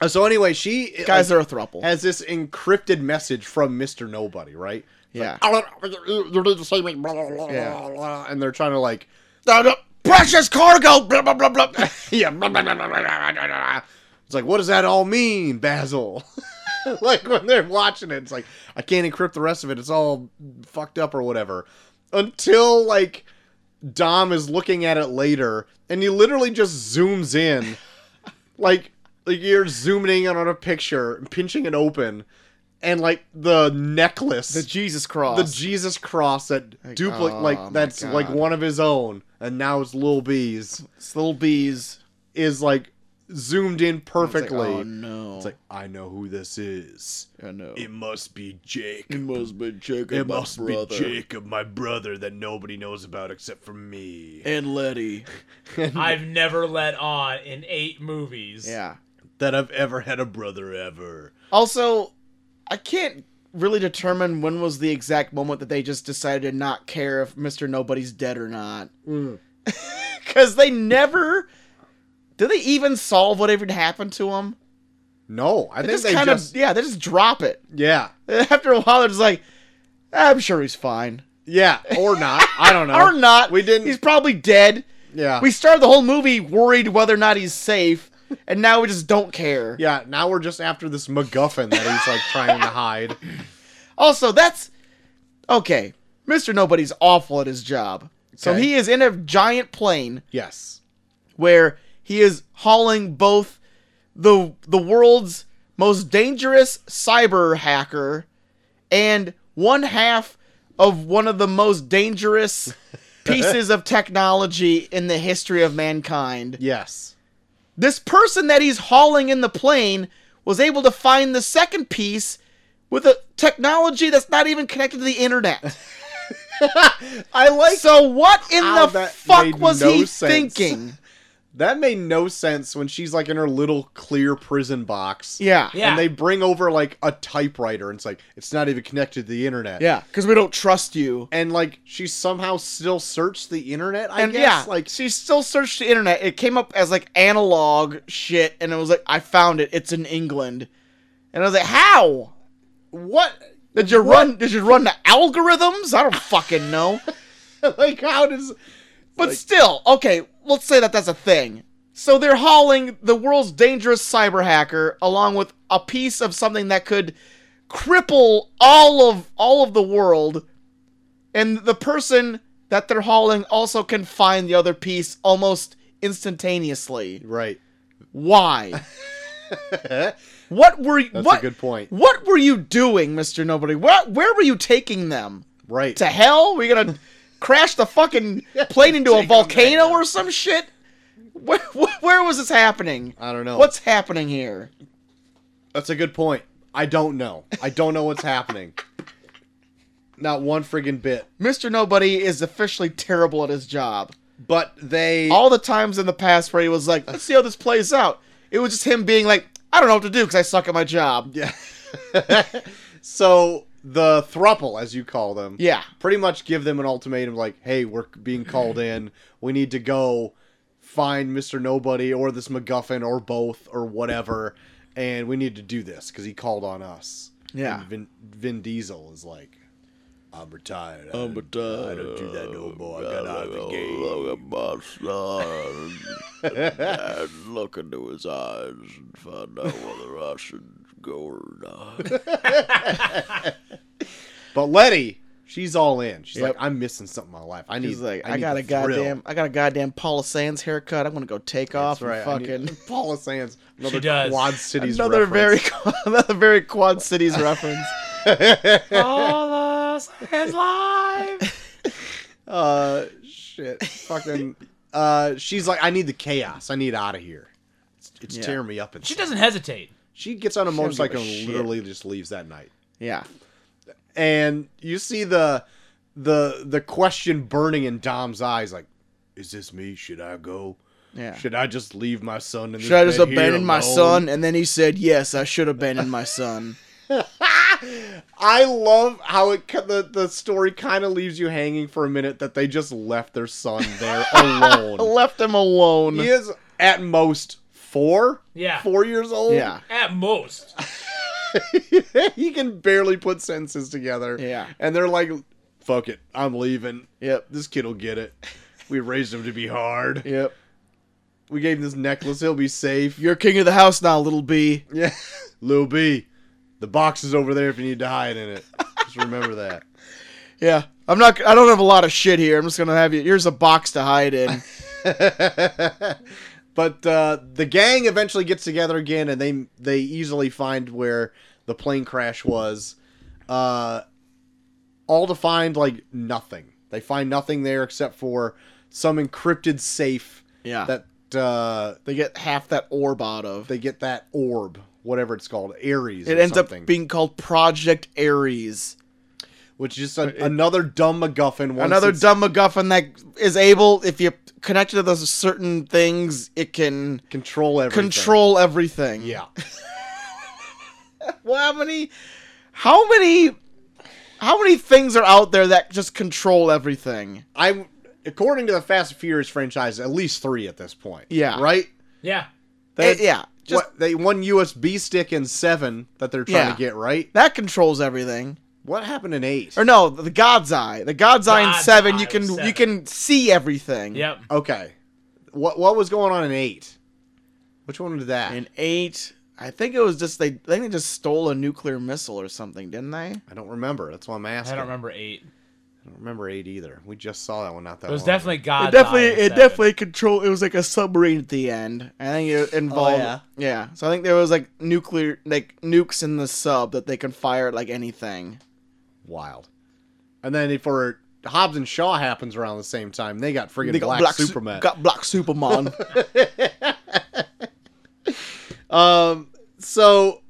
Uh, So anyway, she
Guys
like,
are a thruple.
has this encrypted message from Mister Nobody, right? It's
Yeah.
[laughs] Like, "You need to see me, blah, blah, blah, blah, blah," and they're trying to like,
precious cargo. Blah blah blah blah.
yeah. blah, [laughs] blah, blah, blah, blah, blah, blah, blah. It's like, what does that all mean, Basil? [laughs] like when they're watching it, it's like I can't encrypt the rest of it. It's all fucked up or whatever. Until like Dom is looking at it later, and he literally just zooms in, [laughs] like like you're zooming in on a picture, pinching it open, and like the necklace,
The
the,
Jesus cross.
Jesus cross that duplicate,
oh my
like that's like
God.
one of his own, and now it's Lil B's
It's little bees.
is like zoomed in
It's
perfectly.
like, oh no.
It's like, I know who this is.
oh no.
It must be Jake.
It must be Jacob,
It must
my brother,
be Jacob, my brother, that nobody knows about except for me.
and Letty.
I've never let on in eight movies.
Yeah.
That I've ever had a brother ever.
Also, I can't really determine when was the exact moment that they just decided to not care if Mr. Nobody's dead or not. [laughs] Because they never. Did they even solve whatever happened to him?
No, I
They
think
just
they
kind of.
just
Yeah, they just drop it. [laughs]
yeah,
After a while, they're just like, I'm sure he's fine.
yeah, or not. I don't know.
Or not.
[laughs] We didn't.
He's probably dead.
yeah,
We started the whole movie worried whether or not he's
[laughs]
safe, and now we just don't care.
yeah. Now we're just after this MacGuffin that he's like trying [laughs] to hide.
Also, that's okay. Mr. Nobody's awful at his job. So
Okay.
he is in a giant plane
Yes.
where he is hauling both the the world's most dangerous cyber hacker and one half of one of the most
[laughs]
dangerous pieces of technology in the history of mankind.
Yes.
This person that he's hauling in the plane was able to find the second piece with a technology that's not even connected to the
[laughs]
internet.
I like
So what in
Ow,
the
that
fuck
made
was
no
he
sense. [laughs]
thinking?
that made no sense when she's like in her little clear prison box.
Yeah.
Yeah.
And they bring over like a typewriter and it's like it's not even connected to the internet.
Yeah, because we don't trust you.
And like she somehow still searched the internet, I
and
guess.
yeah, like
Like [laughs]
she still searched the internet. It came up as like analog shit, and it was like, I found it. It's in England, and I was like, how?
what
Did you run? Did you run the algorithms? I don't fucking know.
like how does
But still, okay, let's say that that's a thing. So they're hauling the world's dangerous cyber hacker along with a piece of something that could cripple all of all of the world, and the person that they're hauling also can find the other piece almost instantaneously.
Right. [laughs]
Why?
That's
What were you?
a
what?
good point.
What were you doing, Mister Nobody? Where where were you taking them?
Right.
to hell? We're gonna crash the fucking plane into a
Take 'em back
volcano
up.
or some shit? Where, wh- where was this happening?
I don't know.
What's happening here?
That's a good point. I don't know. I don't know what's happening. [laughs] Not one friggin' bit.
Mr. Nobody is officially terrible at his job.
But they
All the times in the past where he was like, let's see how this plays out, it was just him being like, I don't know what to do because I suck at my job.
Yeah. so the thruple, as you call them,
Yeah.
pretty much give them an ultimatum like, "Hey, we're being called in. We need to go find Mister Nobody or this MacGuffin or both or whatever, and we need to do this because he called on us."
Yeah.
And Vin, Vin Diesel is like, "I'm retired. I- I don't do that no more. I got out of the game."
Look at my
[laughs]
son and look into his eyes and find out whether I should go or not.
But Letty. She's all in. She's
Yep.
like, I'm missing something in my life. I need.
He's like, I,
need
got
the
a
thrill."
goddamn, I got a goddamn Paula Sands haircut. I'm gonna go take off
That's right. I
and
need-
fucking
[laughs] Paula Sands. Another
does.
Quad
[laughs]
Cities.
another
reference.
very, [laughs] another very Quad Cities reference.
[laughs] All us is live.
Uh, [laughs] shit. Fucking. Uh, she's like, I need the chaos. I need out of here. It's, it's
Yeah.
tearing me up. And
She doesn't hesitate.
She gets on a
doesn't give a
motorcycle and
shit.
literally just leaves that night.
Yeah.
And you see the the the question burning in Dom's eyes, like, is this me? Should I go?
Yeah.
Should I just leave my son? In
Should I just
abandon
abandon my son? And then he said, "Yes, I should abandon my son."
I love how it cut- the the story kind of leaves you hanging for a minute that they just left their son there
[laughs] [laughs]
alone.
I left him alone.
He is at most four.
Yeah.
Four years old.
Yeah.
At most.
[laughs] he can barely put sentences together.
Yeah.
And they're like, fuck it. I'm leaving.
Yep.
This kid will get it. [laughs] We raised him to be hard.
Yep.
We gave him this necklace. He'll be safe.
You're king of the house now, little B.
Yeah. Lil B, the box is over there if you need to hide in it. Just remember that.
Yeah. I'm not. I don't have a lot of shit here. I'm just gonna have you. Here's a box to hide in.
[laughs] but uh, the gang eventually gets together again, and they they easily find where the plane crash was. Uh, all to find like nothing. They find nothing there except for some encrypted safe
[laughs] Yeah.
that uh,
They get half that orb out of.
they get that orb, whatever it's called, Ares.
it
or
ends
something,
up being called Project Ares.
which is just a, another dumb MacGuffin. Once
Another
it's-
dumb MacGuffin that is able, if you connect it to those certain things, it can
control everything.
control everything.
Yeah.
Well, how many, how many, how many things are out there that just control everything?
I according to the Fast and Furious franchise, at least three at this point.
Yeah.
Right?
Yeah.
They-
Eh, yeah, just
what, they one USB stick in seven that they're trying
Yeah. Er,
to get right.
that controls everything.
What happened in eight?
Or no, the God's Eye. The God's Eye in
God's
seven,
Eye
you can
was
you
seven.
can see everything.
Yep.
okay. What what was going on in eight? Which one did that?
In eight, I think it was just they. I think they just stole a nuclear missile or something, didn't they?
I don't remember. That's why I'm
I
asking.
don't remember eight.
I don't remember eight either. We just saw that one not that
It was
long
definitely
ago.
God.
it definitely, it definitely control. It was like a submarine at the end. I think it involved.
yeah.
Oh, yeah. So I think there was like nuclear, like nukes in the sub that they can fire at like anything.
wild. And then for Hobbs and Shaw happens around the same time. They got friggin'
They got
black,
black, Su-
Superman.
Got black Superman.
so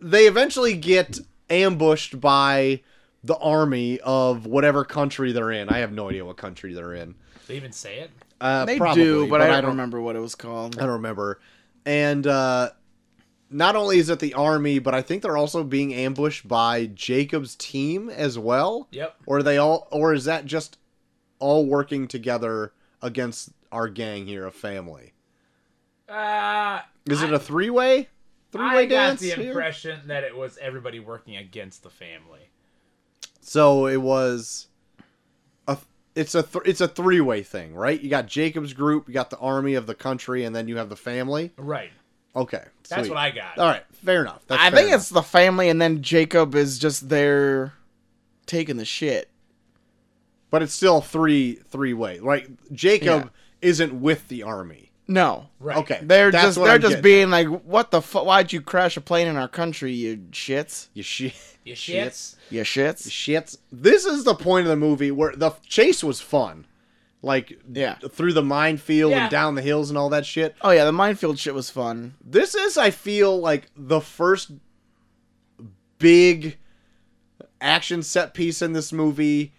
they eventually get ambushed by the army of whatever country they're in. I have no idea what country they're in.
They even say it.
Uh,
[laughs] they
probably,
do, but, I, don't
remember.
remember what it was called.
I don't remember. And uh, not only is it the army, but I think they're also being ambushed by Jacob's team as well.
Yep.
Or are they all, or is that just all working together against our gang here of family?
Uh,
Is it a three-way,
I
three-way
got
dance?
the
here?
impression that it was everybody working against the family.
So it was a it's a th- it's a three-way thing, right? You got Jacob's group, you got the army of the country, and then you have the family.
Right.
Okay,
That's
sweet.
what I got.
All right, fair enough. That's
I
fair
think
enough.
it's the family, and then Jacob is just there, taking the shit.
but it's still three three-way. Like Jacob isn't with the army.
No,
Right.
Okay,
they're
that's
just
what
they're
I'm
just
getting
being
at.
like, what the fuck? Why'd you crash a plane in our country, you shits?
you [laughs] shit.
You shits.
You shits?
Shits. This is the point of the movie where the chase was fun, like
Yeah.
through the minefield
Yeah.
and down the hills and all that shit.
Oh yeah, the minefield shit was fun.
this is i feel like the first big action set piece in this movie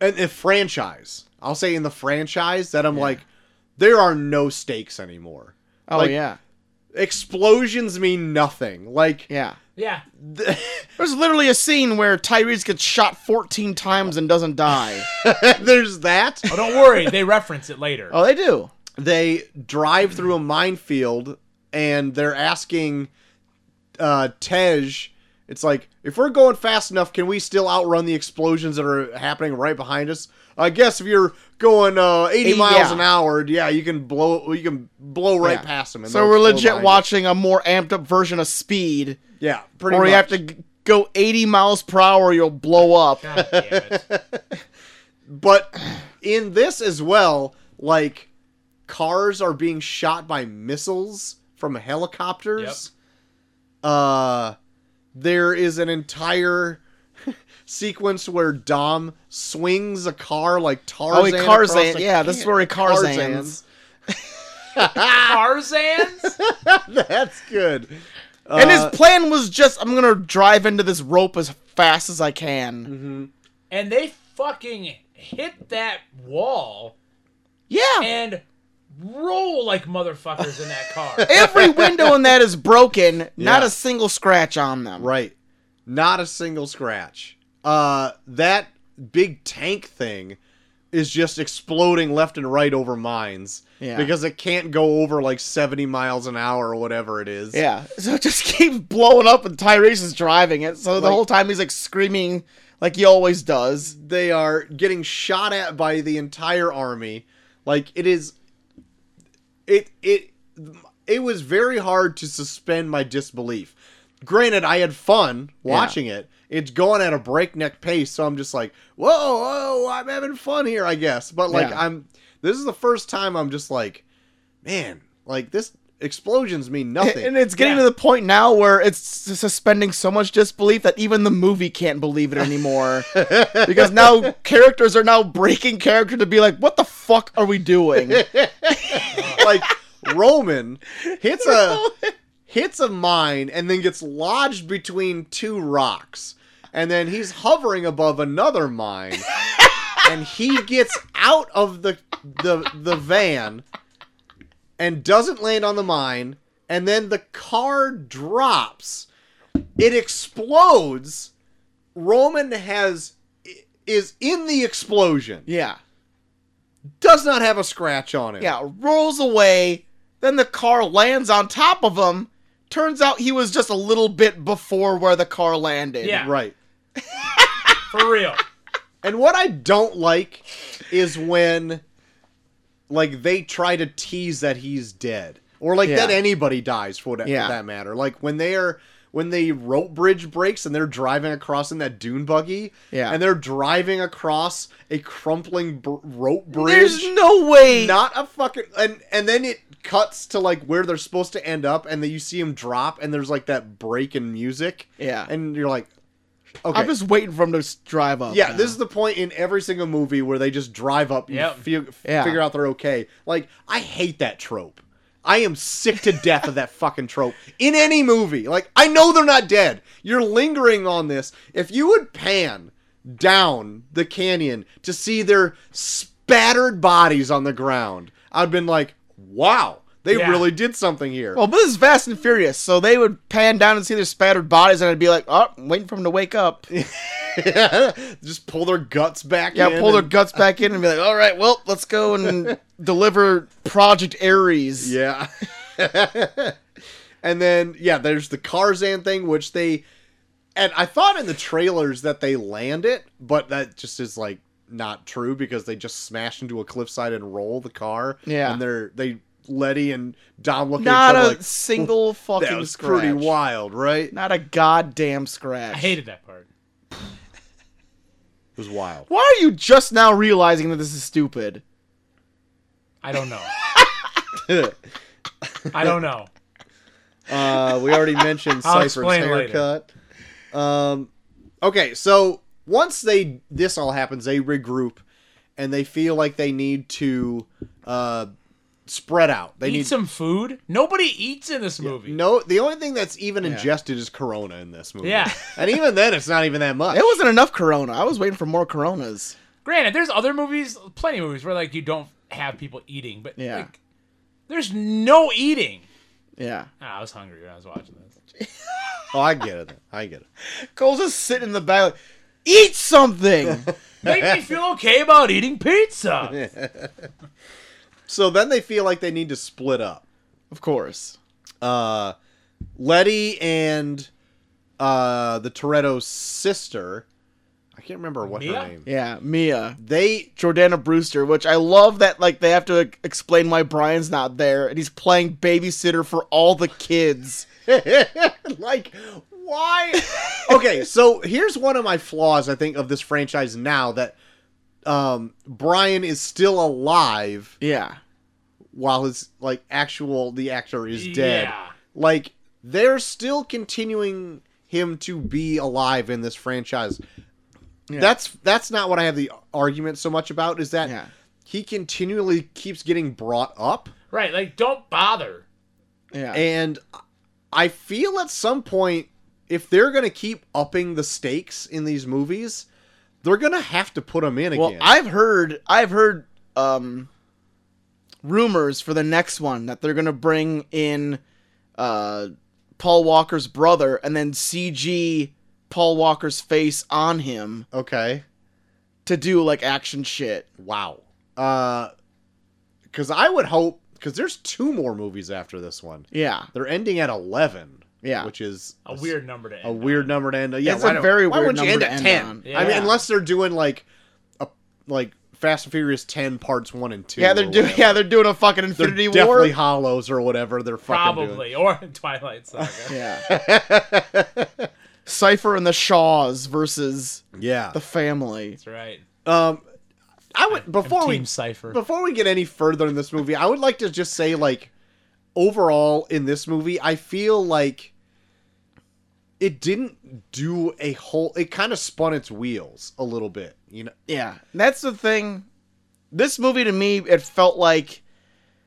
and a franchise i'll say in the franchise that i'm like there are no stakes anymore
Oh
Like-
yeah,
explosions mean nothing like
yeah.
Yeah.
[laughs]
There's literally a scene where Tyrese gets shot 14 times and doesn't die.
[laughs] there's that
Oh, don't worry. They reference it later.
oh, they do.
they drive through a minefield and they're asking uh, Tej, it's like, if we're going fast enough, can we still outrun the explosions that are happening right behind us? I guess if you're going uh, 80
Eh,
miles
yeah.
an hour, yeah, you can blow you can blow right
Yeah.
past them. and
So
they'll
we're
slow
legit
behind you.
watching a more amped up version of Speed,
Yeah, pretty
where
much.
you have to g- go 80 miles per hour, or you'll blow up.
God damn
[laughs]
it.
But in this as well, like cars are being shot by missiles from helicopters. Uh there is an entire [laughs] sequence where Dom swings a car like Tarzan.
Oh, he
across
Tarzan.
a-
Yeah, this is where he Tarzans.
Tarzans.
Tarzan's?
[laughs] That's good.
and
Uh,
his plan was just, I'm gonna drive into this rope as fast as I can.
Mm-hmm.
and they fucking hit that wall
Yeah.
and roll like motherfuckers in that car.
[laughs]
Every window in that is broken. Not
Yeah.
a single scratch on them.
Right. Not a single scratch. Uh that big tank thing is just exploding left and right over mines.
Yeah.
Because it can't go over like 70 miles an hour or whatever it is.
Yeah. [laughs] So it just keeps blowing up, and Tyrese is driving it. So the
Like-
whole time he's like screaming, like he always does.
They are getting shot at by the entire army. Like it is it it it was very hard to suspend my disbelief. Granted, I had fun watching it. It's going at a breakneck pace, so I'm just like, whoa, whoa, I'm having fun here, I guess. But like,
Yeah.
I'm this is the first time I'm just like, man, like this explosions mean nothing.
And it's getting
Yeah.
to the point now where it's suspending so much disbelief that even the movie can't believe it [laughs] anymore. because now characters are now breaking character to be like, what the fuck are we [laughs] doing?
like Roman hits a hits a mine and then gets lodged between two rocks. And then he's hovering above another mine. and he gets out of the the the van and doesn't land on the mine and then the car drops. It explodes. Roman has is in the explosion.
yeah.
Does not have a scratch on it.
Yeah, rolls away. Then the car lands on top of him. Turns out he was just a little bit before where the car landed.
Yeah.
Right.
For real.
And what I don't like is when like they try to tease that he's dead. Or like
Yeah.
that anybody dies for that, for
Yeah.
that matter. Like when they are when the rope bridge breaks and they're driving across in that dune buggy,
Yeah.
and they're driving across a crumpling br- rope bridge,
There's no way.
not a fucking and and then it cuts to like where they're supposed to end up, and then you see him drop, and there's like that break in music,
Yeah.
and you're like, okay,
I'm just waiting for him to s- drive up.
yeah,
now.
this is the point in every single movie where they just drive up and
Yep.
fig-
Yeah.
figure out they're okay. Like, I hate that trope. I am sick to death of that [laughs] fucking trope in any movie. Like, I know they're not dead. You're lingering on this. If you would pan down the canyon to see their spattered bodies on the ground, I'd been like, wow, they
Yeah.
really did something here.
Well, oh, but this is Fast and Furious, so they would pan down and see their spattered bodies, and I'd be like, "Oh, I'm waiting for them to wake up."
[laughs] just pull their guts back.
Yeah,
in
pull their
and-
guts back in and be like, "All right, well, let's go
[laughs]
and deliver Project Ares."
Yeah. [laughs] and then yeah, there's the Tarzan thing, which they and I thought in the trailers that they land it, but that just is like not true because they just smash into a cliffside and roll the car.
Yeah.
And they're they Letty and Dom look
Not
at each
a
other like
single fucking
[laughs] that was
scratch.
pretty wild, right?
Not a goddamn scratch.
I hated that part.
It was wild.
Why are you just now realizing that this is stupid?
I
[laughs]
don't know. I don't know.
Uh, we already mentioned
[laughs] I'll
Cypher's
explain
haircut. Um, okay, so once they this all happens, they regroup and they feel like they need to uh, spread out. They
Eat
need
some food. Nobody eats in this movie.
no. The only thing that's even ingested is Corona in this movie.
Yeah.
[laughs] and even then, it's not even that much.
It wasn't enough Corona. I was waiting for more Coronas.
Granted, there's other movies, plenty of movies where like you don't have people eating, but
Yeah.
like there's no eating.
Yeah.
Ah, I was hungry when I was watching
[laughs]
this.
Oh, I get it. I get it.
Cole's just sitting in the back, like, eat
[laughs]
something.
Make me feel okay about
[laughs]
eating pizza.
So then they feel like they need to split up.
of course.
uh, Letty and uh, the Toretto's sister. I can't remember what
Mia?
her name.
Yeah, Mia.
They
Jordana Brewster, which I love that like they have to like, explain why Brian's not there and he's playing babysitter for all the kids.
[laughs] like why? okay, so here's one of my flaws I think of this franchise now that um, Brian is still alive
Yeah.
while his like actual the actor is dead.
Yeah.
Like they're still continuing him to be alive in this franchise. That's that's not what I have the argument so much about is that
Yeah.
he continually keeps getting brought up
Right, like don't bother.
Yeah.
and I feel at some point if they're going to keep upping the stakes in these movies, they're going to have to put him in
well,
again.
I've heard I've heard um rumors for the next one that they're going to bring in uh Paul Walker's brother and then CG Paul Walker's face on him
okay.
to do like action shit.
Wow. Uh cuz I would hope cuz there's two more movies after this one.
Yeah.
They're ending at 11.
Yeah.
Which is
A weird number to end.
a
on.
weird number to end. Yeah,
It's
why
a
don't-
very
why
weird
wouldn't you
number
end
to
at
end
10?
on.
I mean,
Yeah.
unless they're doing like a like Fast and Furious 10 parts 1 and 2.
Yeah, they're
or
doing
whatever.
yeah, they're doing a fucking
They're
Infinity War.
definitely hollows or whatever they're fucking doing.
Probably. Or [laughs] in Twilight Saga.
[laughs] Yeah. Cypher and the Shaws versus
Yeah.
the family.
That's right.
Um I would
Before
before we
Team Cypher.
before we get any further in this movie, I would like to just say like overall in this movie, I feel like it didn't do a whole it kind of spun its wheels a little bit, you know.
Yeah, and that's the thing. This movie to me, it felt like,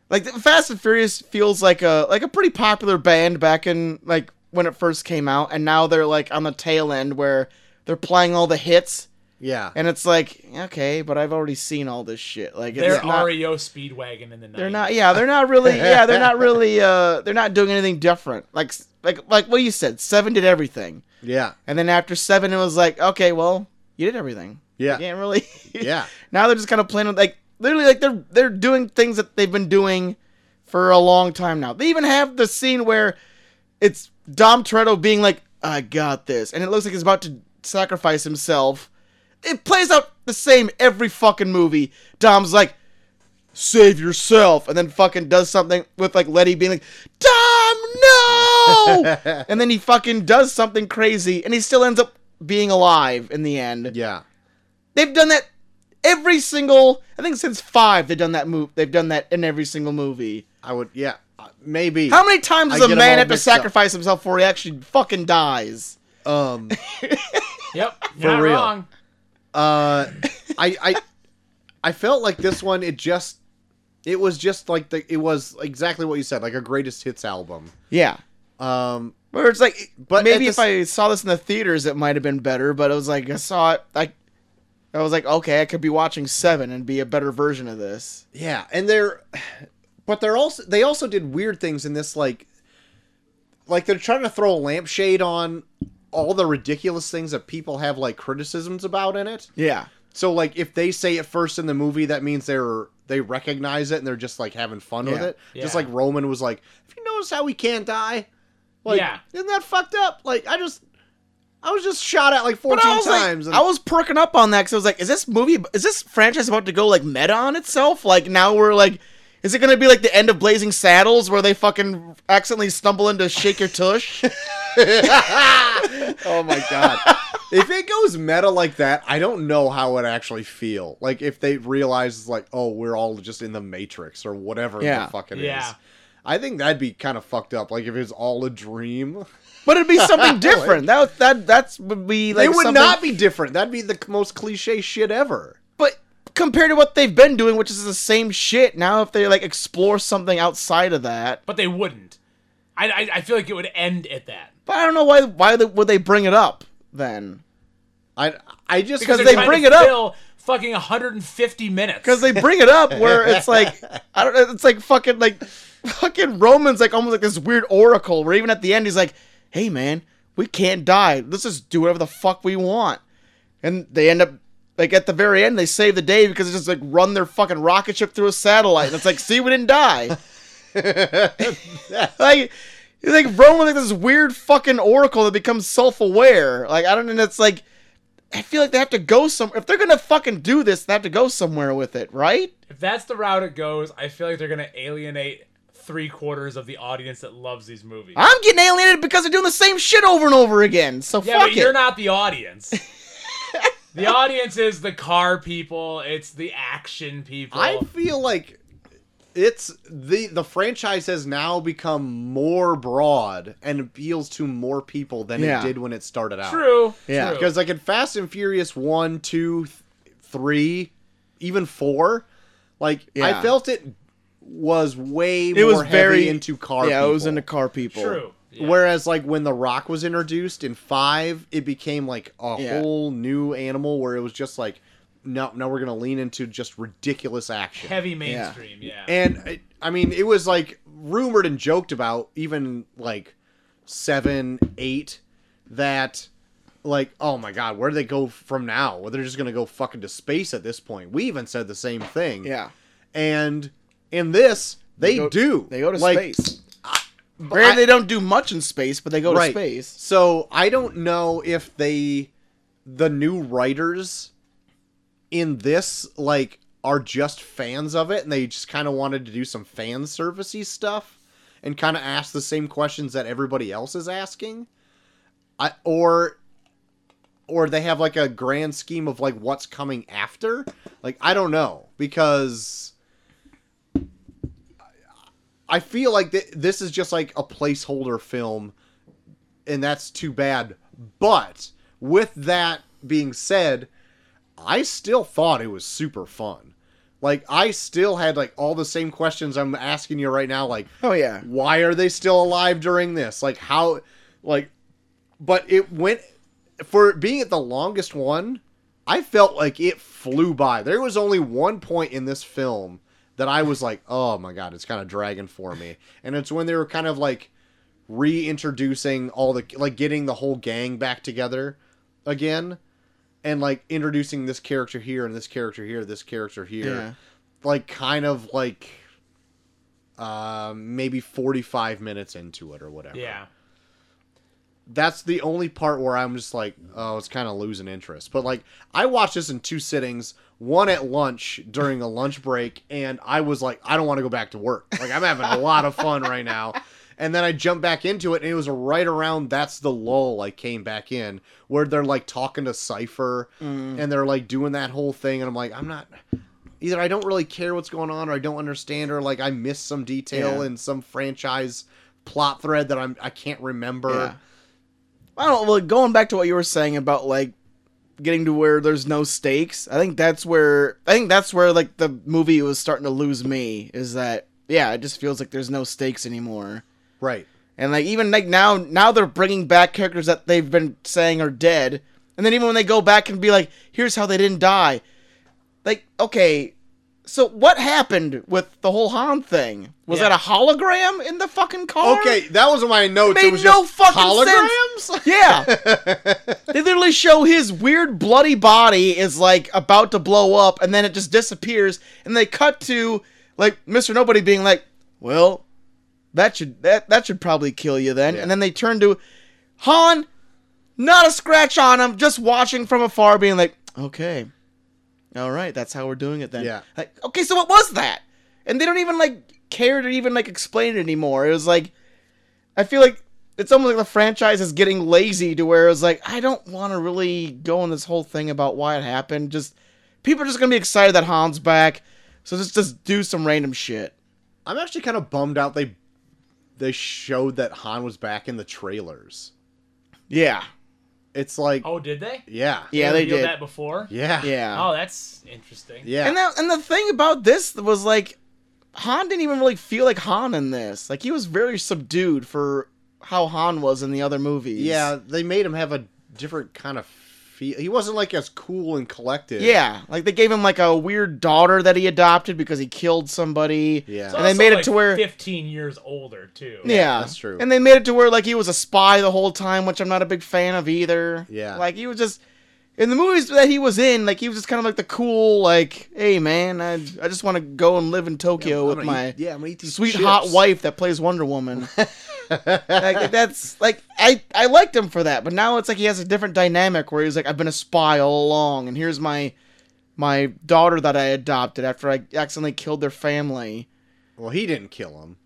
like the Fast and Furious feels like a like a pretty popular band back in like when it first came out, and now they're like on the tail end where they're playing all the hits,
Yeah.
and it's like okay, but I've already seen all this shit. Like it's
They're
not,
REO Speedwagon in the 90s.
they're not, yeah, they're not really, yeah, they're not really, uh, they're not doing anything different. Like like like what you said, Seven did everything,
Yeah.
and then after Seven, it was like okay, well, you did everything.
Yeah.
You can't really, [laughs]
Yeah.
Now they're just kind of playing with like literally like they're they're doing things that they've been doing for a long time now. They even have the scene where it's Dom Toretto being like, "I got this," and it looks like he's about to sacrifice himself. It plays out the same every fucking movie. Dom's like, "Save yourself," and then fucking does something with like Letty being like, "Dom, no!" and then he fucking does something crazy, and he still ends up being alive in the end.
Yeah.
They've done that every single. I think since five, they've done that move. They've done that in every single movie.
I would yeah, uh, maybe.
How many times
I
does a
get 'em
man
all
have to
mixed up.
sacrifice himself before he actually fucking dies?
um
[laughs]
Yep, you're not
real.
wrong.
uh I I I felt like this one it just it was just like the it was exactly what you said, like a greatest hits album.
Yeah.
Um
Where it's like,
But
maybe
at
if
the
I saw this in the theaters, it might have been better. But it was like I saw it, like I was like, okay, I could be watching Seven and be a better version of this.
Yeah, and they're [sighs] but they're also they also did weird things in this like like they're trying to throw a lampshade on all the ridiculous things that people have like criticisms about in it.
Yeah.
So like if they say it first in the movie, that means they're they recognize it and they're just like having fun with
Yeah.
it. Just
Yeah.
like Roman was like, "Have you noticed how we can't die? Like,
Yeah.
isn't that fucked up? Like, I just, I was just shot at like
But I
fourteen
was, like-
times. and-
I was perking up on that because I was like, is this movie, is this franchise about to go like meta on itself? Like now we're like, is it going to be like the end of Blazing Saddles where they fucking accidentally stumble into Shake Your Tush?
[laughs]
[laughs]
oh my god! if it goes meta like that, I don't know how it actually feel. Like if they realize like, oh, we're all just in the Matrix or whatever
Yeah.
the fuck it is.
Yeah.
I think that'd be kind of fucked up. Like if it's all a dream.
but it'd be
[laughs]
something different. That would- that that's would be like
they would
something-
not be different. That'd be the c- most cliche shit ever.
But compared to what they've been doing, which is the same shit. Now if they like explore something outside of that,
But they wouldn't. I, I, I feel like it would end at that.
but I don't know why why they, would they bring it up then?
I I just
Because
They're
they
trying
bring
to
it up.
fill Fucking 150 minutes.
because they bring it up where it's like I don't know. It's like fucking like fucking Romans like almost like this weird oracle where even at the end he's like, "Hey man, we can't die. Let's just do whatever the fuck we want." And they end up like at the very end they save the day because they just like run their fucking rocket ship through a satellite and it's like, "See, we didn't die." like. It's like Roman like this weird fucking oracle that becomes self-aware. Like I don't know. It's like I feel like they have to go some. If they're gonna fucking do this, they have to go somewhere with it, right?
if that's the route it goes, I feel like they're gonna alienate three quarters of the audience that loves these movies.
I'm getting alienated because they're doing the same shit over and over again. So
yeah,
fuck
but
it.
you're not
[laughs]
the audience. the audience is the car people. It's the action people.
I feel like it's the the franchise has now become more broad and appeals to more people than
Yeah.
it did when it started out.
True.
Yeah.
true.
Because like in Fast and Furious one, two, th- three, even 4, like I
Yeah.
felt it was way
it
more
was
heavy
very
into car
Yeah, it was
people.
into car people.
true. Yeah.
Whereas, like when The Rock was introduced in five, it became like a
Yeah.
whole new animal where it was just like, no, no, we're gonna lean into just ridiculous action.
heavy mainstream. Yeah.
And I, I mean, it was like rumored and joked about, even like seven, eight, that like, oh my god, where do they go from now? Well, they're just gonna go fucking to space at this point. We even said the same thing.
Yeah,
And in this, they,
go-
do.
they go to
Like,
space. Granted,
I-
they don't do much in space, but they go to space.
so I don't know if they, the new writers in this, like, are just fans of it and they just kind of wanted to do some fan servicey stuff and kind of ask the same questions that everybody else is asking. I, or or they have like a grand scheme of like what's coming after like i don't know because I feel like th- this is just like a placeholder film, and that's too bad. But with that being said, I still thought it was super fun. Like I still had like all the same questions I'm asking you right now. Like,
Oh, yeah.
why are they still alive during this? Like how, like, but it went for it being at the longest one. I felt like it flew by. There was only one point in this film that I was like, oh my god, it's kind of dragging for me. And it's when they were kind of like reintroducing all the like getting the whole gang back together again and like introducing this character here and this character here, this character here.
Yeah.
Like kind of like um maybe 45 minutes into it or whatever.
Yeah.
That's the only part where I'm just like, oh, it's kind of losing interest. But like, I watched this in two sittings, one at lunch during a lunch break, and I was like, I don't want to go back to work. Like, I'm having a lot of fun right now. And then I jumped back into it, and it was right around that's the lull I came back in where they're like talking to Cypher
Mm.
and they're like doing that whole thing. And I'm like, I'm not either I don't really care what's going on or I don't understand or like I missed some detail
Yeah.
in some franchise plot thread that I'm I can't remember.
Yeah. I don't. Well, going back to what you were saying about like getting to where there's no stakes, I think that's where I think that's where like the movie was starting to lose me. Is that yeah? It just feels like there's no stakes anymore.
Right.
And like even like now, now they're bringing back characters that they've been saying are dead. And then even when they go back and be like, "Here's how they didn't die," like okay, so what happened with the whole Han thing? Was
Yeah.
that a hologram in the fucking car?
Okay, that was my notes.
made
it was
no
just
fucking
holograms?
sense. [laughs]
[laughs]
Yeah, they literally show his weird bloody body is like about to blow up, and then it just disappears, and they cut to like Mister Nobody being like, "Well, that should that that should probably kill you then,"
Yeah.
and then they turn to Han, not a scratch on him, just watching from afar, being like, "Okay, all right, that's how we're doing it then."
Yeah.
Like, okay, so what was that? And they don't even like care to even like explain it anymore. It was like. I feel like it's almost like the franchise is getting lazy to where it's like, I don't want to really go on this whole thing about why it happened. Just people are just gonna be excited that Han's back, so just just do some random shit.
I'm actually kind of bummed out they they showed that Han was back in the trailers.
Yeah,
It's like
Oh, did they?
yeah.
yeah, they
revealed
did.
that before.
Yeah.
Yeah,
Oh, that's interesting.
Yeah.
and that and the thing about this was like, Han didn't even really feel like Han in this. Like he was very subdued for how Han was in the other movies.
yeah, they made him have a different kind of feel. He wasn't like as cool and collected.
Yeah, like they gave him like a weird daughter that he adopted because he killed somebody.
Yeah.
It's
and they
also,
made it
like,
to where
15 years older too.
Yeah,
that's true.
And they made it to where like he was a spy the whole time, which I'm not a big fan of either.
Yeah.
like he was just in the movies that he was in, like he was just kind of like the cool, like, hey man, I I just want to go and live in Tokyo
I'm
with
gonna
my
eat- yeah, I'm gonna eat these
sweet
chips.
hot wife that plays Wonder Woman. [laughs] like that's like I I liked him for that, but now it's like he has a different dynamic where he's like I've been a spy all along, and here's my my daughter that I adopted after I accidentally killed their family.
[laughs] Well, he didn't kill him.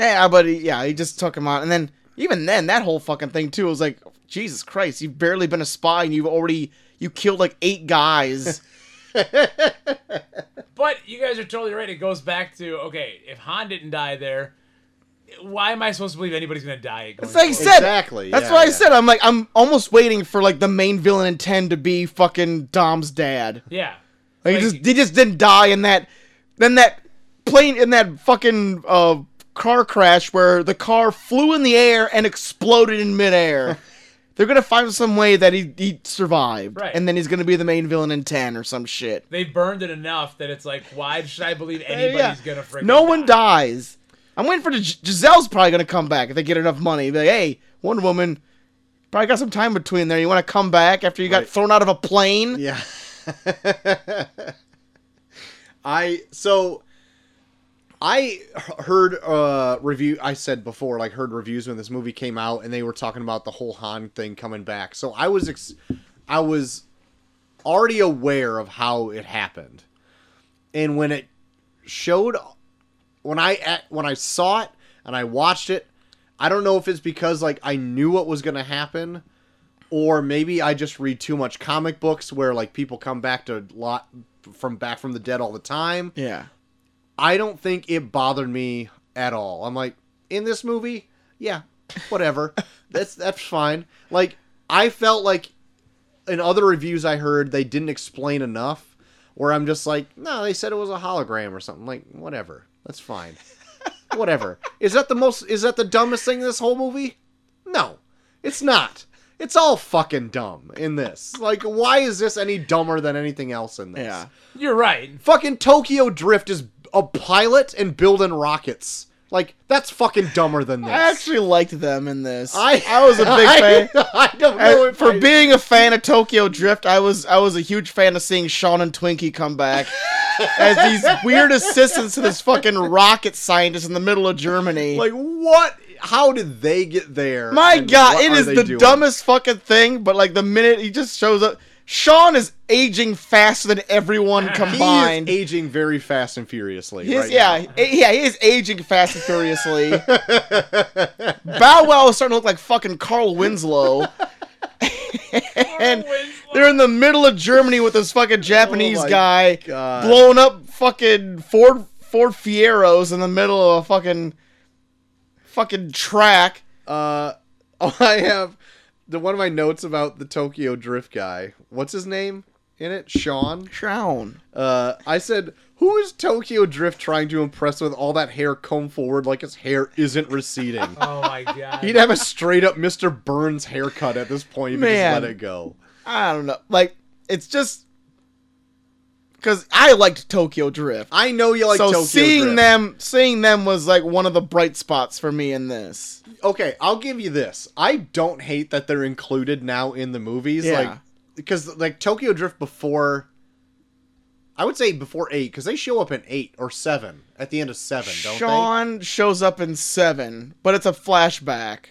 Yeah, but he, yeah, he just took him out, and then even then, that whole fucking thing too was like, Jesus Christ, you've barely been a spy, and you've already you killed like eight
[laughs]
guys.
But you guys are totally right. It goes back to okay, if Han didn't die there, why am I supposed to believe anybody's gonna die? Going
It's like I
forward?
said,
Exactly,
That's
yeah,
what I
yeah.
said. I'm like, I'm almost waiting for like the main villain in ten to be fucking Dom's dad.
yeah,
Like,
Like-
he just he just didn't die in that, then that plane in that fucking uh car crash where the car flew in the air and exploded in
[laughs]
midair. They're gonna find some way that he, he survived,
Right.
and then he's gonna be the main villain in ten or some shit.
they burned it enough that it's like, why should I believe
Yeah,
anybody's
yeah.
gonna freaking?
No one
die.
dies. I'm waiting for the G- Giselle's probably gonna come back if they get enough money. Be like, hey, Wonder Woman, probably got some time between there. You want to come back after you got thrown out of a [laughs] plane?
Yeah. [laughs] I so I h- heard uh review I said before like heard reviews when this movie came out and they were talking about the whole Han thing coming back. So I was ex- I was already aware of how it happened. And when it showed when I at, when I saw it and I watched it, I don't know if it's because like I knew what was going to happen or maybe I just read too much comic books where like people come back to lot from back from the dead all the time.
Yeah.
I don't think it bothered me at all. I'm like, in this movie, yeah, whatever. that's that's fine. Like I felt like in other reviews I heard they didn't explain enough where I'm just like, no, they said it was a hologram or something. Like, whatever. That's fine. whatever. Is that the most is that the dumbest thing in this whole movie? No. It's not. It's all fucking dumb in this. Like, why is this any dumber than anything else in this?
Yeah.
You're right.
Fucking Tokyo Drift is a pilot and building rockets. Like that's fucking dumber than this.
I actually liked them in this.
I-
I
[laughs]
was a big fan.
[laughs] I don't
And
know if
for
I-
being a fan of Tokyo Drift, I was I was a huge fan of seeing Sean and Twinkie come
[laughs]
back as these weird assistants to this fucking rocket scientist in the middle of Germany.
like what? How did they get there?
My
and
God,
what
it
are
is
they
the
doing?
dumbest fucking thing. But like the minute he just shows up, Sean is aging faster than everyone
He
combined.
is aging very fast and furiously.
He's
right
yeah,
now.
a- yeah, he is aging fast and furiously. [laughs] Bow Wow is starting to look like fucking Carl Winslow. [laughs] and they're in the middle of Germany with this fucking Japanese
Oh my
guy
God.
blowing up fucking Ford Ford Fieros in the middle of a fucking fucking track.
Uh, [laughs] oh, I have the one of my notes about the Tokyo Drift guy. What's his name in it? Sean.
Drown.
Uh, I said, who is Tokyo Drift trying to impress with all that hair combed forward like his hair isn't
[laughs]
receding?
Oh my god.
He'd have a straight up Mr. Burns haircut at this point if he just
Man.
let it go.
I don't know. Like it's just because I liked Tokyo Drift.
I know you like
so
Tokyo
seeing
Drift.
them, seeing them was like one of the bright spots for me in this.
Okay, I'll give you this. I don't hate that they're included now in the movies,
Yeah.
like because like Tokyo Drift before. I would say before eight because they show up in eight or seven at the end of seven, don't
Sean shows up in seven, but it's a flashback.
they?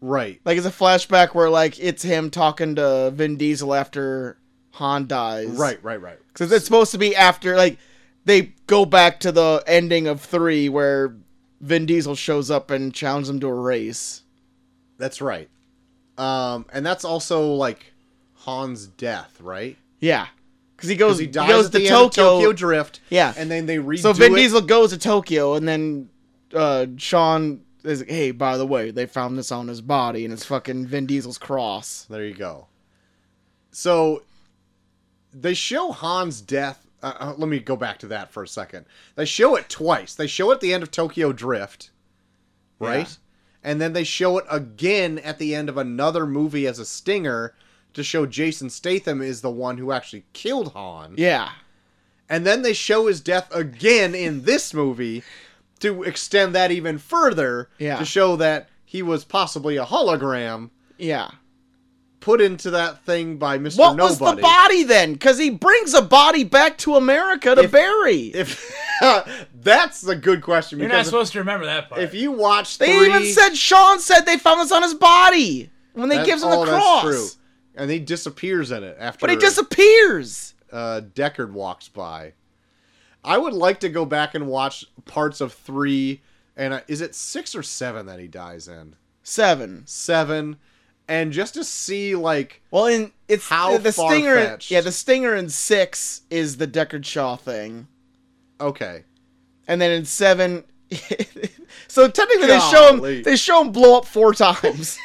Right.
Like it's a flashback where like it's him talking to Vin Diesel after Han dies.
Right. Right. Right.
Because it's supposed to be after like they go back to the ending of three where Vin Diesel shows up and challenges him to a race.
That's right. Um, and that's also like Han's death, right?
Yeah. Because he goes,
Because he
he,
dies
goes
at the
to
end of
Tokyo.
Tokyo Drift.
Yeah.
And then they redo
so Vin
it.
Diesel goes to Tokyo, and then uh, Sean is like, "Hey, by the way, they found this on his body, and it's fucking Vin Diesel's cross."
There you go. So they show Han's death. Uh, uh, let me go back to that for a second. They show it twice. They show it at the end of Tokyo Drift, right? And then they show it again at the end of another movie as a stinger to show Jason Statham is the one who actually killed Han.
Yeah.
And then they show his death again in this movie to extend that even further
Yeah.
to show that he was possibly a hologram
Yeah.
put into that thing by Mr.
What
Nobody.
was the body then? Because he brings a body back to America to bury.
If [laughs] that's a good question
You're not
because
supposed to remember that part.
if you watch
they
three,
even said Sean said they found this on his body when they
that-
gives him
oh,
the cross,
That's true. And he disappears in it after.
but he disappears.
uh, Deckard walks by. I would like to go back and watch parts of three, and uh, is it six or seven that he dies in?
Seven.
Seven, and just to see like
Well, in it's
How
the stinger.
far-fetched.
Yeah, the stinger in six is the Deckard Shaw thing.
okay,
and then in seven. [laughs] so technically, they show
Golly.
him they show him blow up four
[laughs]
times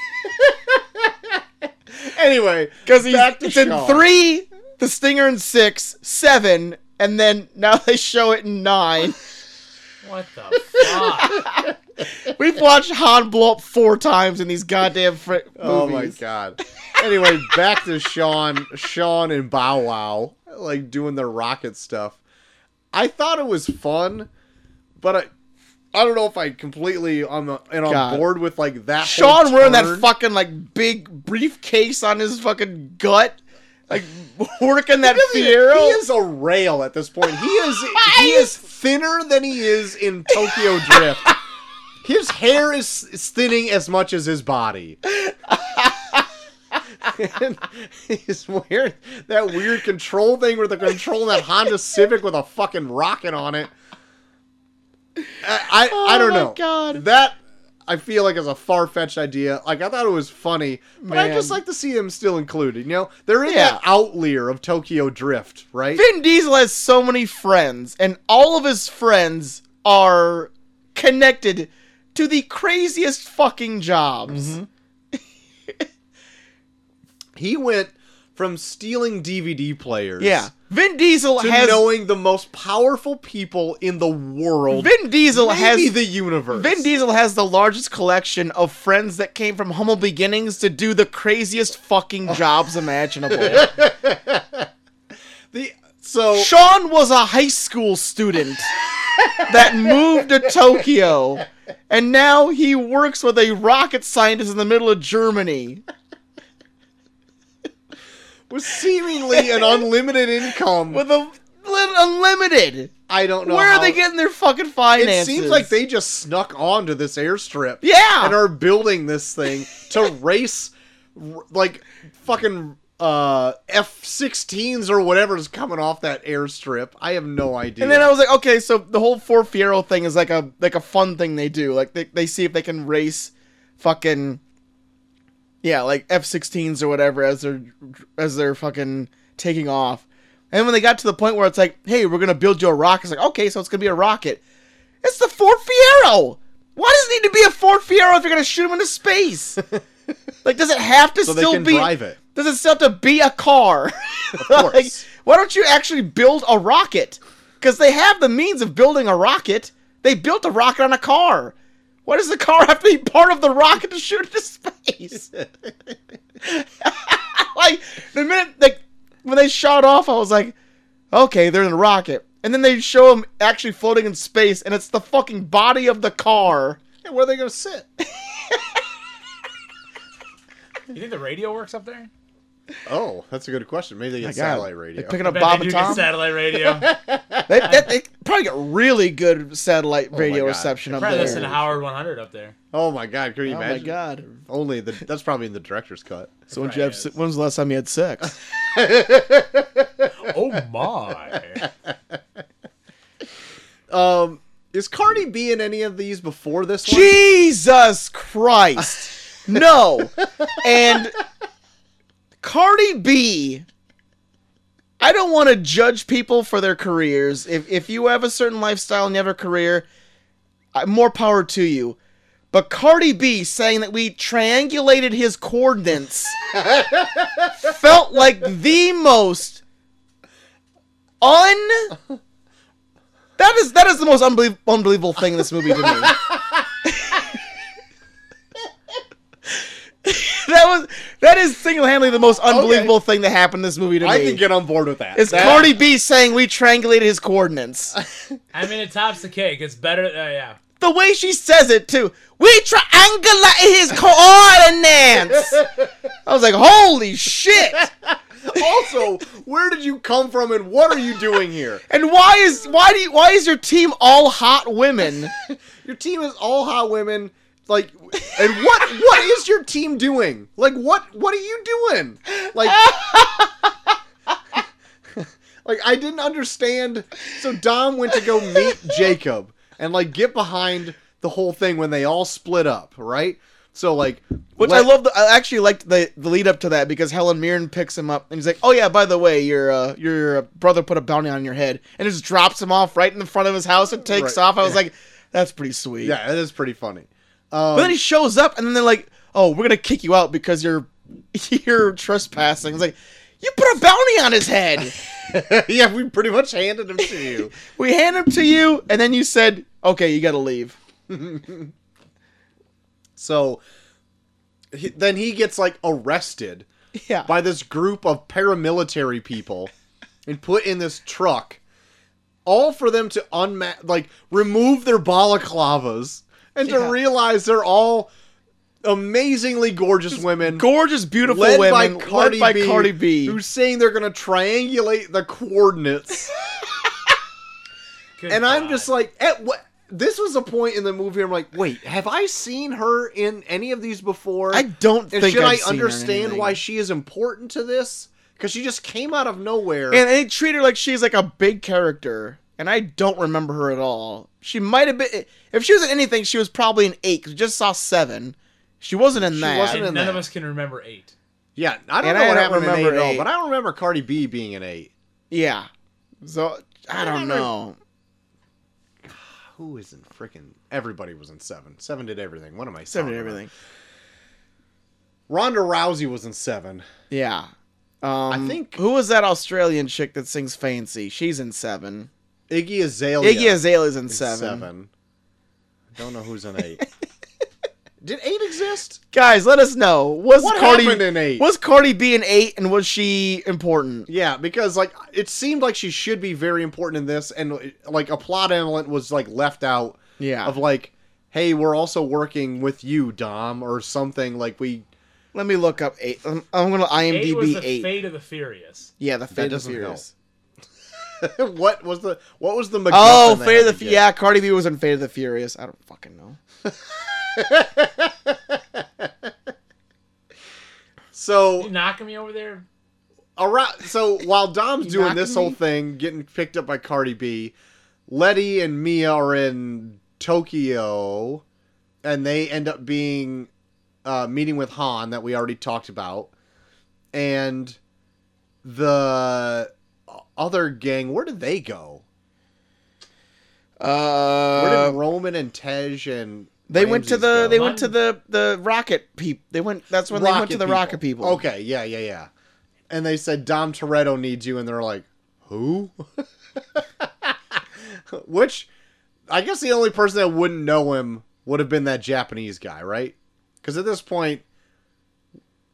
anyway,
because he's
Back to
it's in
Sean.
three, the stinger in six, seven, and then now [laughs] they show it in nine.
what the fuck?
We've watched Han blow up four times in these goddamn fr- movies.
Oh my god. Anyway, back to Sean, Sean and Bow Wow, like doing their rocket stuff. I thought it was fun, but I, I don't know if I completely on the and on
God.
board with like that. whole
Sean wearing that
turn.
fucking like big briefcase on his fucking gut, like [laughs] working that
He
Fiero.
is a rail at this point.
[laughs]
He is he is thinner than he is in Tokyo
[laughs]
Drift. His hair is, is thinning as much as
[laughs]
his body. and he's wearing that weird control thing where they're controlling that Honda Civic with a fucking rocket on it. I I, I
Oh
don't
my
know.
God.
That I feel like is a far fetched idea. Like I thought it was funny, but I
Man.
just like to see them still included. You know, they're in
Yeah.
that outlier of Tokyo Drift, right?
Vin Diesel has so many friends, and all of his friends are connected to the craziest fucking jobs.
Mm-hmm. He went from stealing DVD players
Yeah. Vin Diesel
to
has
knowing the most powerful people in the world.
Vin Diesel
maybe
has
the universe.
Vin Diesel has the largest collection of friends that came from humble beginnings to do the craziest
[laughs]
fucking jobs imaginable.
The- so
Sean was a high school student
[laughs]
that moved to Tokyo, and now he works with a rocket scientist in the middle of Germany.
with
[laughs]
seemingly an unlimited income.
With a li- unlimited.
I don't know.
Where
how-
are they getting their fucking
It
finances?
seems like they just snuck onto this airstrip.
Yeah.
and are building this thing
[laughs]
to race r- like fucking uh F16s or whatever's coming off that airstrip. I have no idea.
And then I was like, okay, so the whole Four Fiero thing is like a like a fun thing they do. Like they, they see if they can race fucking yeah, like F-16s or whatever as they're as they're fucking taking off. And when they got to the point where it's like, hey, we're gonna build you a rocket. It's like, okay, so it's gonna be a rocket. It's the Fort Fiero. Why does it need to be a Fort Fiero if you're gonna shoot him into
[laughs]
space? like, does it have to
so they
still
can
be?
drive it.
Does it still have to be a car? Of [laughs]
course.
why don't you actually build a rocket? Because they have the means of building a rocket. They built a rocket on a car. Why does the car [laughs] have to be part of the rocket to shoot into space? [laughs] like the minute like when they shot off, I was like, okay, they're in a rocket. And then they show them actually floating in space, and it's the fucking body of the car.
Yeah, where are they gonna sit?
[laughs]
You think the radio works up there?
Oh, that's a good question. Maybe they get
My God.
satellite radio.
They're picking up
Bet
Bob
they
and
do get
Tom. [laughs]
satellite radio.
They, that, they probably get really good satellite
Oh my
radio
God.
reception up
Probably
there.
listen to Howard 100 up there.
oh my god, can you
oh
imagine?
my god!
Only the that's probably in the director's cut.
So when
Right,
you have,
yes.
when's the last time you had sex?
[laughs]
[laughs] Oh
[laughs]
my!
Um is Cardi B in any of these before this one?
Jesus Christ! No, and Cardi B. I don't want to judge people for their careers. If if you have a certain lifestyle and you have a career, I- more power to you. But Cardi B saying that we triangulated his coordinates felt like the most un. That is that is the most unbelie- unbelievable thing in this movie to me. [laughs] that was that is single handedly the most unbelievable thing that happened in this movie to me.
I can get on board with that.
It's
That-
Cardi B saying we triangulated his coordinates.
[laughs]
I mean, it tops the cake. It's better. Uh, yeah.
the way she says it too. We triangulated his
[laughs]
coordinates. I was like, holy shit!
also, where did you come from and what are you doing here?
And why is why do you, why is your team all hot women?
Your team is all hot women. Like, and what what is your team doing? Like, what what are you doing? Like, [laughs] like I didn't understand. So Dom went to go meet Jacob and like get behind the whole thing when they all split up, right? So like,
Which
let-
I love. The, I actually liked the, the lead up to that because Helen Mirren picks him up and he's like, "Oh yeah, by the way, your uh, your brother put a bounty on your head," and just drops him off right in the front of his house and takes
Right.
off. I was like, "That's pretty sweet."
Yeah, that is pretty funny. [laughs]
But then he shows up, and then they're like, "Oh, we're gonna kick you out because you're [laughs] you're trespassing." It's like, you put a bounty on his head.
yeah, we pretty much handed him to you.
we hand him to you, and then you said, "Okay, you gotta leave."
So he, then he gets like arrested
Yeah.
by this group of paramilitary people and put in this truck, all for them to unma- like remove their balaclavas and
Yeah.
to realize they're all amazingly gorgeous women.
Gorgeous, beautiful
Led
women,
by
led
Cardi
by
B,
Cardi B.
who's saying they're gonna triangulate the
[laughs]
coordinates,
Good
and I'm
God.
just like, at what? This was a point in the movie. I'm like, wait, have I seen her in any of these before?
I don't
And
think
should
I've
i
seen her in
understand
anything.
why she is important to this? Because she just came out of nowhere.
and they treat her like she's like a big character and i don't remember her at all she might have been if she was in anything she was probably an eight 'cause we just saw seven she wasn't in that
wasn't
And
in
none
that.
of us can remember eight.
yeah, I don't
and
know
I
what
don't
happened in
remember
eight at all,
eight.
but I don't remember Cardi B being an eight.
yeah so i don't know
who is in frickin' everybody was in seven. Seven did everything. What am I?
Seven
talking
and
about?
everything.
Ronda Rousey was in seven.
Yeah. Um,
I think-
who was that Australian chick that sings "Fancy"? She's in seven.
Iggy Azalea.
Iggy Azalea's in
is
seven.
I don't know who's in
[laughs]
eight. did eight exist?
Guys, let us know. Was
What
Cardi
happened in eight?
Was Cardi B in eight, and was she important?
Yeah, because like it seemed like she should be very important in this, and like a plot element was like left out.
Yeah.
Of like, hey, we're also working with you, Dom, or something. Like we [laughs]
Let me look up eight. I'm, I'm gonna
Eight was
IMDb
the
eight.
fate of the furious.
yeah, the Fate of the
doesn't
Furious.
what was the what was the MacGuffin
Oh,
they
Fate
had
of the
to
Fu-
get?
yeah. Cardi B was in Fate of the Furious. I don't fucking know.
So
You knocking me over there?
around, so while Dom's
You
doing
knocking
this whole
me?
thing, getting picked up by Cardi B, Letty and Mia are in Tokyo, and they end up being uh, meeting with Han that we already talked about, and the other gang. Where did they go? Where
Uh,
did Roman and Tej and
they went to
Ramses
the
go?
they went to the the rocket peep. They went. That's when they went to the rocket people.
Okay, yeah, yeah, yeah. And they said Dom Toretto needs you, and they're like, who? [laughs] Which, I guess the only person that wouldn't know him would have been that Japanese guy, right? Because at this point,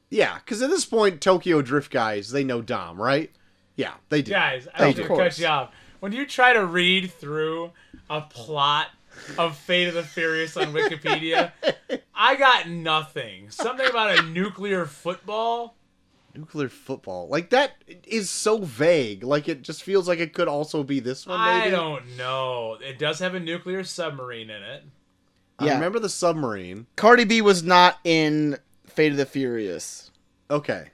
yeah, because at this point, Tokyo Drift guys they know Dom, right? Yeah, they do.
Guys, I
Of
need to
course.
cut you off. When you try to read through a plot of Fate of the Furious on Wikipedia, I got nothing. Something about a nuclear football.
Nuclear football, like that is so vague. Like it just feels like it could also be this one. Maybe
I don't know. It does have a nuclear submarine in it.
I
Yeah.
remember the submarine.
Cardi B was not in Fate of the Furious.
Okay.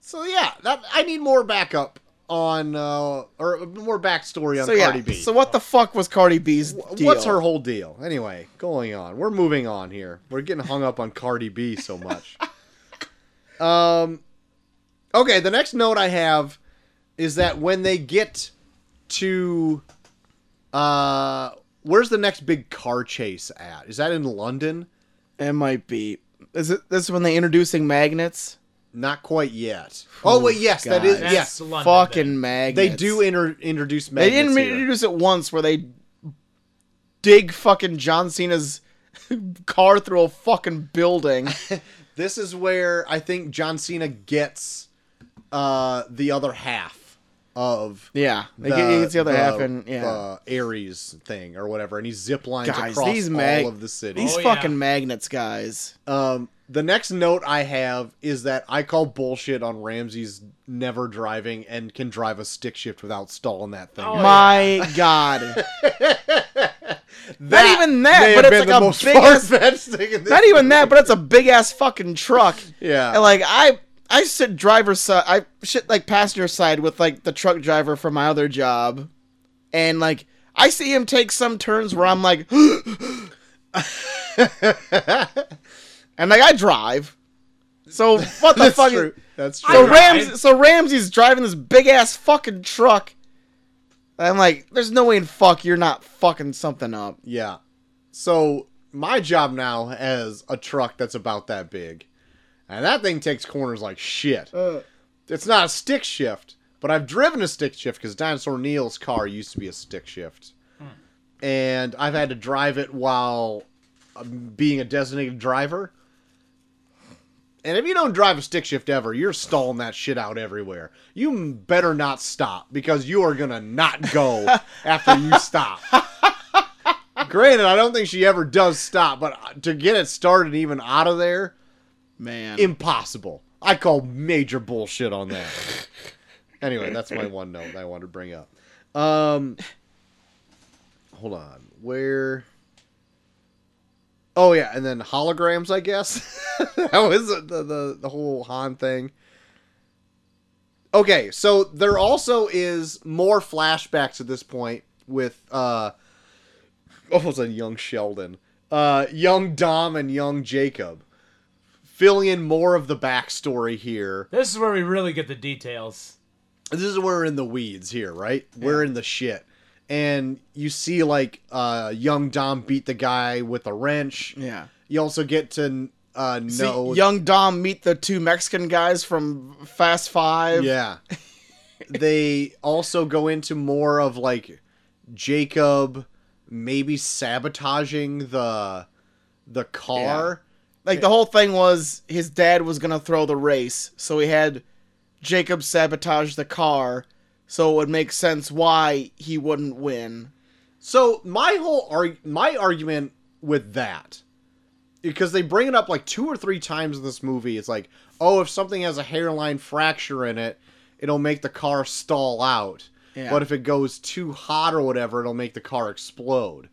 So yeah, that I need more backup on uh or more backstory on
So yeah.
Cardi B.
So what the fuck was Cardi B's
Wh-
deal?
What's her whole deal? Anyway, going on. We're moving on here. We're getting hung up on Cardi B
[laughs]
so much. um Okay, the next note I have is that when they get to uh where's the next big car chase at? Is that in London?
It might be. Is it this is when they introducing magnets?
Not quite yet. Oh wait, yes, that is
God.
That's
yes.
London
Fucking
then.
magnets.
They do inter- introduce
They
magnets.
didn't
here.
introduce it once where they dig fucking John Cena's [laughs] car through a fucking
[laughs]
building.
This is where I think John Cena gets uh, the other half of
Yeah, they get, he gets the other half, and yeah,
the Ares thing or whatever, and he zip lines
Guys,
across
these
all
mag-
of the city.
these
Oh, yeah.
fucking magnets, guys.
Um, the next note I have is that I call bullshit on Ramsey's never driving and can drive a stick shift without stalling that thing.
Oh, yeah.
My [laughs]
[laughs]
God,
That
even that,
may
but
have
it's like
been the
a
most
big ass-
far-fetched thing in this
not even that, but it's a big ass fucking
[laughs]
truck.
Yeah.
And, like I, I sit driver's side, I sit like passenger side with like the truck driver from my other job, and like I see him take some turns where I'm like, [gasps] and like I drive. So what the
That's
fuck?
true. That's true.
So
I-
Rams, so Ramsey's driving this big ass fucking truck. And I'm like, there's no way in fuck you're not fucking something up.
Yeah. So my job now has a truck that's about that big, and that thing takes corners like shit. It's not a stick shift, but I've driven a stick shift because Dinosaur Neil's car used to be a stick shift, and I've had to drive it while um, being a designated driver. And if you don't drive a stick shift ever, you're stalling that shit out everywhere. You m- better not stop because you are gonna not go after you stop. Granted, I don't think she ever does stop, but to get it started even out of there,
Man.
impossible. I call major bullshit on that. anyway, that's my one note that I wanted to bring up. Um, hold on, where? Oh yeah, and then holograms. I guess [laughs] that was the, the the whole Han thing. Okay, so there also is more flashbacks at this point with uh, almost a young Sheldon, uh, young Dom and young Jacob, filling in more of the backstory here.
This is where we really get the details.
This is where we're in the weeds here, right? We're in the shit, and you see like uh, young Dom beat the guy with a wrench.
Yeah.
You also get to uh,
See,
know
young Dom meet the two Mexican guys from Fast Five. [laughs]
Yeah. they also go into more of like Jacob maybe sabotaging the the car.
Like the whole thing was his dad was gonna throw the race, so he had Jacob sabotage the car, so it would make sense why he wouldn't win.
So my whole arg- my argument with that because they bring it up like two or three times in this movie. It's like, "Oh, if something has a hairline fracture in it, it'll make the car stall out.
Yeah.
But if it goes too hot or whatever, it'll make the car explode."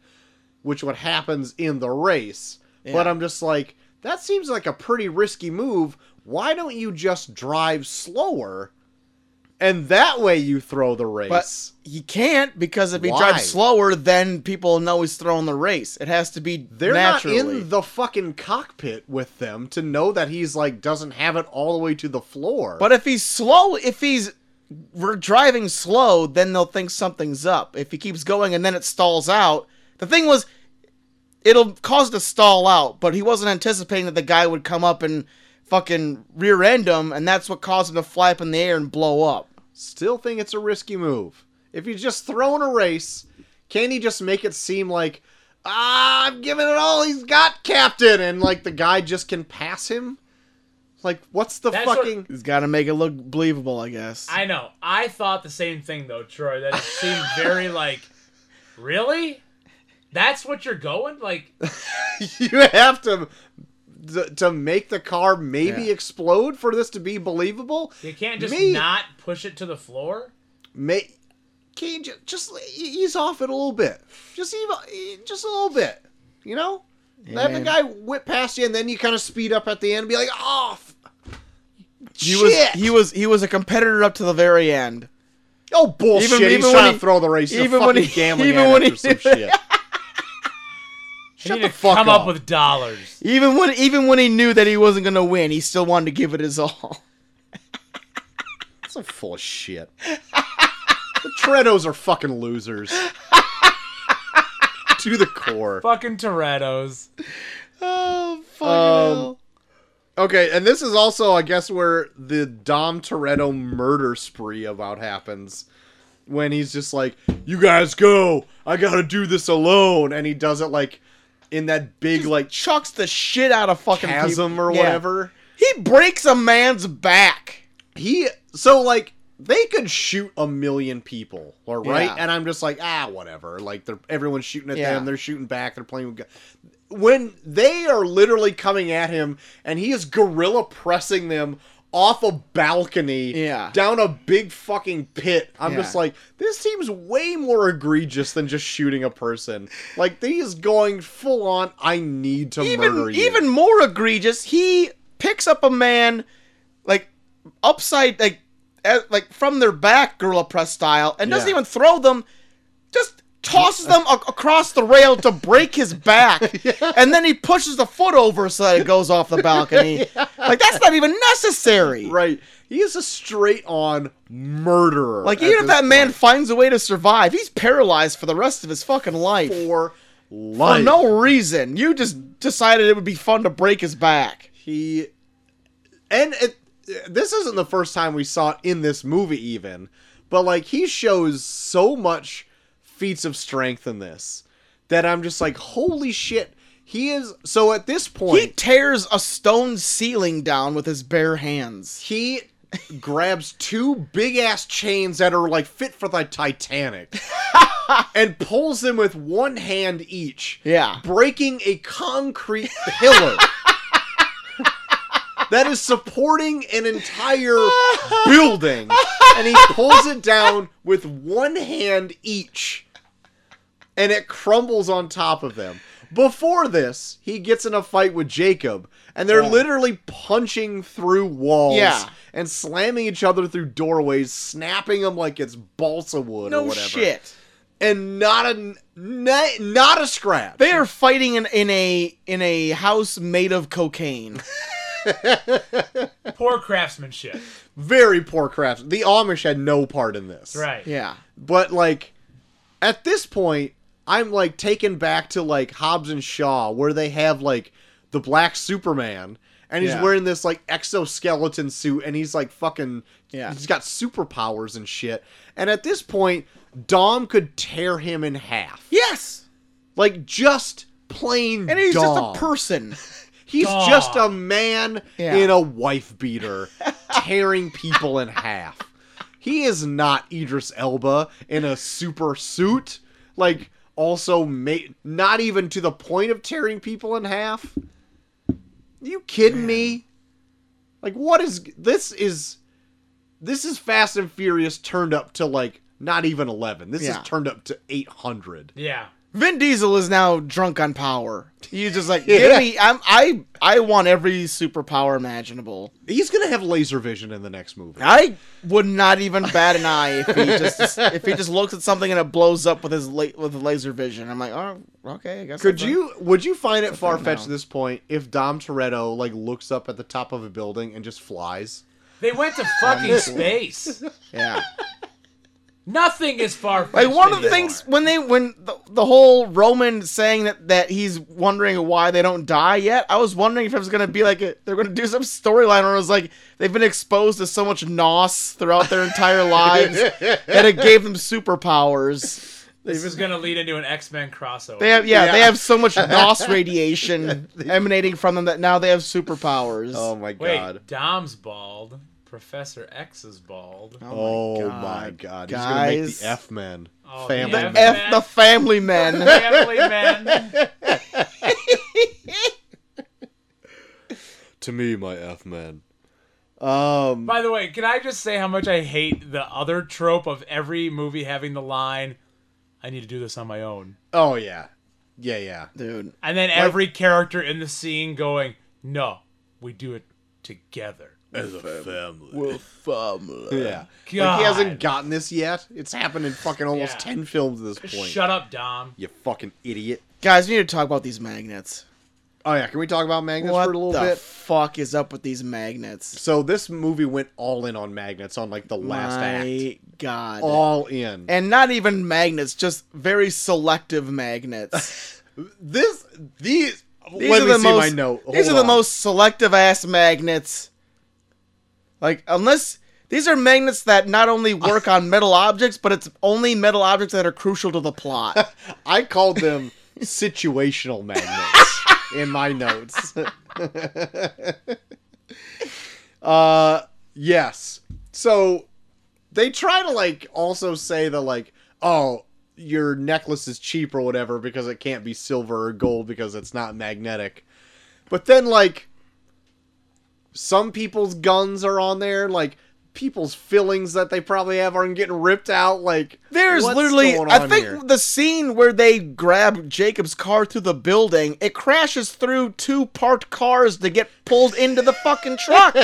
Which what happens in the race. But
Yeah.
I'm just like, that seems like a pretty risky move. Why don't you just drive slower? And that way you throw the race.
But he can't because if he
Why?
drives slower, then people know he's throwing the race. It has to be
They're
naturally.
not in the fucking cockpit with them to know that he's like doesn't have it all the way to the floor.
But if he's slow, if he's we're driving slow, then they'll think something's up. If he keeps going and then it stalls out, the thing was, it'll cause it to stall out. But he wasn't anticipating that the guy would come up and fucking rear end him, and that's what caused him to fly up in the air and blow up.
still think it's a risky move. If you just throw in a race, can he just make it seem like ah, I'm giving it all he's got, Captain, and like the guy just can pass him? Like what's the
That's what-
fucking [laughs]
He's got to make it look believable, I guess.
I know. I thought the same thing though, Troy. That it seemed very like, really? That's what you're going? Like,
you have to to make the car maybe
Yeah.
explode for this to be believable?
you can't just
Me-
not push it to the floor?
May can just, just e- ease off it a little bit. Just eve, e- just a little bit. You know, let the
man.
guy whip past you, and then you kind of speed up at the end and be like, "Oh, f-
he
shit!
was he was he was a competitor up to the very end.
oh bullshit!
Even-
He's
even
trying
when
to
he-
throw the race. He's a
even when
fucking
he-
gambling
even
addict
when he-
or
[laughs]
some shit.
You
Shut
need
the
to
fuck
come
up.
up
[laughs]
with dollars.
Even when even when he knew that he wasn't gonna win, he still wanted to give it his all. [laughs]
That's a full of shit. the Toretto's are fucking
[laughs]
losers to the core.
Fucking Toretto's.
Oh fuck!
Um, Okay, and this is also, I guess, where the Dom Toretto murder spree about happens. When he's just like, you guys go, I gotta do this alone. And he does it like in that big, like,
chucks the shit out of fucking
chasm
people.
or
Yeah.
whatever.
He breaks a man's back.
He, so like, they could shoot a million people, or right?
Yeah.
And I'm just like, ah, whatever. Like, they're everyone's shooting at
Yeah.
them, they're shooting back, they're playing with guns. When they are literally coming at him, and he is gorilla pressing them off a balcony,
Yeah.
down a big fucking pit. I'm
Yeah.
just like, this seems way more egregious than just shooting a person. Like, he is going full on. I need to murder
Even
you.
even more egregious, he picks up a man like upside like a- like from their back, gorilla press style, and doesn't
Yeah.
even throw them. Just tosses them a- across the rail to break his
[laughs]
back, and then he pushes the foot over so that it goes off the
[laughs]
balcony. Like that's not even necessary.
right? He is a straight on murderer.
Like
at
even if
this
that man
point.
finds a way to survive, he's paralyzed for the rest of his fucking life.
for
for
life.
no reason. You just decided it would be fun to break his back.
he and it, this isn't the first time we saw it in this movie even but like he shows so much feats of strength in this that i'm just like holy shit he is so at this
He
point
tears a stone ceiling down with his bare hands.
he grabs two big ass chains that are like fit for the
[laughs]
titanic and pulls them with one hand each
Yeah.
breaking a concrete pillar that is supporting an entire building and he pulls it down with one hand each and it crumbles on top of them before this he gets in a fight with jacob and they're
Yeah.
literally punching through walls
Yeah.
and slamming each other through doorways snapping them like it's balsa wood or
No
whatever
shit.
and not a not, not a scrap
They are fighting in, in a in a house made of
[laughs]
cocaine.
Poor craftsmanship.
very poor craft. The Amish had no part in this.
Right.
Yeah.
But like at this point, I'm like taken back to like Hobbs and Shaw, where they have like the black Superman, and he's
Yeah.
wearing this like exoskeleton suit, and he's like fucking,
Yeah.
he's got superpowers and shit. And at this point, Dom could tear him in half,
Yes,
like just plain.
and he's
Dom.
just a person.
He's
Dom.
just a man
Yeah.
in a wife
[laughs]
beater tearing people in half. He is not Idris Elba in a super suit. Like, also, ma- not even to the point of tearing people in half. You kidding me? Like, what is. This is. This is Fast and Furious turned up to, like, not even 11. This
Yeah.
is turned up to 800.
Yeah.
Vin Diesel is now drunk on power. He's just like,
[laughs] Yeah.
give me. I'm, I I want every superpower imaginable.
He's going to have laser vision in the next movie.
I would not even bat an eye if he just if he just looks at something and it blows up with his la- with laser vision. I'm like, oh, okay, I guess.
Could
that's a-
you would you find it far fetched
now.
at this point if Dom Toretto like looks up at the top of a building and just flies?
They went to fucking space.
Yeah.
Nothing is far.
[laughs] Like one of the things when they when the, the whole Roman saying that that he's wondering why they don't die yet, I was wondering if it was gonna be like a, they're gonna do some storyline where it was like they've been exposed to so much nos throughout their entire lives that it gave them superpowers.
This is gonna lead into an X Men crossover.
They have yeah, they
Yeah.
have so much [laughs] nos radiation emanating from them that now they have superpowers.
Oh my
[laughs]
Wait,
god.
Dom's bald. Professor X is bald.
Oh my god. He's gonna make
Guys.
the F men.
Oh, the
family.
F-
men.
F the family men.
[laughs] Family man.
to me, my F men. Um
By the way, can I just say how much I hate the other trope of every movie having the line, "I need to do this on my own,"
Oh yeah. Yeah, yeah.
Dude.
and then every character in the scene going, "No, we do it together."
As a family.
Well,
[laughs]
family.
Yeah. Like
God.
he hasn't gotten this yet. It's happened in fucking almost
Yeah.
ten films at this point.
Shut up, Dom.
you fucking idiot.
Guys, we need to talk about these magnets.
Oh yeah, can we talk about magnets
What
for a little
the
bit?
fuck is up with these magnets?
so this movie went all in on magnets on like the last act.
My God.
All in.
and not even magnets, just very selective magnets.
This [laughs] these.
These
let
are
me
the
see
most,
my note.
These
Hold
are the
on.
most selective ass magnets. Like unless these are magnets that not only work
[laughs]
on metal objects, but it's only metal objects that are crucial to the plot.
[laughs] I called them situational magnets in my notes. [laughs] uh, yes. So they try to like also say that like, oh, your necklace is cheap or whatever because it can't be silver or gold because it's not magnetic. But then like some people's guns are on there, like people's fillings that they probably have aren't getting ripped out like
There's
what's
literally
going
I
on
think
here?
the scene where they grab Jacob's car through the building, it crashes through two parked cars to get pulled into the fucking [laughs] truck.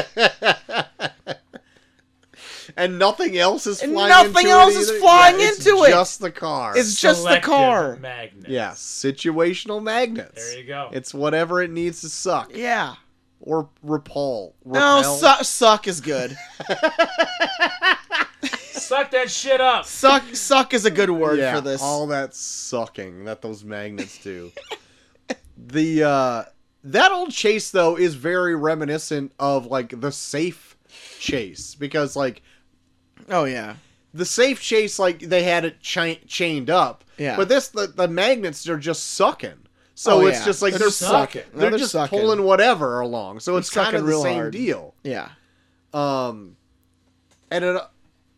and nothing else is
And
flying
nothing
into
else
it
is
either?
flying
Yeah, it's
into it.
just the car
It's just the
Selective
car.
Magnet.
yeah situational magnets
There you go.
it's whatever it needs to suck
Yeah.
or repel
No,
Repel.
suck suck is good.
Suck that shit up.
Suck suck is a good word
yeah,
for this.
all that sucking that those magnets do [laughs] the uh that old chase though is very reminiscent of like the safe chase because like
oh yeah.
the safe chase like they had it cha- chained up.
Yeah.
But this the, the magnets are just sucking. So
Oh,
it's
yeah.
just like
They're
they're,
sucking.
sucking.
No,
They're,
they're
just
sucking.
pulling whatever along. So it's kind
sucking
of the
real
same
hard.
deal.
Yeah.
Um and it uh,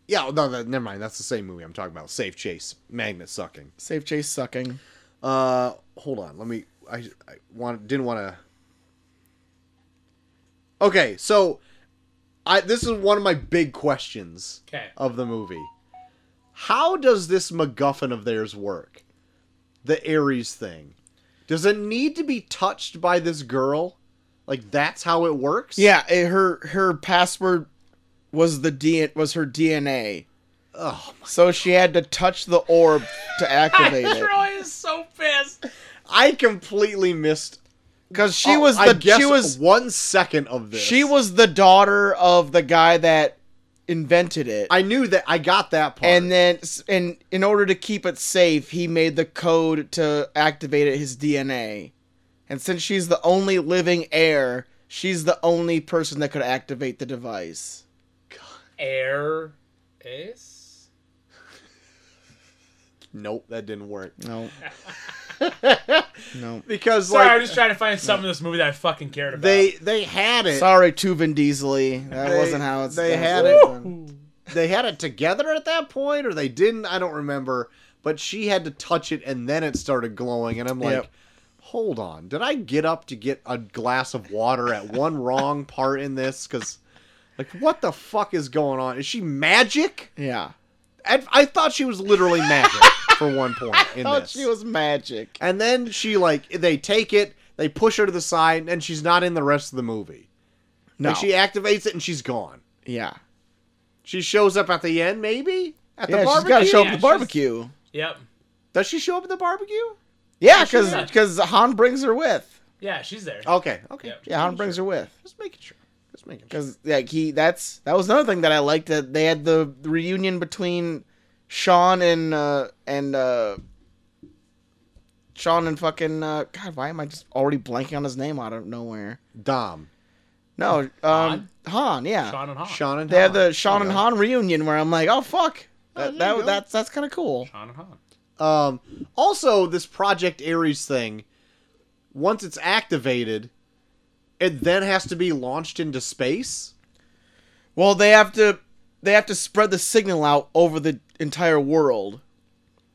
yeah, no, that, never mind. That's the same movie I'm talking about. Safe chase, magnet sucking.
Safe chase sucking.
Uh, hold on. Let me. I, I want didn't want to. Okay, so I this is one of my big questions
Okay.
of the movie. How does this MacGuffin of theirs work? The Ares thing. Does it need to be touched by this girl? Like that's how it works?
Yeah, it- her her password was the D was her DNA.
Oh,
So she had to touch the orb to [laughs] activate it.
Troy is so pissed.
I completely missed.
Cuz she
oh,
was
I
the
guess
she was
one second of this.
she was the daughter of the guy that invented it.
I knew that. I got that part.
and then and in order to keep it safe he made the code to activate it his dna and since she's the only living heir she's the only person that could activate the device
Air is.
nope, that didn't work.
no no
Because
Sorry, I'm
like
just trying to find something in this movie that I fucking cared about.
they they had it.
sorry to vin diesel that
They-
wasn't how it's
they
that was-
had it.
Woo!
They had it together at that point, or they didn't. I don't remember. But she had to touch it, and then it started glowing. And I'm like,
Yep.
hold on, did I get up to get a glass of water
[laughs]
at one wrong part in this? Because like, what the fuck is going on? Is she magic?
yeah
I, I thought she was
[laughs]
literally magic for one point in
thought
this.
she was magic
And then she like they take it, they push her to the side, and she's not in the rest of the movie.
no
Like she activates it and she's gone.
yeah
She shows up at the end, maybe at the
yeah she's
barbecue.
got to show up
Yeah,
at the
she's-
barbecue
Yep.
Does she show up at the barbecue?
yeah because
did.
han brings her with
Yeah, she's there.
Okay, okay.
Yep.
Just
yeah han
making
brings her
sure.
with
Just making sure. Just making sure.
Because like he, that's that was another thing that I liked that they had the reunion between Sean and uh and uh Sean and fucking uh God, why am I just already blanking on his name out of nowhere?
Dom,
No, um, Han,
Han?
yeah.
Sean and Han.
Sean, and
they had
Dom.
the Sean and
Okay.
Han reunion where I'm like, oh fuck,
Oh,
that,
there you
that
go.
that's that's kind of cool.
Sean and Han.
Um, also, this Project Ares thing, once it's activated, it then has to be launched into space.
Well, they have to they have to spread the signal out over the entire world.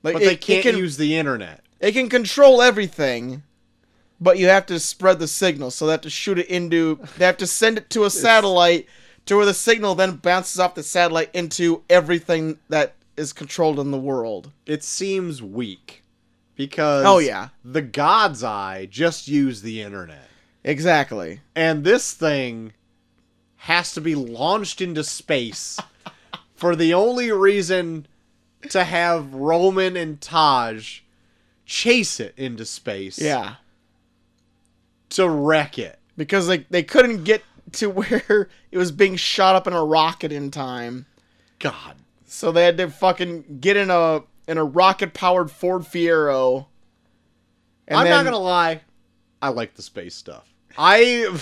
Like
But
it-
they
it
can't
can-
use the internet.
It can control everything, but you have to spread the signal. So they have to shoot it into. They have to send it to a satellite to where the signal then bounces off the satellite into everything that is controlled in the world.
It seems weak because
Oh, yeah.
the God's Eye just used the internet,
Exactly.
and this thing has to be launched
[laughs]
into space for the only reason to have Roman and Taj chase it into space.
Yeah.
to wreck it.
Because they, they couldn't get to [laughs] where it was being shot up in a rocket in time.
God.
So they had to fucking get in a in a rocket powered Ford Fiero. And
I'm
then-
not gonna lie, I like the space stuff. I [laughs]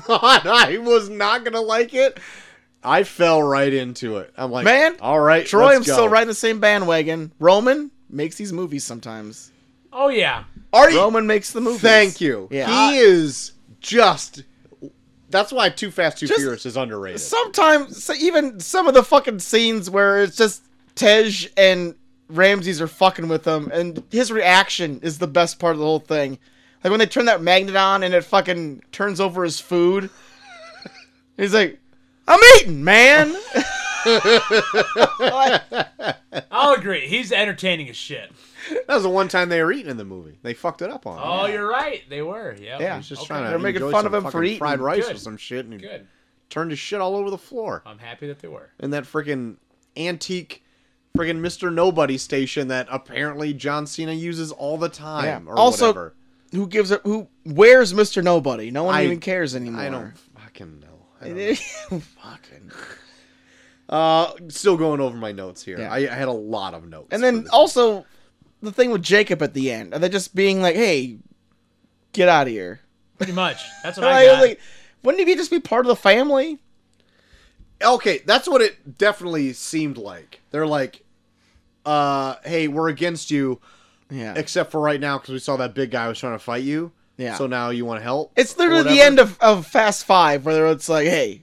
thought I was not gonna like it. I fell right into it. I'm like,
Man,
all right,
Troy,
let's
I'm still
go."
riding the same bandwagon. Roman makes these movies sometimes.
Oh yeah.
Are you?
Roman makes the movies.
Thank you.
Yeah.
He is just. That's why Too Fast, Too
Just-
Furious is underrated.
Sometimes, so even some of the fucking scenes where it's just Tej and Ramses are fucking with him, and his reaction is the best part of the whole thing. Like when they turn that magnet on and it fucking turns over his food. [laughs] He's like, "I'm eating, man." [laughs]
I'll agree. He's entertaining as shit.
that was the one time they were eating in the movie. They fucked it up on.
Oh,
it.
you're right. They were. Yep.
Yeah.
He's just
Okay.
trying to.
They're making
enjoy
fun
some
of him for
fucking
eating.
fried rice or
Good.
some shit, and he
Good.
turned his shit all over the floor.
I'm happy that they were.
and that freaking antique freaking Mr. Nobody station that apparently John Cena uses all the time
Yeah.
or
Also,
whatever.
who gives a who? Where's Mister Nobody? No one
I-
even cares anymore.
I don't fucking know. I don't
[laughs]
know.
Fucking.
[laughs] Uh, still going over my notes here.
Yeah.
I, I had a lot of notes.
And
for
then
this.
also the thing with Jacob at the end, are they just being like, "Hey, get out of here"?
Pretty much.
[laughs]
That's what I
Like,
got.
like, wouldn't he just be part of the family?
okay, that's what it definitely seemed like. They're like, uh, hey, we're against you,
Yeah,
[laughs] except for right now because we saw that big guy was trying to fight you.
Yeah.
So now you want to help?
it's literally the
whatever.
end of, of Fast Five where it's like, "Hey,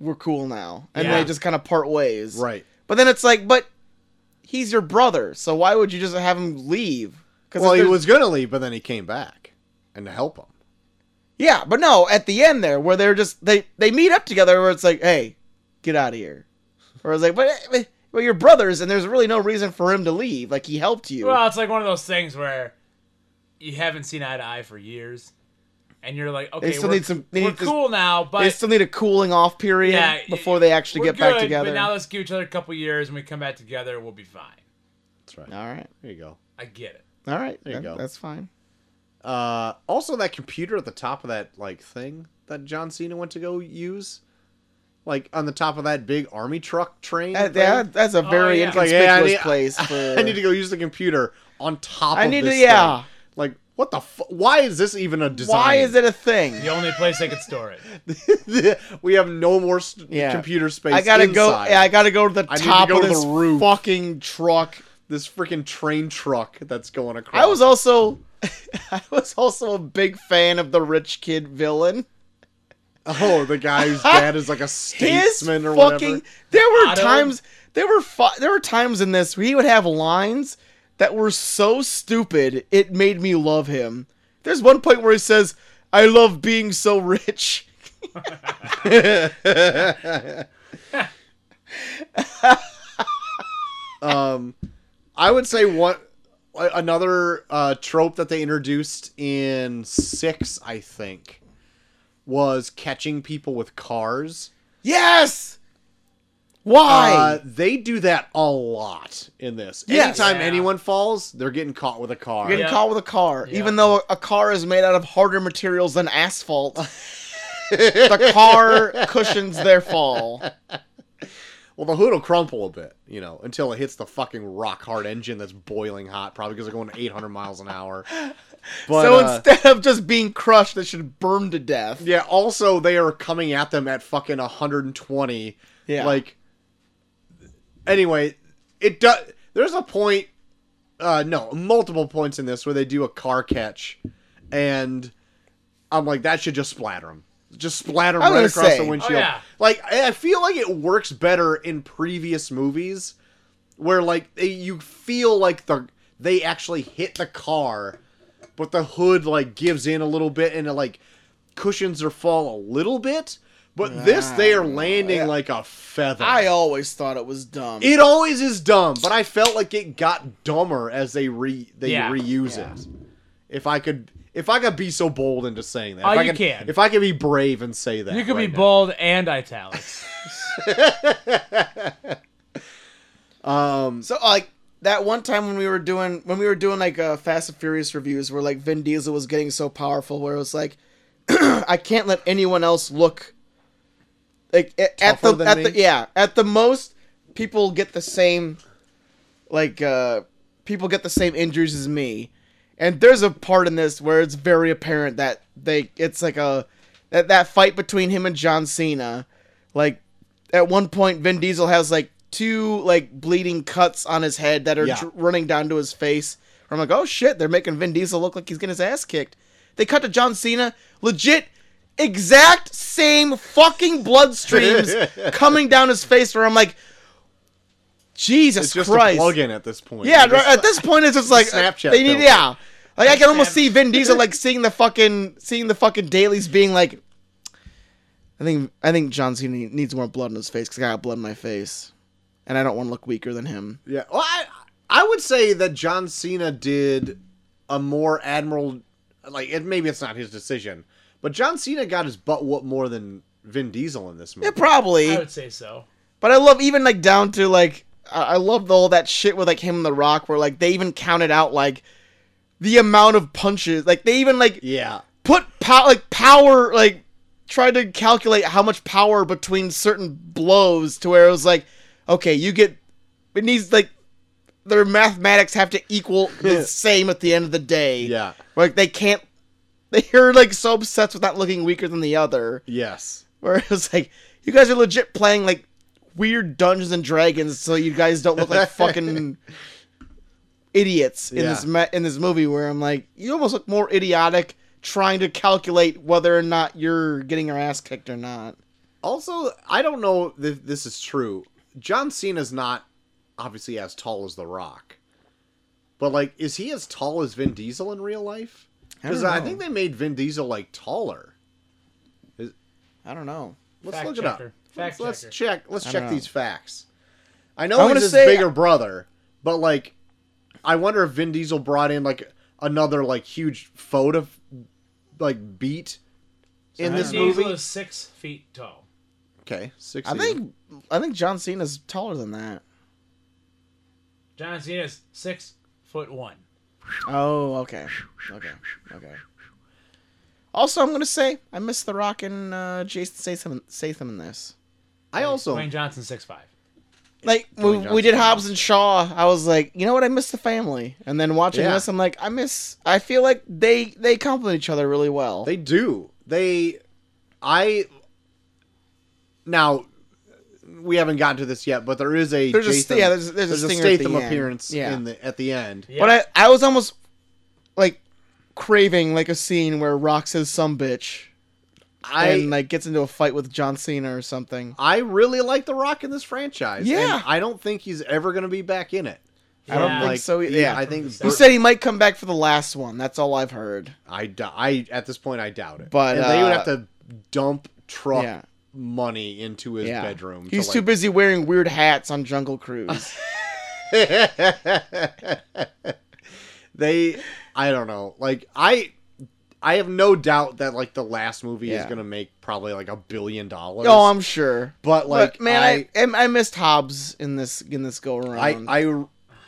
we're cool now," and
Yeah.
they just kind of part ways.
Right.
But then it's like, but he's your brother, so why would you just have him leave? Because
Well, he was gonna leave, but then he came back and to help him.
Yeah, but no, at the end there, where they're just they they meet up together, where it's like, hey, get out of here, or it's like, but but- but you're brothers, and there's really no reason for him to leave. Like he helped you.
Well, it's like one of those things where you haven't seen eye to eye for years, and you're like, okay,
still
we're,
need some- they
we're
need this-
cool now, but
they still need a cooling off period
yeah,
before they actually
we're
get back
good,
together.
But now let's give each other a couple years, and we come back together, we'll be fine.
That's right.
all right,
There you go.
I get it.
all right,
There you
that-
go.
that's fine.
Uh, also, that computer at the top of that like thing that John Cena went to go use, like on the top of that big army truck train.
That,
thing.
that- that's a very
Oh, yeah.
Like, hey, I
inconspicuous
need- [laughs]
place for.
I need to go use the computer on top.
I
of
need to-
this
yeah.
thing. Like what the? Fu- why is this even a design?
why is it a thing?
The only place they could store
[laughs]
it.
[laughs] we have no more st-
Yeah.
computer space.
I gotta go.
inside.
yeah, I gotta go to the
I need to
top
go
of
to the
this
roof.
fucking truck.
this freaking train truck that's going across.
I was also, [laughs] I was also a big fan of the rich kid villain.
oh the guy
[laughs]
whose dad is like a
His
statesman
fucking.
or whatever.
There were
Otto?
times. There were fu- there were times in this where he would have lines that were so stupid it made me love him. There's one point where he says, "I love being so rich." [laughs]
um, I would say one a- another uh, trope that they introduced in six, I think, was catching people with cars.
Yes. Why?
Uh, they do that a lot in this.
Yes.
Anytime
Yeah.
anyone falls, they're getting caught with a car.
You're getting
Yeah.
caught with a car,
Yeah.
even though a car is made out of harder materials than
[laughs]
asphalt. the car cushions their fall.
Well, the hood will crumple a bit, you know, until it hits the fucking rock hard engine that's boiling hot, probably because they're going 800 miles an hour.
[laughs]
But,
so
uh,
instead of just being crushed, they should burn to death.
Yeah, also they are coming at them at fucking 120.
Yeah.
Like anyway, it does there's a point uh no, multiple points in this where they do a car catch and I'm like that should just splatter them. Just splatter 'em
I was
right
gonna
across the
say.
windshield.
Oh, yeah.
Like I I feel like it works better in previous movies where like they, you feel like the they actually hit the car, but the hood like gives in a little bit and it like cushions their fall a little bit. But this they are landing like a feather.
I always thought it was dumb.
it always is dumb, but I felt like it got dumber as they re they
Yeah.
reuse it. If I could if I could be so bold into saying that.
Oh,
if I
you
could,
can.
If I could be brave and say that.
You could
right
be
now.
bold and italics.
so like that one time when we were doing when we were doing like uh, Fast and Furious reviews, where like Vin Diesel was getting so powerful, where it was like, [clears throat] I can't let anyone else look. Like a- at
Tougher
the
than
at
me?
the yeah at the most, people get the same, like uh, people get the same injuries as me, and there's a part in this where it's very apparent that they it's like a that that fight between him and John Cena, like at one point Vin Diesel has like two like bleeding cuts on his head that are
Yeah.
dr- running down to his face. I'm like, oh shit, they're making Vin Diesel look like he's getting his ass kicked. They cut to John Cena, legit, exact same fucking blood streams
[laughs]
coming down his face. Where I'm like, Jesus
It's just
Christ,
a plug-in at this point.
yeah,
You just-
at this point, it's just like
Snapchat
They need,
filter.
yeah. Like I can almost
Snap-
see Vin Diesel like seeing the fucking seeing the fucking dailies being like, I think I think John Cena needs more blood on his face because I got blood in my face, and I don't want to look weaker than him.
Yeah. Well, I I would say that John Cena did a more admiral like it, maybe it's not his decision, but John Cena got his butt whooped more than Vin Diesel in this movie.
Yeah, probably.
I would say so.
But I love even like down to like I I love all that shit with like him and The Rock, where like they even counted out like the amount of punches. Like they even like
yeah.
put pow- like power like tried to calculate how much power between certain blows to where it was like okay you get it needs like their mathematics have to equal the same at the end of the day
Yeah.
like they can't [laughs] they're like so obsessed with not looking weaker than the other
Yes.
where it was like you guys are legit playing like weird dungeons and dragons so you guys don't look like [laughs] fucking idiots in
Yeah.
this ma- in this movie where i'm like you almost look more idiotic trying to calculate whether or not you're getting your ass kicked or not
Also, I don't know if this is true. John Cena's not obviously as tall as The Rock. But like is he as tall as Vin Diesel in real life?
I don't
Cuz I,
know.
think they made Vin Diesel like taller.
i don't know
Let's
Fact
look it up.
checker. Fact
let's
checker.
check. Let's
I
check
don't know.
these facts. I know
I wanna
he's his
say-
bigger brother, but like, I wonder if Vin Diesel brought in like another like huge photo, like beat in
I
this
don't
Diesel
movie.
is six feet tall.
Okay, six.
i think i think john cena's taller than that
John Cena is six foot one.
oh okay okay okay also i'm gonna say i miss the rock and uh, jason statham, statham in this
I also
Dwayne Johnson, six five.
Like we,
Dwayne
we did
Johnson.
Hobbs and Shaw, I was like, you know what, I miss the family. And then watching
Yeah.
this, I'm like, I miss. I feel like they they complement each other really well.
They do. They I now we haven't gotten to this yet, but there is a
There's a-
Jason,
yeah, there's- there's a stinger at the
Statham
end.
appearance
Yeah.
in the at the end.
Yeah.
But I I was almost like craving like a scene where Rock says some bitch
I
and like gets into a fight with John Cena or something.
I really like The Rock in this franchise.
Yeah.
and I don't think he's ever going to be back in it.
I don't
Yeah.
think
Like,
so. e-
yeah,
Yeah,
I think
you said he might come back for the last one. That's all I've heard.
I, d- I at this point I doubt it.
But,
and they would
uh,
have to dump truck
Yeah.
money into his
yeah,
bedroom.
He's
to,
too busy wearing weird hats on Jungle
[laughs]
Cruise.
they i don't know like i i have no doubt that like the last movie is
Yeah.
gonna make probably like a billion dollars
oh, I'm sure.
but like
Look, man, I, am- I missed Hobbs in this in this go
I,
around.
I i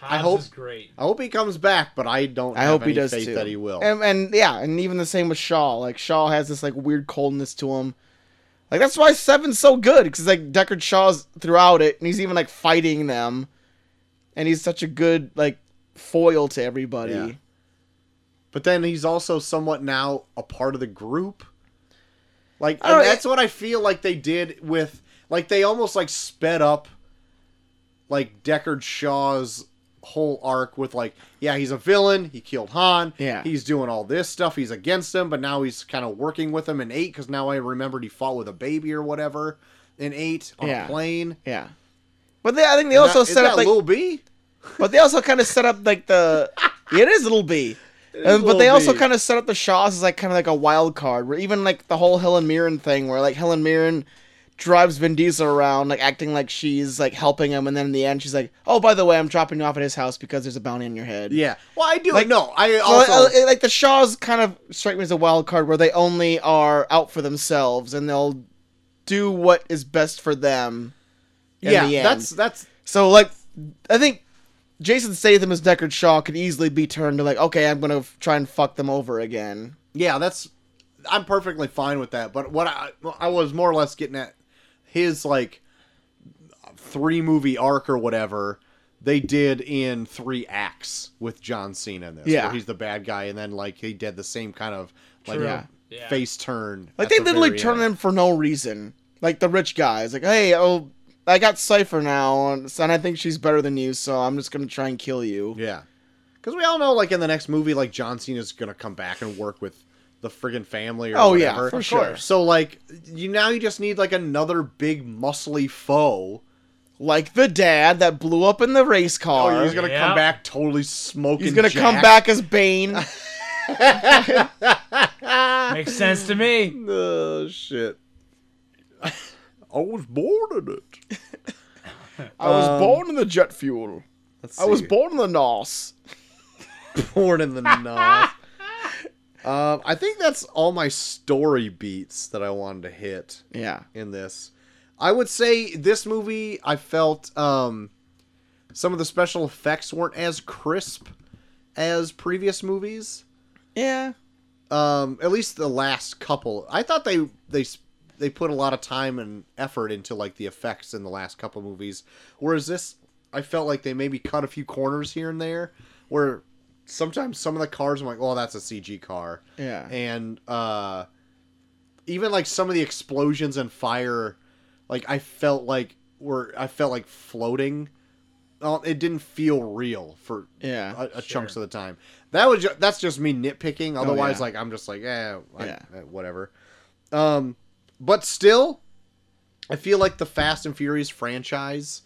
I
Hobbs
hope-
is great.
I hope he comes back but i don't
I
have
hope
any
he does
faith
too.
that he will
And, and yeah, and even the same with Shaw. Like Shaw has this like weird coldness to him. Like that's why Seven's so good because like Deckard Shaw's throughout it, and he's even like fighting them, and he's such a good like foil to everybody.
Yeah. but then he's also somewhat now a part of the group like
I don't-
and that's what i feel like they did with like they almost like sped up like deckard shaw's whole arc with like yeah he's a villain he killed han
Yeah.
he's doing all this stuff he's against him but now he's kind of working with him in eight because now i remembered he fought with a baby or whatever in eight on
Yeah.
a plane
Yeah. But they, I think they
Is
also
that- is
set
that
up like,
Lil b
but they also kind of set up like
[laughs]
the it is little B. Um, but
Lil
they also
B.
kind of set up the Shaws as like kind of like a wild card, where even like the whole Helen Mirren thing, where like Helen Mirren drives Vin Diesel around, like acting like she's like helping him, and then in the end she's like, "Oh, by the way, I'm dropping you off at his house because there's a bounty on your head."
yeah well i do
Like-
no i
So, like,
also
uh, like the Shaws kind of strike me as a wild card, where they only are out for themselves, and they'll do what is best for them. in
yeah
the end.
that's that's
So like, I think Jason Statham as Deckard Shaw could easily be turned to like, okay, I'm gonna f- try and fuck them over again.
Yeah, that's I'm perfectly fine with that. But what I I was more or less getting at his like three movie arc or whatever they did in three acts with John Cena in this. where
Yeah.
he's the bad guy, and then like he did the same kind of like
True. Yeah.
Yeah.
face turn.
Like
at
they
the
literally
very
turn
end.
him for no reason. Like the rich guy is like, hey, oh, I got Cipher now, and and I think she's better than you, so I'm just gonna try and kill you.
Yeah, because we all know like in the next movie, like John Cena's gonna come back and work with the friggin' family. Or
Oh, yeah,
whatever.
for Of sure. course.
So like you now you just need like another big muscly foe.
Like the dad that blew up in the race car.
Oh, he's
he's
gonna
gonna,
Yeah.
come back totally smoking.
come
jacked.
back as [laughs] Bane.
Makes sense to me.
Oh [laughs] shit! I was born in it.
I was born in the jet fuel.
Let's
I was
see.
born in the NOS.
born in the north. um, I think that's all my story beats that I wanted to hit
Yeah.
in this. I would say this movie, I felt um, some of the special effects weren't as crisp as previous movies.
Yeah.
um at least the last couple i thought they they s- they put a lot of time and effort into like the effects in the last couple movies whereas this i felt like they maybe cut a few corners here and there where sometimes some of the cars i'm like oh that's a cg car
Yeah.
and uh even like some of the explosions and fire like i felt like were i felt like floating Oh, it didn't feel real for
Yeah. Oh,
a, a chunks of the time. That was ju- that's just me nitpicking. Otherwise,
yeah.
like I'm just like, eh, I-
Yeah.
eh, whatever. Um, but still, I feel like the Fast and Furious franchise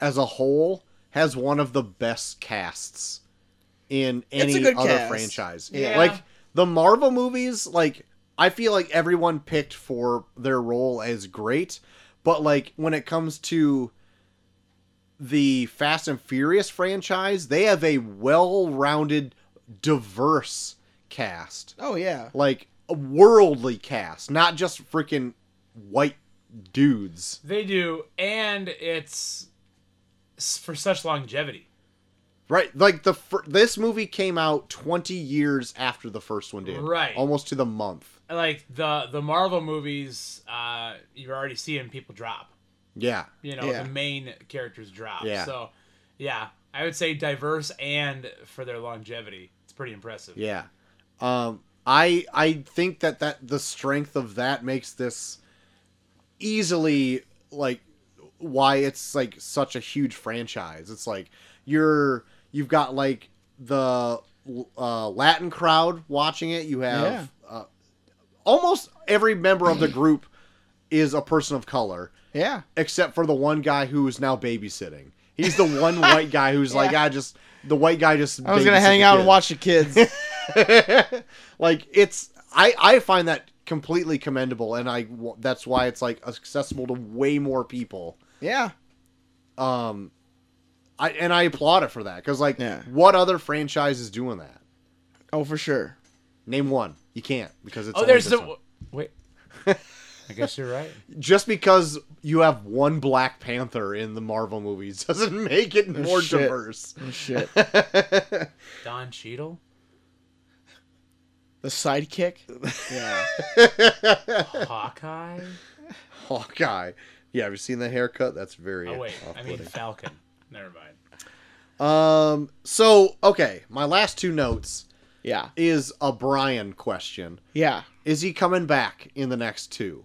as a whole has one of the best casts in
It's a
any
good
other
cast.
franchise.
Yeah.
Like the Marvel movies, like I feel like everyone picked for their role as great, but like when it comes to the Fast and Furious franchise, they have a well-rounded, diverse cast
Oh yeah.
like a worldly cast, not just freaking white dudes.
They do, and it's s- for such longevity.
Right, like the fir- this movie came out 20 years after the first one did.
Right.
Almost to the month.
Like the the Marvel movies, uh, you're already seeing people drop.
Yeah.
you know
Yeah.
the main characters drop
Yeah.
so yeah i would say diverse and for their longevity it's pretty impressive
Yeah. Um I I think that that the strength of that makes this easily like why it's like such a huge franchise. It's like you're you've got like the uh, Latin crowd watching it. You have
Yeah.
uh, almost every member of the group is a person of color
Yeah.
except for the one guy who is now babysitting. He's the
[laughs]
one white guy who's like, I just the white guy just.
I was gonna
babysit
hang
the
out and
kids."
watch the [laughs] kids.
[laughs] like it's I I find that completely commendable, and I w- that's why it's like accessible to way more people.
yeah.
I and I applaud it for that because like,
Yeah.
what other franchise is doing that?
Oh, for sure.
Name one. You can't because it's
oh
only
there's
this
the
one.
wait
[laughs]
i guess you're right
just because you have one Black Panther in the Marvel movies [laughs] doesn't make it more
shit.
diverse. [laughs]
Oh, shit.
don Cheadle.
The sidekick.
[laughs]
Yeah.
hawkeye
Hawkeye. Yeah, have you seen the haircut? That's very.
oh wait i mean
off-putting.
falcon never mind
Um. So okay, my last two notes
Yeah.
is a Brian question.
Yeah.
Is he coming back in the next two?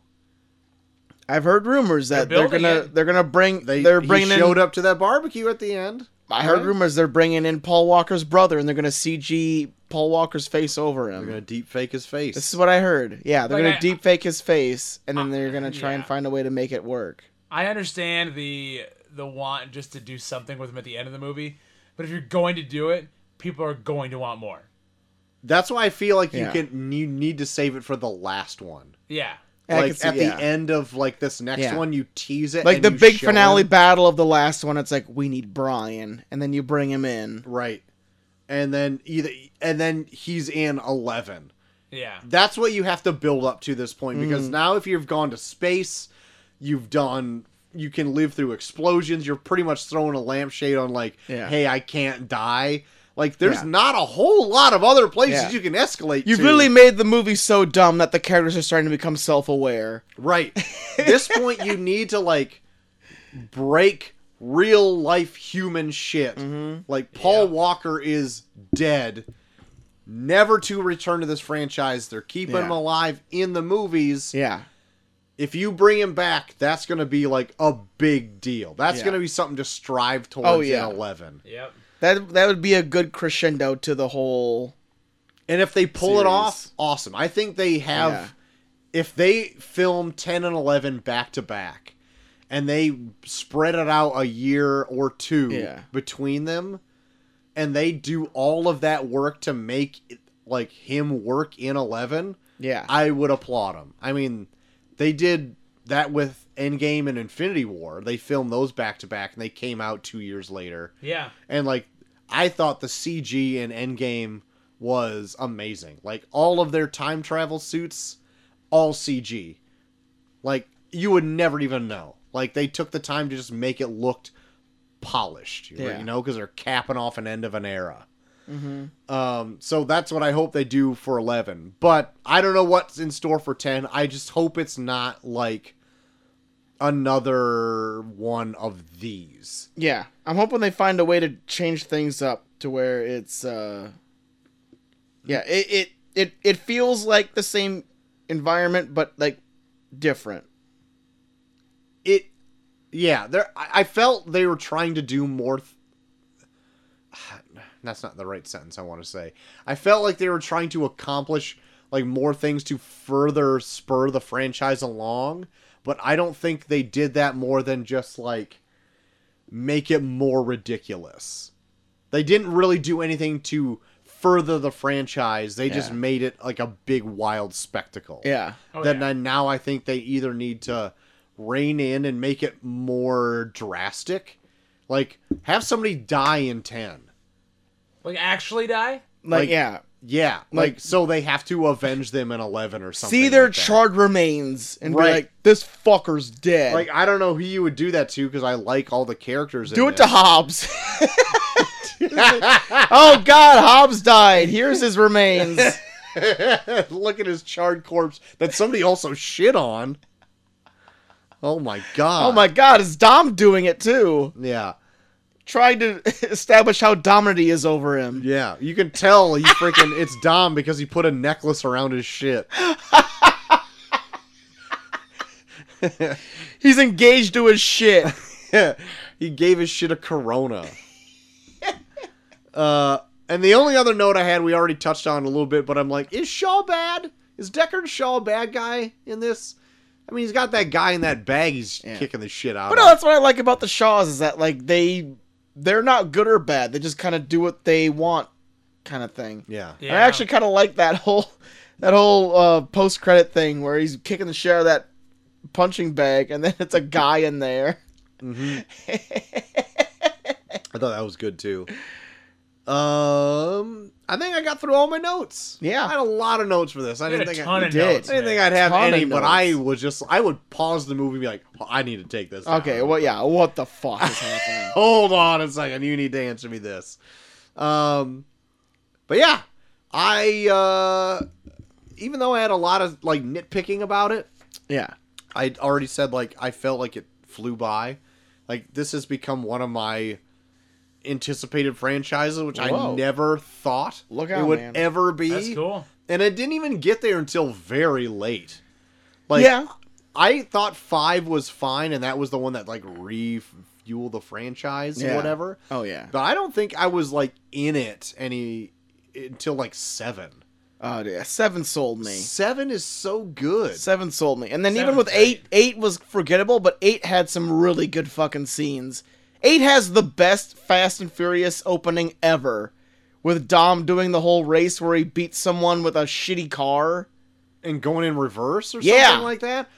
I've heard rumors that
They're
they're,
building
gonna
it.
they're gonna bring
They
they, are bringing
he
in.
showed up to that barbecue at the end.
I heard
right?
rumors they're bringing in Paul Walker's brother and they're gonna CG Paul Walker's face over
They're
him.
gonna deep fake his face.
This is what I heard. Yeah, they're
Like,
gonna
I-
deep fake his face and then they're gonna try and
yeah.
find a way to make it work.
I understand the the want just to do something with him at the end of the movie, but if you're going to do it, people are going to want more.
That's why I feel like you
Yeah.
can you need to save it for the last one.
Yeah.
Yeah, I
like
could see-
at
yeah.
the end of like this next
Yeah.
one, you tease it
like
and
the
you
big
show
finale
him-
battle of the last one. It's like we need Brian, and then you bring him in.
right? And then either and then he's in eleven.
Yeah.
that's what you have to build up to this point
Mm.
because now if you've gone to space you've done you can live through explosions you're pretty much throwing a lampshade on like
Yeah.
hey i can't die like there's
Yeah.
not a whole lot of other places
Yeah.
you can escalate
You've
to.
really made the movie so dumb that the characters are starting to become self-aware. [laughs]
right this point you need to like break real life human shit
Mm-hmm.
like paul walker is dead never to return to this franchise they're keeping
Yeah.
him alive in the movies
Yeah,
if you bring him back, that's going to be like a big deal. That's
Yeah.
going to be something to strive towards
Oh, yeah.
in 11.
Yep.
that that would be a good crescendo to the whole.
And if they pull it off,
Series.
awesome. I think they have
Yeah.
if they film 10 and 11 back to back and they spread it out a year or two
Yeah.
between them and they do all of that work to make it, like him work in 11,
Yeah,
I would applaud them. I mean, they did that with Endgame and Infinity War. They filmed those back to back, and they came out two years later.
Yeah.
And like, I thought the CG in Endgame was amazing. Like all of their time travel suits, all CG. Like you would never even know. Like they took the time to just make it looked polished.
Yeah.
You know, because they're capping off an end of an era. Um, so that's what I hope they do for 11. But I don't know what's in store for 10. I just hope it's not like another one of these.
yeah. I'm hoping they find a way to change things up to where it's. uh Yeah, it it it, it feels like the same environment, but like different.
It, yeah, there. I I felt they were trying to do more. Th- [sighs] that's not the right sentence I want to say. I felt like they were trying to accomplish like more things to further spur the franchise along, but I don't think they did that more than just like make it more ridiculous. They didn't really do anything to further the franchise. They just
Yeah.
made it like a big wild spectacle.
Yeah,
Oh,
then
yeah.
I, now I think they either need to rein in and make it more drastic, like have somebody die in ten.
Like actually die?
like,
Like,
yeah.
Yeah, like,
Like-
so they have to avenge them in eleven or something.
See their
like that.
charred remains and
Right.
be like, "This fucker's dead."
Like I don't know who you would do that to because I like all the characters.
Do
in
it to Hobbs. [laughs]
[laughs]
oh God, Hobbs died. Here's his remains.
to Look at his charred corpse that somebody also shit on. Oh my god.
Oh my god, is Dom doing it too?
Yeah.
Trying to [laughs] establish how dominant he is over him.
Yeah. You can tell he freaking it's Dom because he put a necklace around his shit.
He's engaged to his [laughs] shit.
[laughs] he gave his shit a corona. uh and the only other note I had we already touched on a little bit, but I'm like, is Shaw bad? Is Deckard Shaw a bad guy in this? I mean, he's got that guy in that bag he's
Yeah.
kicking the shit out
But
of.
no, that's what I like about the Shaws is that like they they're not good or bad. They just kind of do what they want, kind of thing.
yeah.
Yeah.
And I actually kind of like that whole that whole uh, post credit thing where he's kicking the shit out of that punching bag, and then [laughs] it's a guy in there. Mm-hmm. [laughs]
I thought that was good too. Um, I think I got through all my notes.
Yeah.
I had a lot of notes for this. I
You
didn't
had a
think
ton
I,
of
you did.
notes.
I didn't
man.
think I'd have
Ton of
any, but I
notes.
was just I would pause the movie and be like, "Oh, I need to take this. down."
Okay, well, yeah. What the fuck is happening?
hold on a second. You need to answer me this. Um, but yeah, I uh, even though I had a lot of like nitpicking about it,
[laughs] Yeah,
I already said like I felt like it flew by. Like this has become one of my anticipated franchises, which I
Whoa.
never thought
Look
it
out,
would
man.
ever be.
That's cool.
And it didn't even get there until very late. Like
yeah.
I thought five was fine, and that was the one that like refueled the franchise or
Yeah.
whatever.
Oh yeah.
But I don't think I was like in it any until like seven.
Oh yeah. Seven sold me.
Seven is so good.
Seven sold me, and then even
Seven's
with eight, eight was forgettable, but eight had some really good fucking scenes. Eight has the best Fast and Furious opening ever, with Dom doing the whole race where he beats someone with a shitty car.
and going in reverse or
Yeah.
something like that.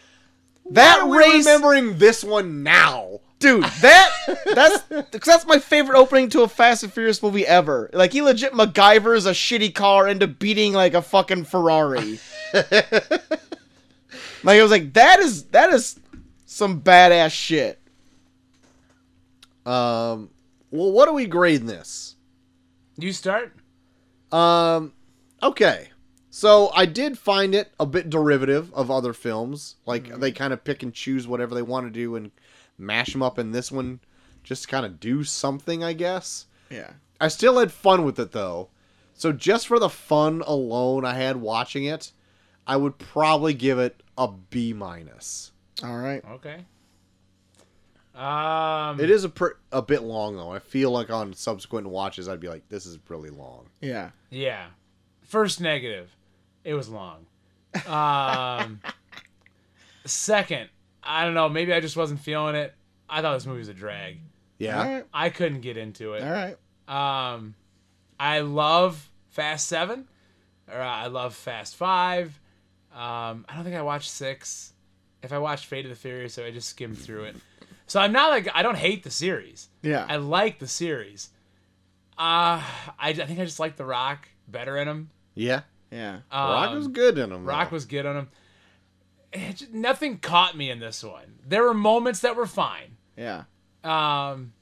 That
Why are we
race,
remembering this one now.
dude. [laughs] That that's because that's my favorite opening to a Fast and Furious movie ever. Like he legit MacGyver's a shitty car into beating like a fucking [laughs] Ferrari. like I was like, that is that is some badass shit.
Um, [laughs] well, what do we grade this?
You start.
Um, okay. So I did find it a bit derivative of other films. Like
Mm-hmm.
they kind of pick and choose whatever they want to do and mash them up in this one just to kind of do something, I guess.
Yeah.
I still had fun with it though. So just for the fun alone I had watching it, I would probably give it a B minus.
All right.
Okay. Um.
It is a pr- a bit long though. I feel like on subsequent watches I'd be like this is really long.
Yeah.
Yeah. First negative, it was long. Um, [laughs] second, I don't know. Maybe I just wasn't feeling it. I thought this movie was a drag.
Yeah.
All right.
I couldn't get into it.
All right.
Um, I love Fast Seven, or uh, I love Fast Five. Um, I don't think I watched six. If I watched Fate of the Furious, so I just skimmed through it. So I'm not like I don't hate the series.
Yeah.
I like the series. Uh, I, I think I just like The Rock better in him.
Yeah.
yeah.
Um,
Rock was good in them.
Rock
though.
was good on him. It just- nothing caught me in this one. There were moments that were fine.
Yeah.
Um,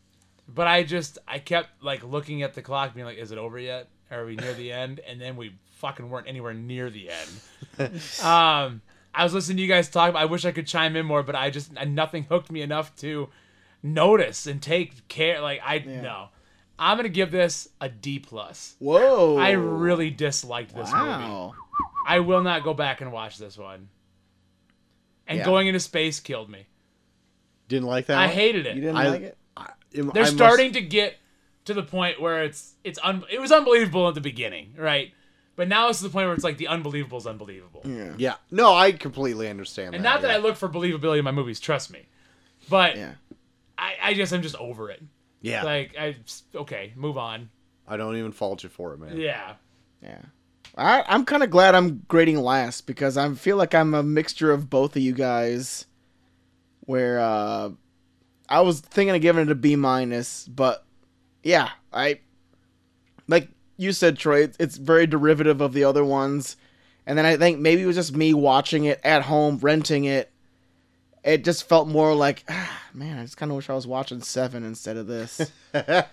but I just I kept like looking at the clock, being like, "Is it over yet? Are we
[laughs]
near the end?" And then we fucking weren't anywhere near the end.
[laughs]
um, I was listening to you guys talk. About, I wish I could chime in more, but I just and nothing hooked me enough to notice and take care. Like I no, I'm gonna give this a D plus.
Whoa.
I really disliked this movie.
Wow.
I will not go back and watch this one. And
Yeah.
going into space killed me.
Didn't like that.
I
one?
hated
You
it.
didn't
I
like it?
I- am-
They're
I must-
starting to get to the point where it's it's un- it was unbelievable at the beginning, right? But now it's to the point where it's like the unbelievable is unbelievable.
Yeah.
yeah. No, I completely understand
And
that.
not that
yeah.
I look for believability in my movies, trust me. But
Yeah.
I, I just I'm just over it.
Yeah.
Like I okay, move on.
I don't even fault you for it, man.
Yeah.
Yeah. I, I'm kind of glad I'm grading last because I feel like I'm a mixture of both of you guys. Where uh, I was thinking of giving it a B minus, but yeah, I like you said, Troy. It's, it's very derivative of the other ones, and then I think maybe it was just me watching it at home, renting it. It just felt more like, [sighs] ah, man, I just kind of wish I was watching Seven instead of this. [laughs] Cause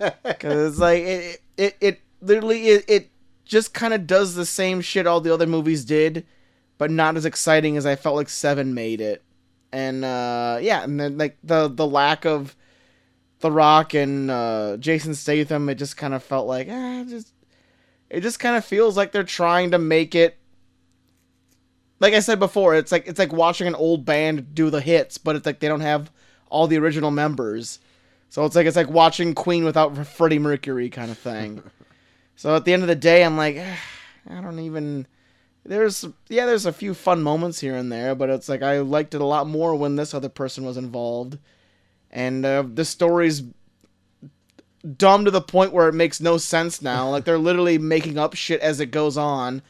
it's like it, it, it literally it, it just kind of does the same shit all the other movies did, but not as exciting as I felt like Seven made it. and uh, yeah, and then like the the lack of The Rock and uh, Jason Statham, it just kind of felt like ah, just it just kind of feels like they're trying to make it. Like I said before, it's like it's like watching an old band do the hits, but it's like they don't have all the original members. So it's like it's like watching Queen without Freddie Mercury kind of
[laughs]
thing. so at the end of the day, I'm like, "Ah, I don't even. There's yeah, there's a few fun moments here and there, but it's like I liked it a lot more when this other person was involved, and uh, the story's dumb to the point where it makes no sense now. like they're literally making up shit as it goes on,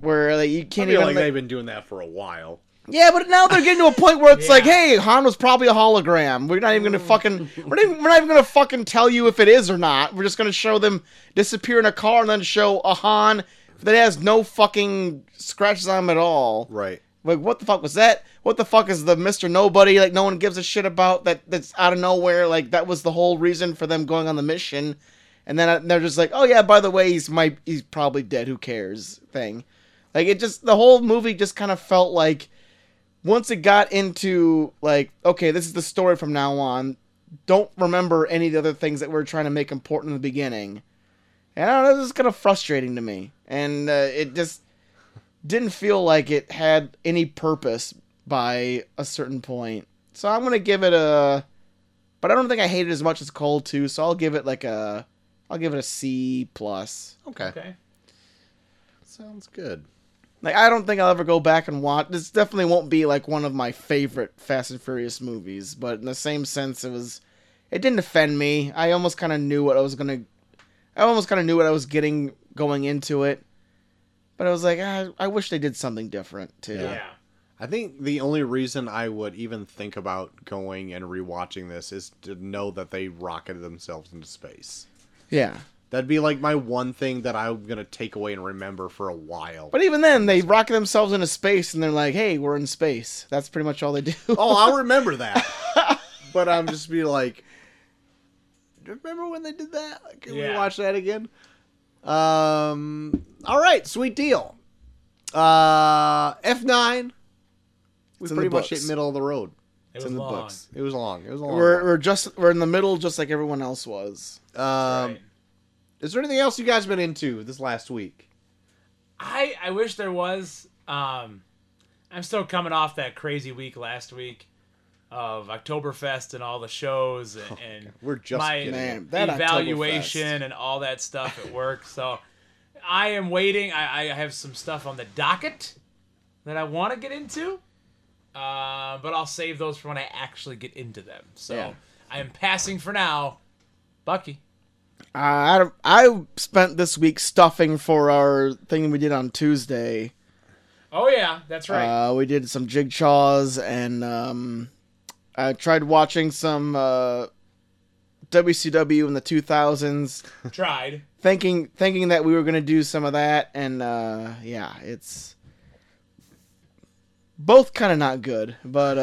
where like you
I
can't
feel
even
like
like-
they've been doing that for a while.
yeah, but now they're getting to a point where it's
Yeah.
like, hey, Han was probably a hologram. We're not even gonna fucking we're not, even, we're not even gonna fucking tell you if it is or not. We're just gonna show them disappear in a car and then show a Han that has no fucking scratches on him at all.
Right.
Like, what the fuck was that? What the fuck is the Mister Nobody? Like, no one gives a shit about that. That's out of nowhere. Like, that was the whole reason for them going on the mission. And then uh, they're just like, oh yeah, by the way, he's my he's probably dead. Who cares? Thing. Like it just the whole movie just kind of felt like once it got into like okay, this is the story from now on. Don't remember any of the other things that we are trying to make important in the beginning. And I don't know, this is kind of frustrating to me. And uh, it just didn't feel like it had any purpose by a certain point. So I'm gonna give it a, but I don't think I hate it as much as Cold Two. So I'll give it like a, I'll give it a C plus.
Okay.
Okay.
Sounds good.
Like I don't think I'll ever go back and watch. This definitely won't be like one of my favorite Fast and Furious movies, but in the same sense, it was. It didn't offend me. I almost kind of knew what I was gonna. I almost kind of knew what I was getting going into it, but I was like, ah, I wish they did something different too.
Yeah.
I think the only reason I would even think about going and rewatching this is to know that they rocketed themselves into space.
Yeah.
That'd be like my one thing that I'm gonna take away and remember for a while.
But even then, they rocket themselves into space, and they're like, "Hey, we're in space." That's pretty much all they do.
oh, I'll remember that. but I'm just be like, "Do you remember when they did that? Can we
Yeah.
watch that again? Um, all right, sweet deal. Uh, F9. We
It's in
pretty
the
much hit
books.
middle of the road.
It was
in the
long.
books. It was long. It was a
[laughs]
long.
We're,
one.
we're just we're in the middle, just like everyone else was.
Um,
Right.
Is there anything else you guys been into this last week?
I I wish there was. Um, I'm still coming off that crazy week last week of Oktoberfest and all the shows
Oh,
and, and
We're just
my
kidding.
Man, that
evaluation and all that stuff at work. so I am waiting. I, I have some stuff on the docket that I want to get into, uh, but I'll save those for when I actually get into them. So
Yeah.
I am passing for now. Bucky.
Uh, I I spent this week stuffing for our thing we did on Tuesday.
Oh yeah, that's right.
Uh, we did some jig chaws, and um, I tried watching some uh, WCW in the 2000s,
Tried.
thinking thinking that we were gonna do some of that, and uh, yeah, it's both kind of not good, but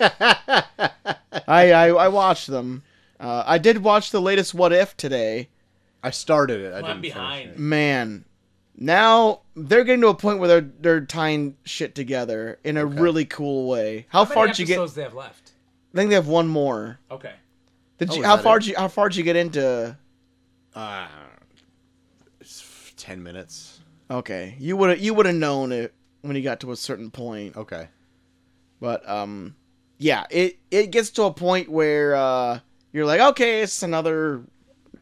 uh,
[laughs]
I, I I watched them. Uh, I did watch the latest What If today.
I started it. I
Well,
didn't
I'm behind.
finish
man now they're getting to a point where they're they're tying shit together in a really cool way how,
How
far
many
did you get i
episodes they have left?
think they have one more
Okay.
did
Oh,
you
is
how
that
far
it?
did you how far did you get into
it. Uh, it's f- ten minutes.
okay you would have you would have known it when you got to a certain point
Okay.
but um yeah it it gets to a point where uh you're like okay it's another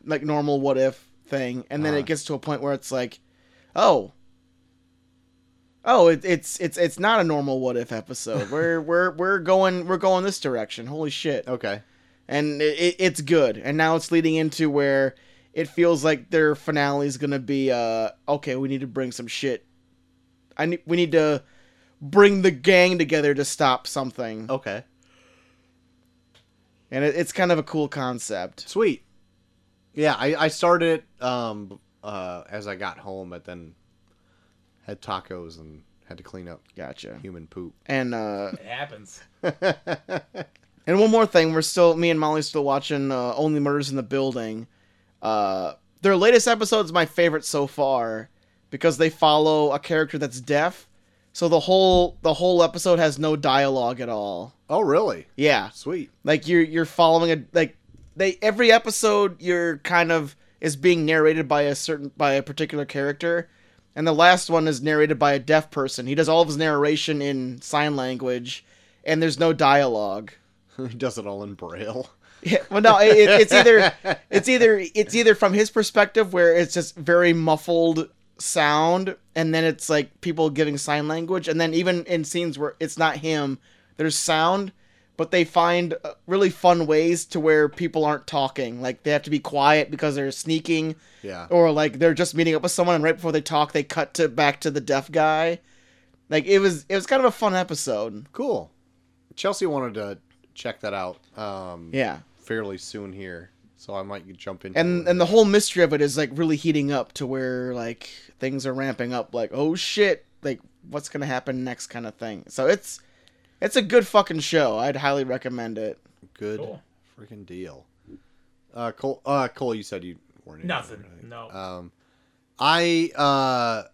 like normal what if thing and then
Uh-huh.
it gets to a point where it's like oh oh it, it's it's it's not a normal what if episode we're [laughs] we're we're going we're going this direction holy shit
Okay.
and it, it, it's good. And now it's leading into where it feels like their finale is gonna be uh okay. We need to bring some shit. I need we need to bring the gang together to stop something.
Okay.
And it, it's kind of a cool concept.
Sweet. Yeah, I, I started it um, uh, as I got home, but then had tacos and had to clean up
Gotcha.
human poop.
And uh
It happens.
and one more thing, we're still me and Molly's still watching uh, Only Murders in the Building. Uh, their latest episode is my favorite so far because they follow a character that's deaf So the whole the whole episode has no dialogue at all.
Oh, really?
Yeah.
Sweet.
Like you're you're following a like they every episode you're kind of is being narrated by a certain by a particular character, and the last one is narrated by a deaf person. He does all of his narration in sign language, and there's no dialogue.
[laughs] he does it all in braille.
Yeah, [laughs] well, no, it, it- it's either it's either it's either from his perspective where it's just very muffled sound, and then it's like people giving sign language, and then even in scenes where it's not him, there's sound, but they find uh, really fun ways to where people aren't talking, like they have to be quiet because they're sneaking,
Yeah.
or like they're just meeting up with someone, and right before they talk, they cut to back to the deaf guy. Like it was, it was kind of a fun episode.
Cool. Chelsea wanted to check that out um,
Yeah.
fairly soon here, so I might jump into
and
it.
and the whole mystery of it is like really heating up to where like things are ramping up like oh shit like what's gonna happen next kind of thing so it's it's a good fucking show i'd highly recommend it
good
Cool.
freaking deal. Uh, Cole, uh, Cole, you said you weren't into it,
Nothing.
right?
No.
Um, I uh,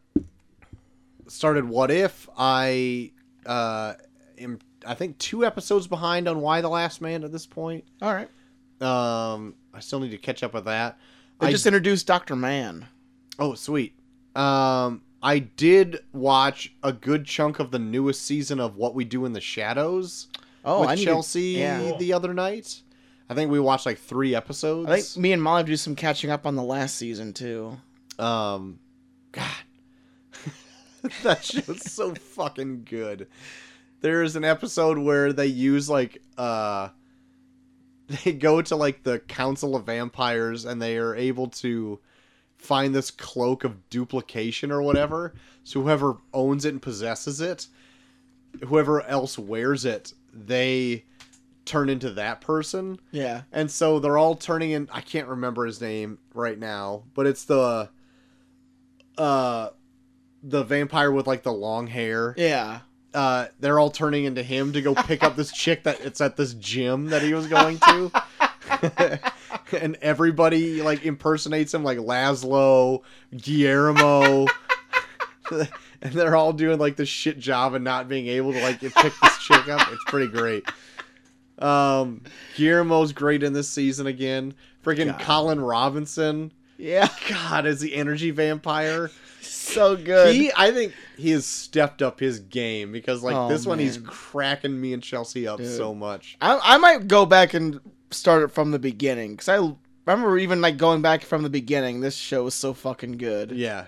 started What If. I uh, am, I think, two episodes behind on Why the Last Man at this point.
all right
Um, I still need to catch up with that.
they
I
just introduced dr man
Oh, sweet. Um, I did watch a good chunk of the newest season of What We Do in the Shadows
oh
with
i need
Chelsea
yeah.
the other night. I think we watched like three episodes.
i think me and molly have to do some catching up on the last season too
Um, God, [laughs] that show's so fucking good. There is an episode where they use like uh, they go to like the Council of Vampires and they are able to find this cloak of duplication or whatever. So whoever owns it and possesses it, whoever else wears it, they turn into that person.
yeah
And so they're all turning in. I can't remember his name right now, but it's the, uh, the vampire with like the long hair.
yeah
Uh, they're all turning into him to go pick up this chick that it's at this gym that he was going to. [laughs] and everybody like impersonates him, like Laszlo, Guillermo, [laughs] and they're all doing like this shit job and not being able to like pick this chick up. It's pretty great. Um, Guillermo's great in this season again. Freaking
God.
Colin Robinson.
yeah [laughs]
God, is the energy vampire.
so good
He, I think he has stepped up his game because like
Oh,
this one, he's
man.
cracking me and Chelsea up
Dude.
so much.
I, I might go back and start it from the beginning because i remember even like going back from the beginning this show was so fucking good
Yeah,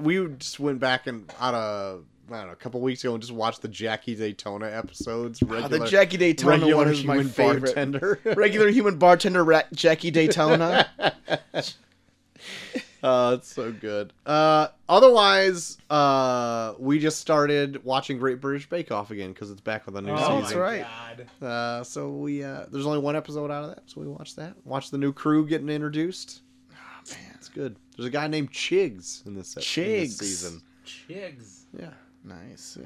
we just went back and out of I don't know a couple weeks ago and just watched the Jackie Daytona episodes.
Ah,
Regular,
the Jackie Daytona
regular
one is my
human
favorite.
bartender.
[laughs]
[laughs]
Regular human bartender Ra- Jackie [laughs] Daytona.
Uh, it's so good. Uh, otherwise, uh, we just started watching Great British Bake Off again because it's back with a new
Oh,
season.
that's right.
God.
Uh, so we uh, there's only one episode out of that, so we watched that. Watched the new crew getting introduced.
Man,
It's good. There's a guy named Chigs in this, in this
Chiggs.
season.
Chigs.
Yeah,
nice.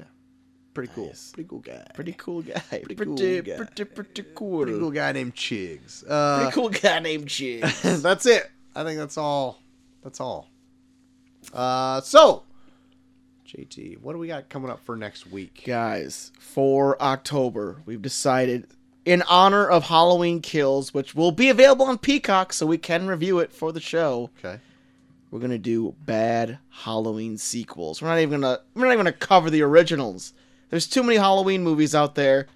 pretty cool.
Nice.
Pretty cool guy.
Pretty cool guy. [laughs] Pretty,
cool
pretty,
guy.
pretty, pretty cool.
Pretty cool guy named Chigs. Uh,
Pretty cool guy named Chig.
that's it. I think that's all. That's all. Uh, so, JT, what do we got coming up for next week?
[laughs] Guys, for October, we've decided in honor of Halloween Kills, which will be available on Peacock, so we can review it for the show.
Okay.
We're gonna do bad Halloween sequels. We're not even gonna we're not even gonna cover the originals. There's too many Halloween movies out there.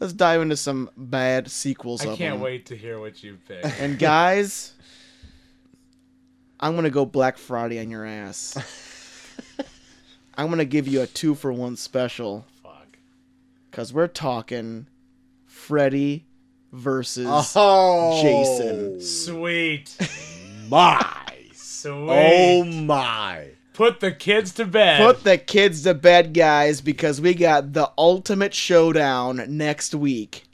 Let's dive into some bad sequels.
I
of
can't
them.
wait to hear what you pick.
And guys, I'm gonna go Black Friday on your
[laughs]
ass. I'm gonna give you a two for one special
Fuck.
because we're talking Freddy versus
Oh,
Jason.
Sweet.
my.
Sweet.
Oh my.
Put the kids to bed.
Put the kids to bed, guys, because we got the ultimate showdown next week.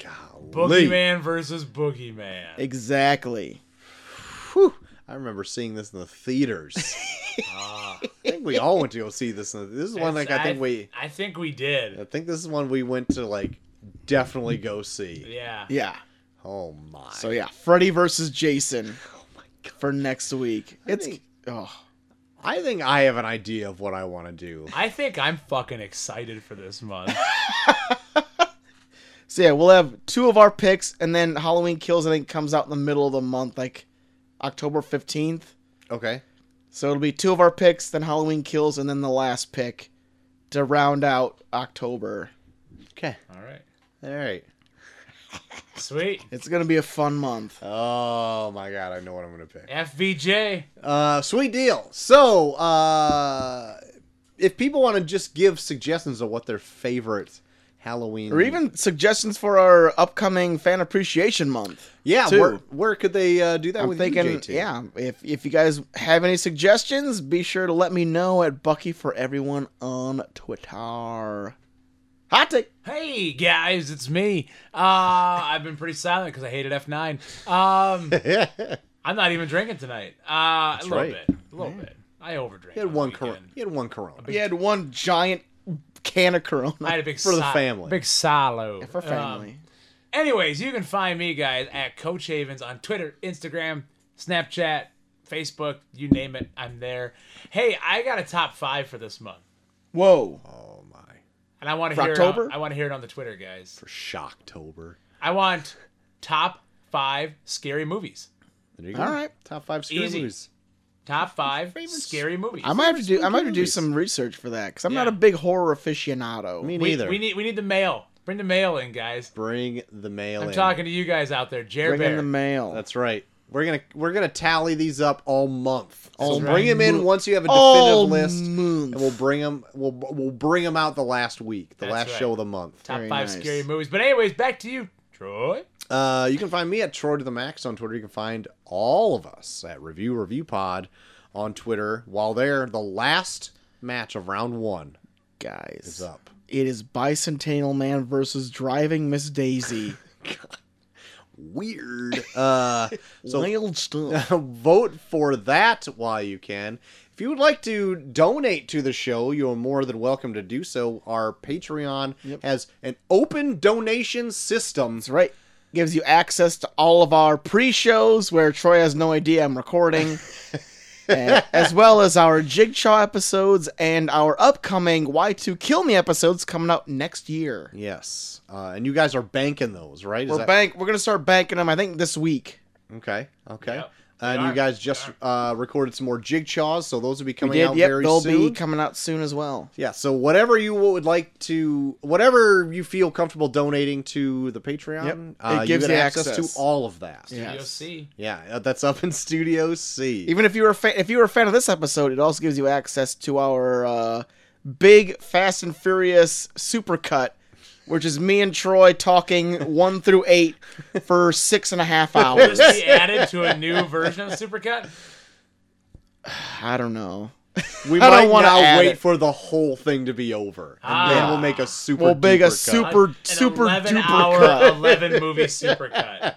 Golly.
Boogeyman versus Boogeyman.
Exactly.
Whew. I remember seeing this in the [laughs] theaters.
Ah.
I think we all went to go see this. In the, this is one like I think we.
I think we
I
did.
think this is one we went to like definitely go see.
Yeah.
Yeah.
Oh my.
So yeah, Freddy versus Jason for next week. it's
think-
oh,
I think I have an idea of what I want to do.
I think I'm fucking excited for this month.
So yeah, we'll have two of our picks, and then Halloween Kills I think comes out in the middle of the month, like October fifteenth.
Okay.
So it'll be two of our picks, then Halloween Kills, and then the last pick to round out October.
Okay.
All right.
All right.
Sweet.
It's gonna be a fun month.
Oh my god, I know what I'm gonna pick.
FVJ.
Uh, sweet deal. So, uh, if people want to just give suggestions of what their favorite Halloween
Or even suggestions for our upcoming Fan Appreciation Month.
yeah,
too.
where, where could they uh, do that?
I'm
with
thinking,
you, JT?
yeah. If if you guys have any suggestions, be sure to let me know at Bucky for Everyone on Twitter. Hot take.
Hey guys, it's me. Uh, I've been pretty silent because I hated F9. Um,
[laughs]
I'm not even drinking tonight. Uh, a little
right.
bit. A little bit. I overdrank.
He had
on
one
the
corona.
weekend.
He had one corona.
You had one giant can of Corona
I had a big
For the
si-
family.
Big silo.
for
Um,
family.
anyways, you can find me guys at Coach Havens on Twitter, Instagram, Snapchat, Facebook, you name it, I'm there. Hey, I got a top five for this month.
Whoa.
Oh my,
And I want to
For
hear
October?
It on, I want to hear it on the Twitter, guys.
for Shocktober.
I want top five scary movies.
There you
All right.
top five scary
Easy.
movies.
Top five
Favorites.
scary movies.
I might have to do. I might have to do
movies.
some research for that because I'm not
Yeah.
a big horror aficionado.
Me
we,
neither.
We need we need the mail. Bring the mail in, guys.
Bring the mail.
I'm
in.
talking to you guys out there, Jer
Bring in
Bear.
the mail.
That's right. We're gonna we're gonna tally these up all month.
All
so bring them in
mo-
once you have a
all
Oh,
definitive list,
month.
and we'll bring them we'll we'll bring 'em out the last week, the
That's
last
right.
show of the month.
Top
Very
five
nice.
scary movies. But anyways, back to you, Troy.
Uh, you can find me at Troy to the Max on Twitter. You can find all of us at Review Review Pod on Twitter. While there, the last match of round one
guys.
is up.
It is Bicentennial Man versus Driving Miss Daisy.
Weird. Uh, so
Wild stuff.
[laughs] vote for that while you can. If you would like to donate to the show, you are more than welcome to do so. Our Patreon has an open donation system.
That's right. Gives you access to all of our pre-shows where Troy has no idea I'm [laughs] recording, and- as well as our Jigsaw episodes and our upcoming Why to Kill Me episodes coming out next year.
Yes, uh, and you guys are banking those, right? Is
We're
that-
bank. We're gonna start banking them. I think this week.
Okay. Okay.
Yep, we
and
are,
you guys
we
just uh, recorded some more jig chaws, so those will be coming
Did-
out
yep,
very
they'll
soon.
be coming out soon as well.
yeah. So whatever you would like to, whatever you feel comfortable donating to the Patreon,
Yep,
uh,
it
you
gives
get
you
access.
access.
to all of that.
Yeah. Yes.
DOC.
Yeah, uh, that's up in Studio C.
Even if you were a fan, if you were a fan of this episode, it also gives you access to our uh, big Fast and Furious supercut, which is me and Troy talking [laughs] one through eight for six and a [laughs] half
Will
hours.
this be added to a new version of Supercut?
I don't know.
we
I don't
might
wanna
now
add
wait
it.
for the whole thing to be over, and
Ah.
then we'll make a super.
We'll make a
duper cut.
super super
eleven
duper
hour,
cut.
eleven movie
[laughs]
Supercut.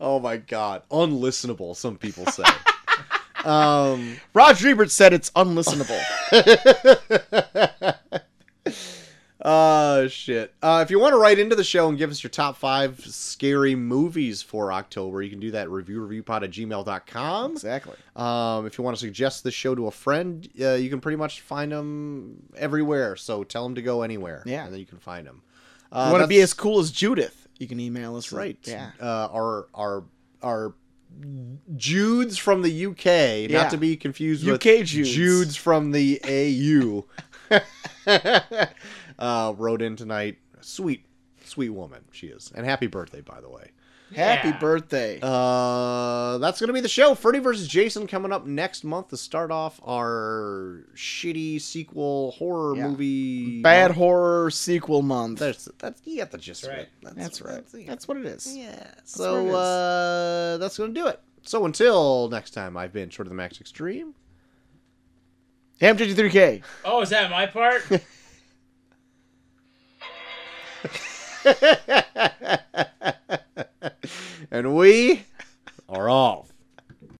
Oh my god, unlistenable. Some people say. [laughs] um.
Roger Ebert said it's [laughs] unlistenable.
Uh, shit. Uh, if you want to write into the show and give us your top five scary movies for October, you can do that at reviewreviewpod at gmail.com.
exactly.
Um, if you want to suggest the show to a friend, uh, you can pretty much find them everywhere. So tell them to go anywhere.
Yeah.
And then you can find them.
You
Uh,
want to be
that's
as cool as Judith? You can email us.
right.
Yeah.
Uh, our, our, our Judes from the UK,
Yeah.
not to be confused with
UK Judes.
Judes from the AU, [laughs] uh, wrote in tonight. Sweet, sweet woman she is, and happy birthday by the way.
Happy
Yeah.
birthday.
Uh, that's gonna be the show. Freddy versus Jason coming up next month to start off our shitty sequel horror
Yeah.
movie.
Bad
month.
horror sequel month.
That's that's you got the gist of
Right.
it.
That's right.
yeah.
That's what it is.
Yeah.
what it
So
is.
uh, that's gonna do it. So until next time, I've been short of the max extreme.
Ham 53K.
Oh, is that my part?
and we are off.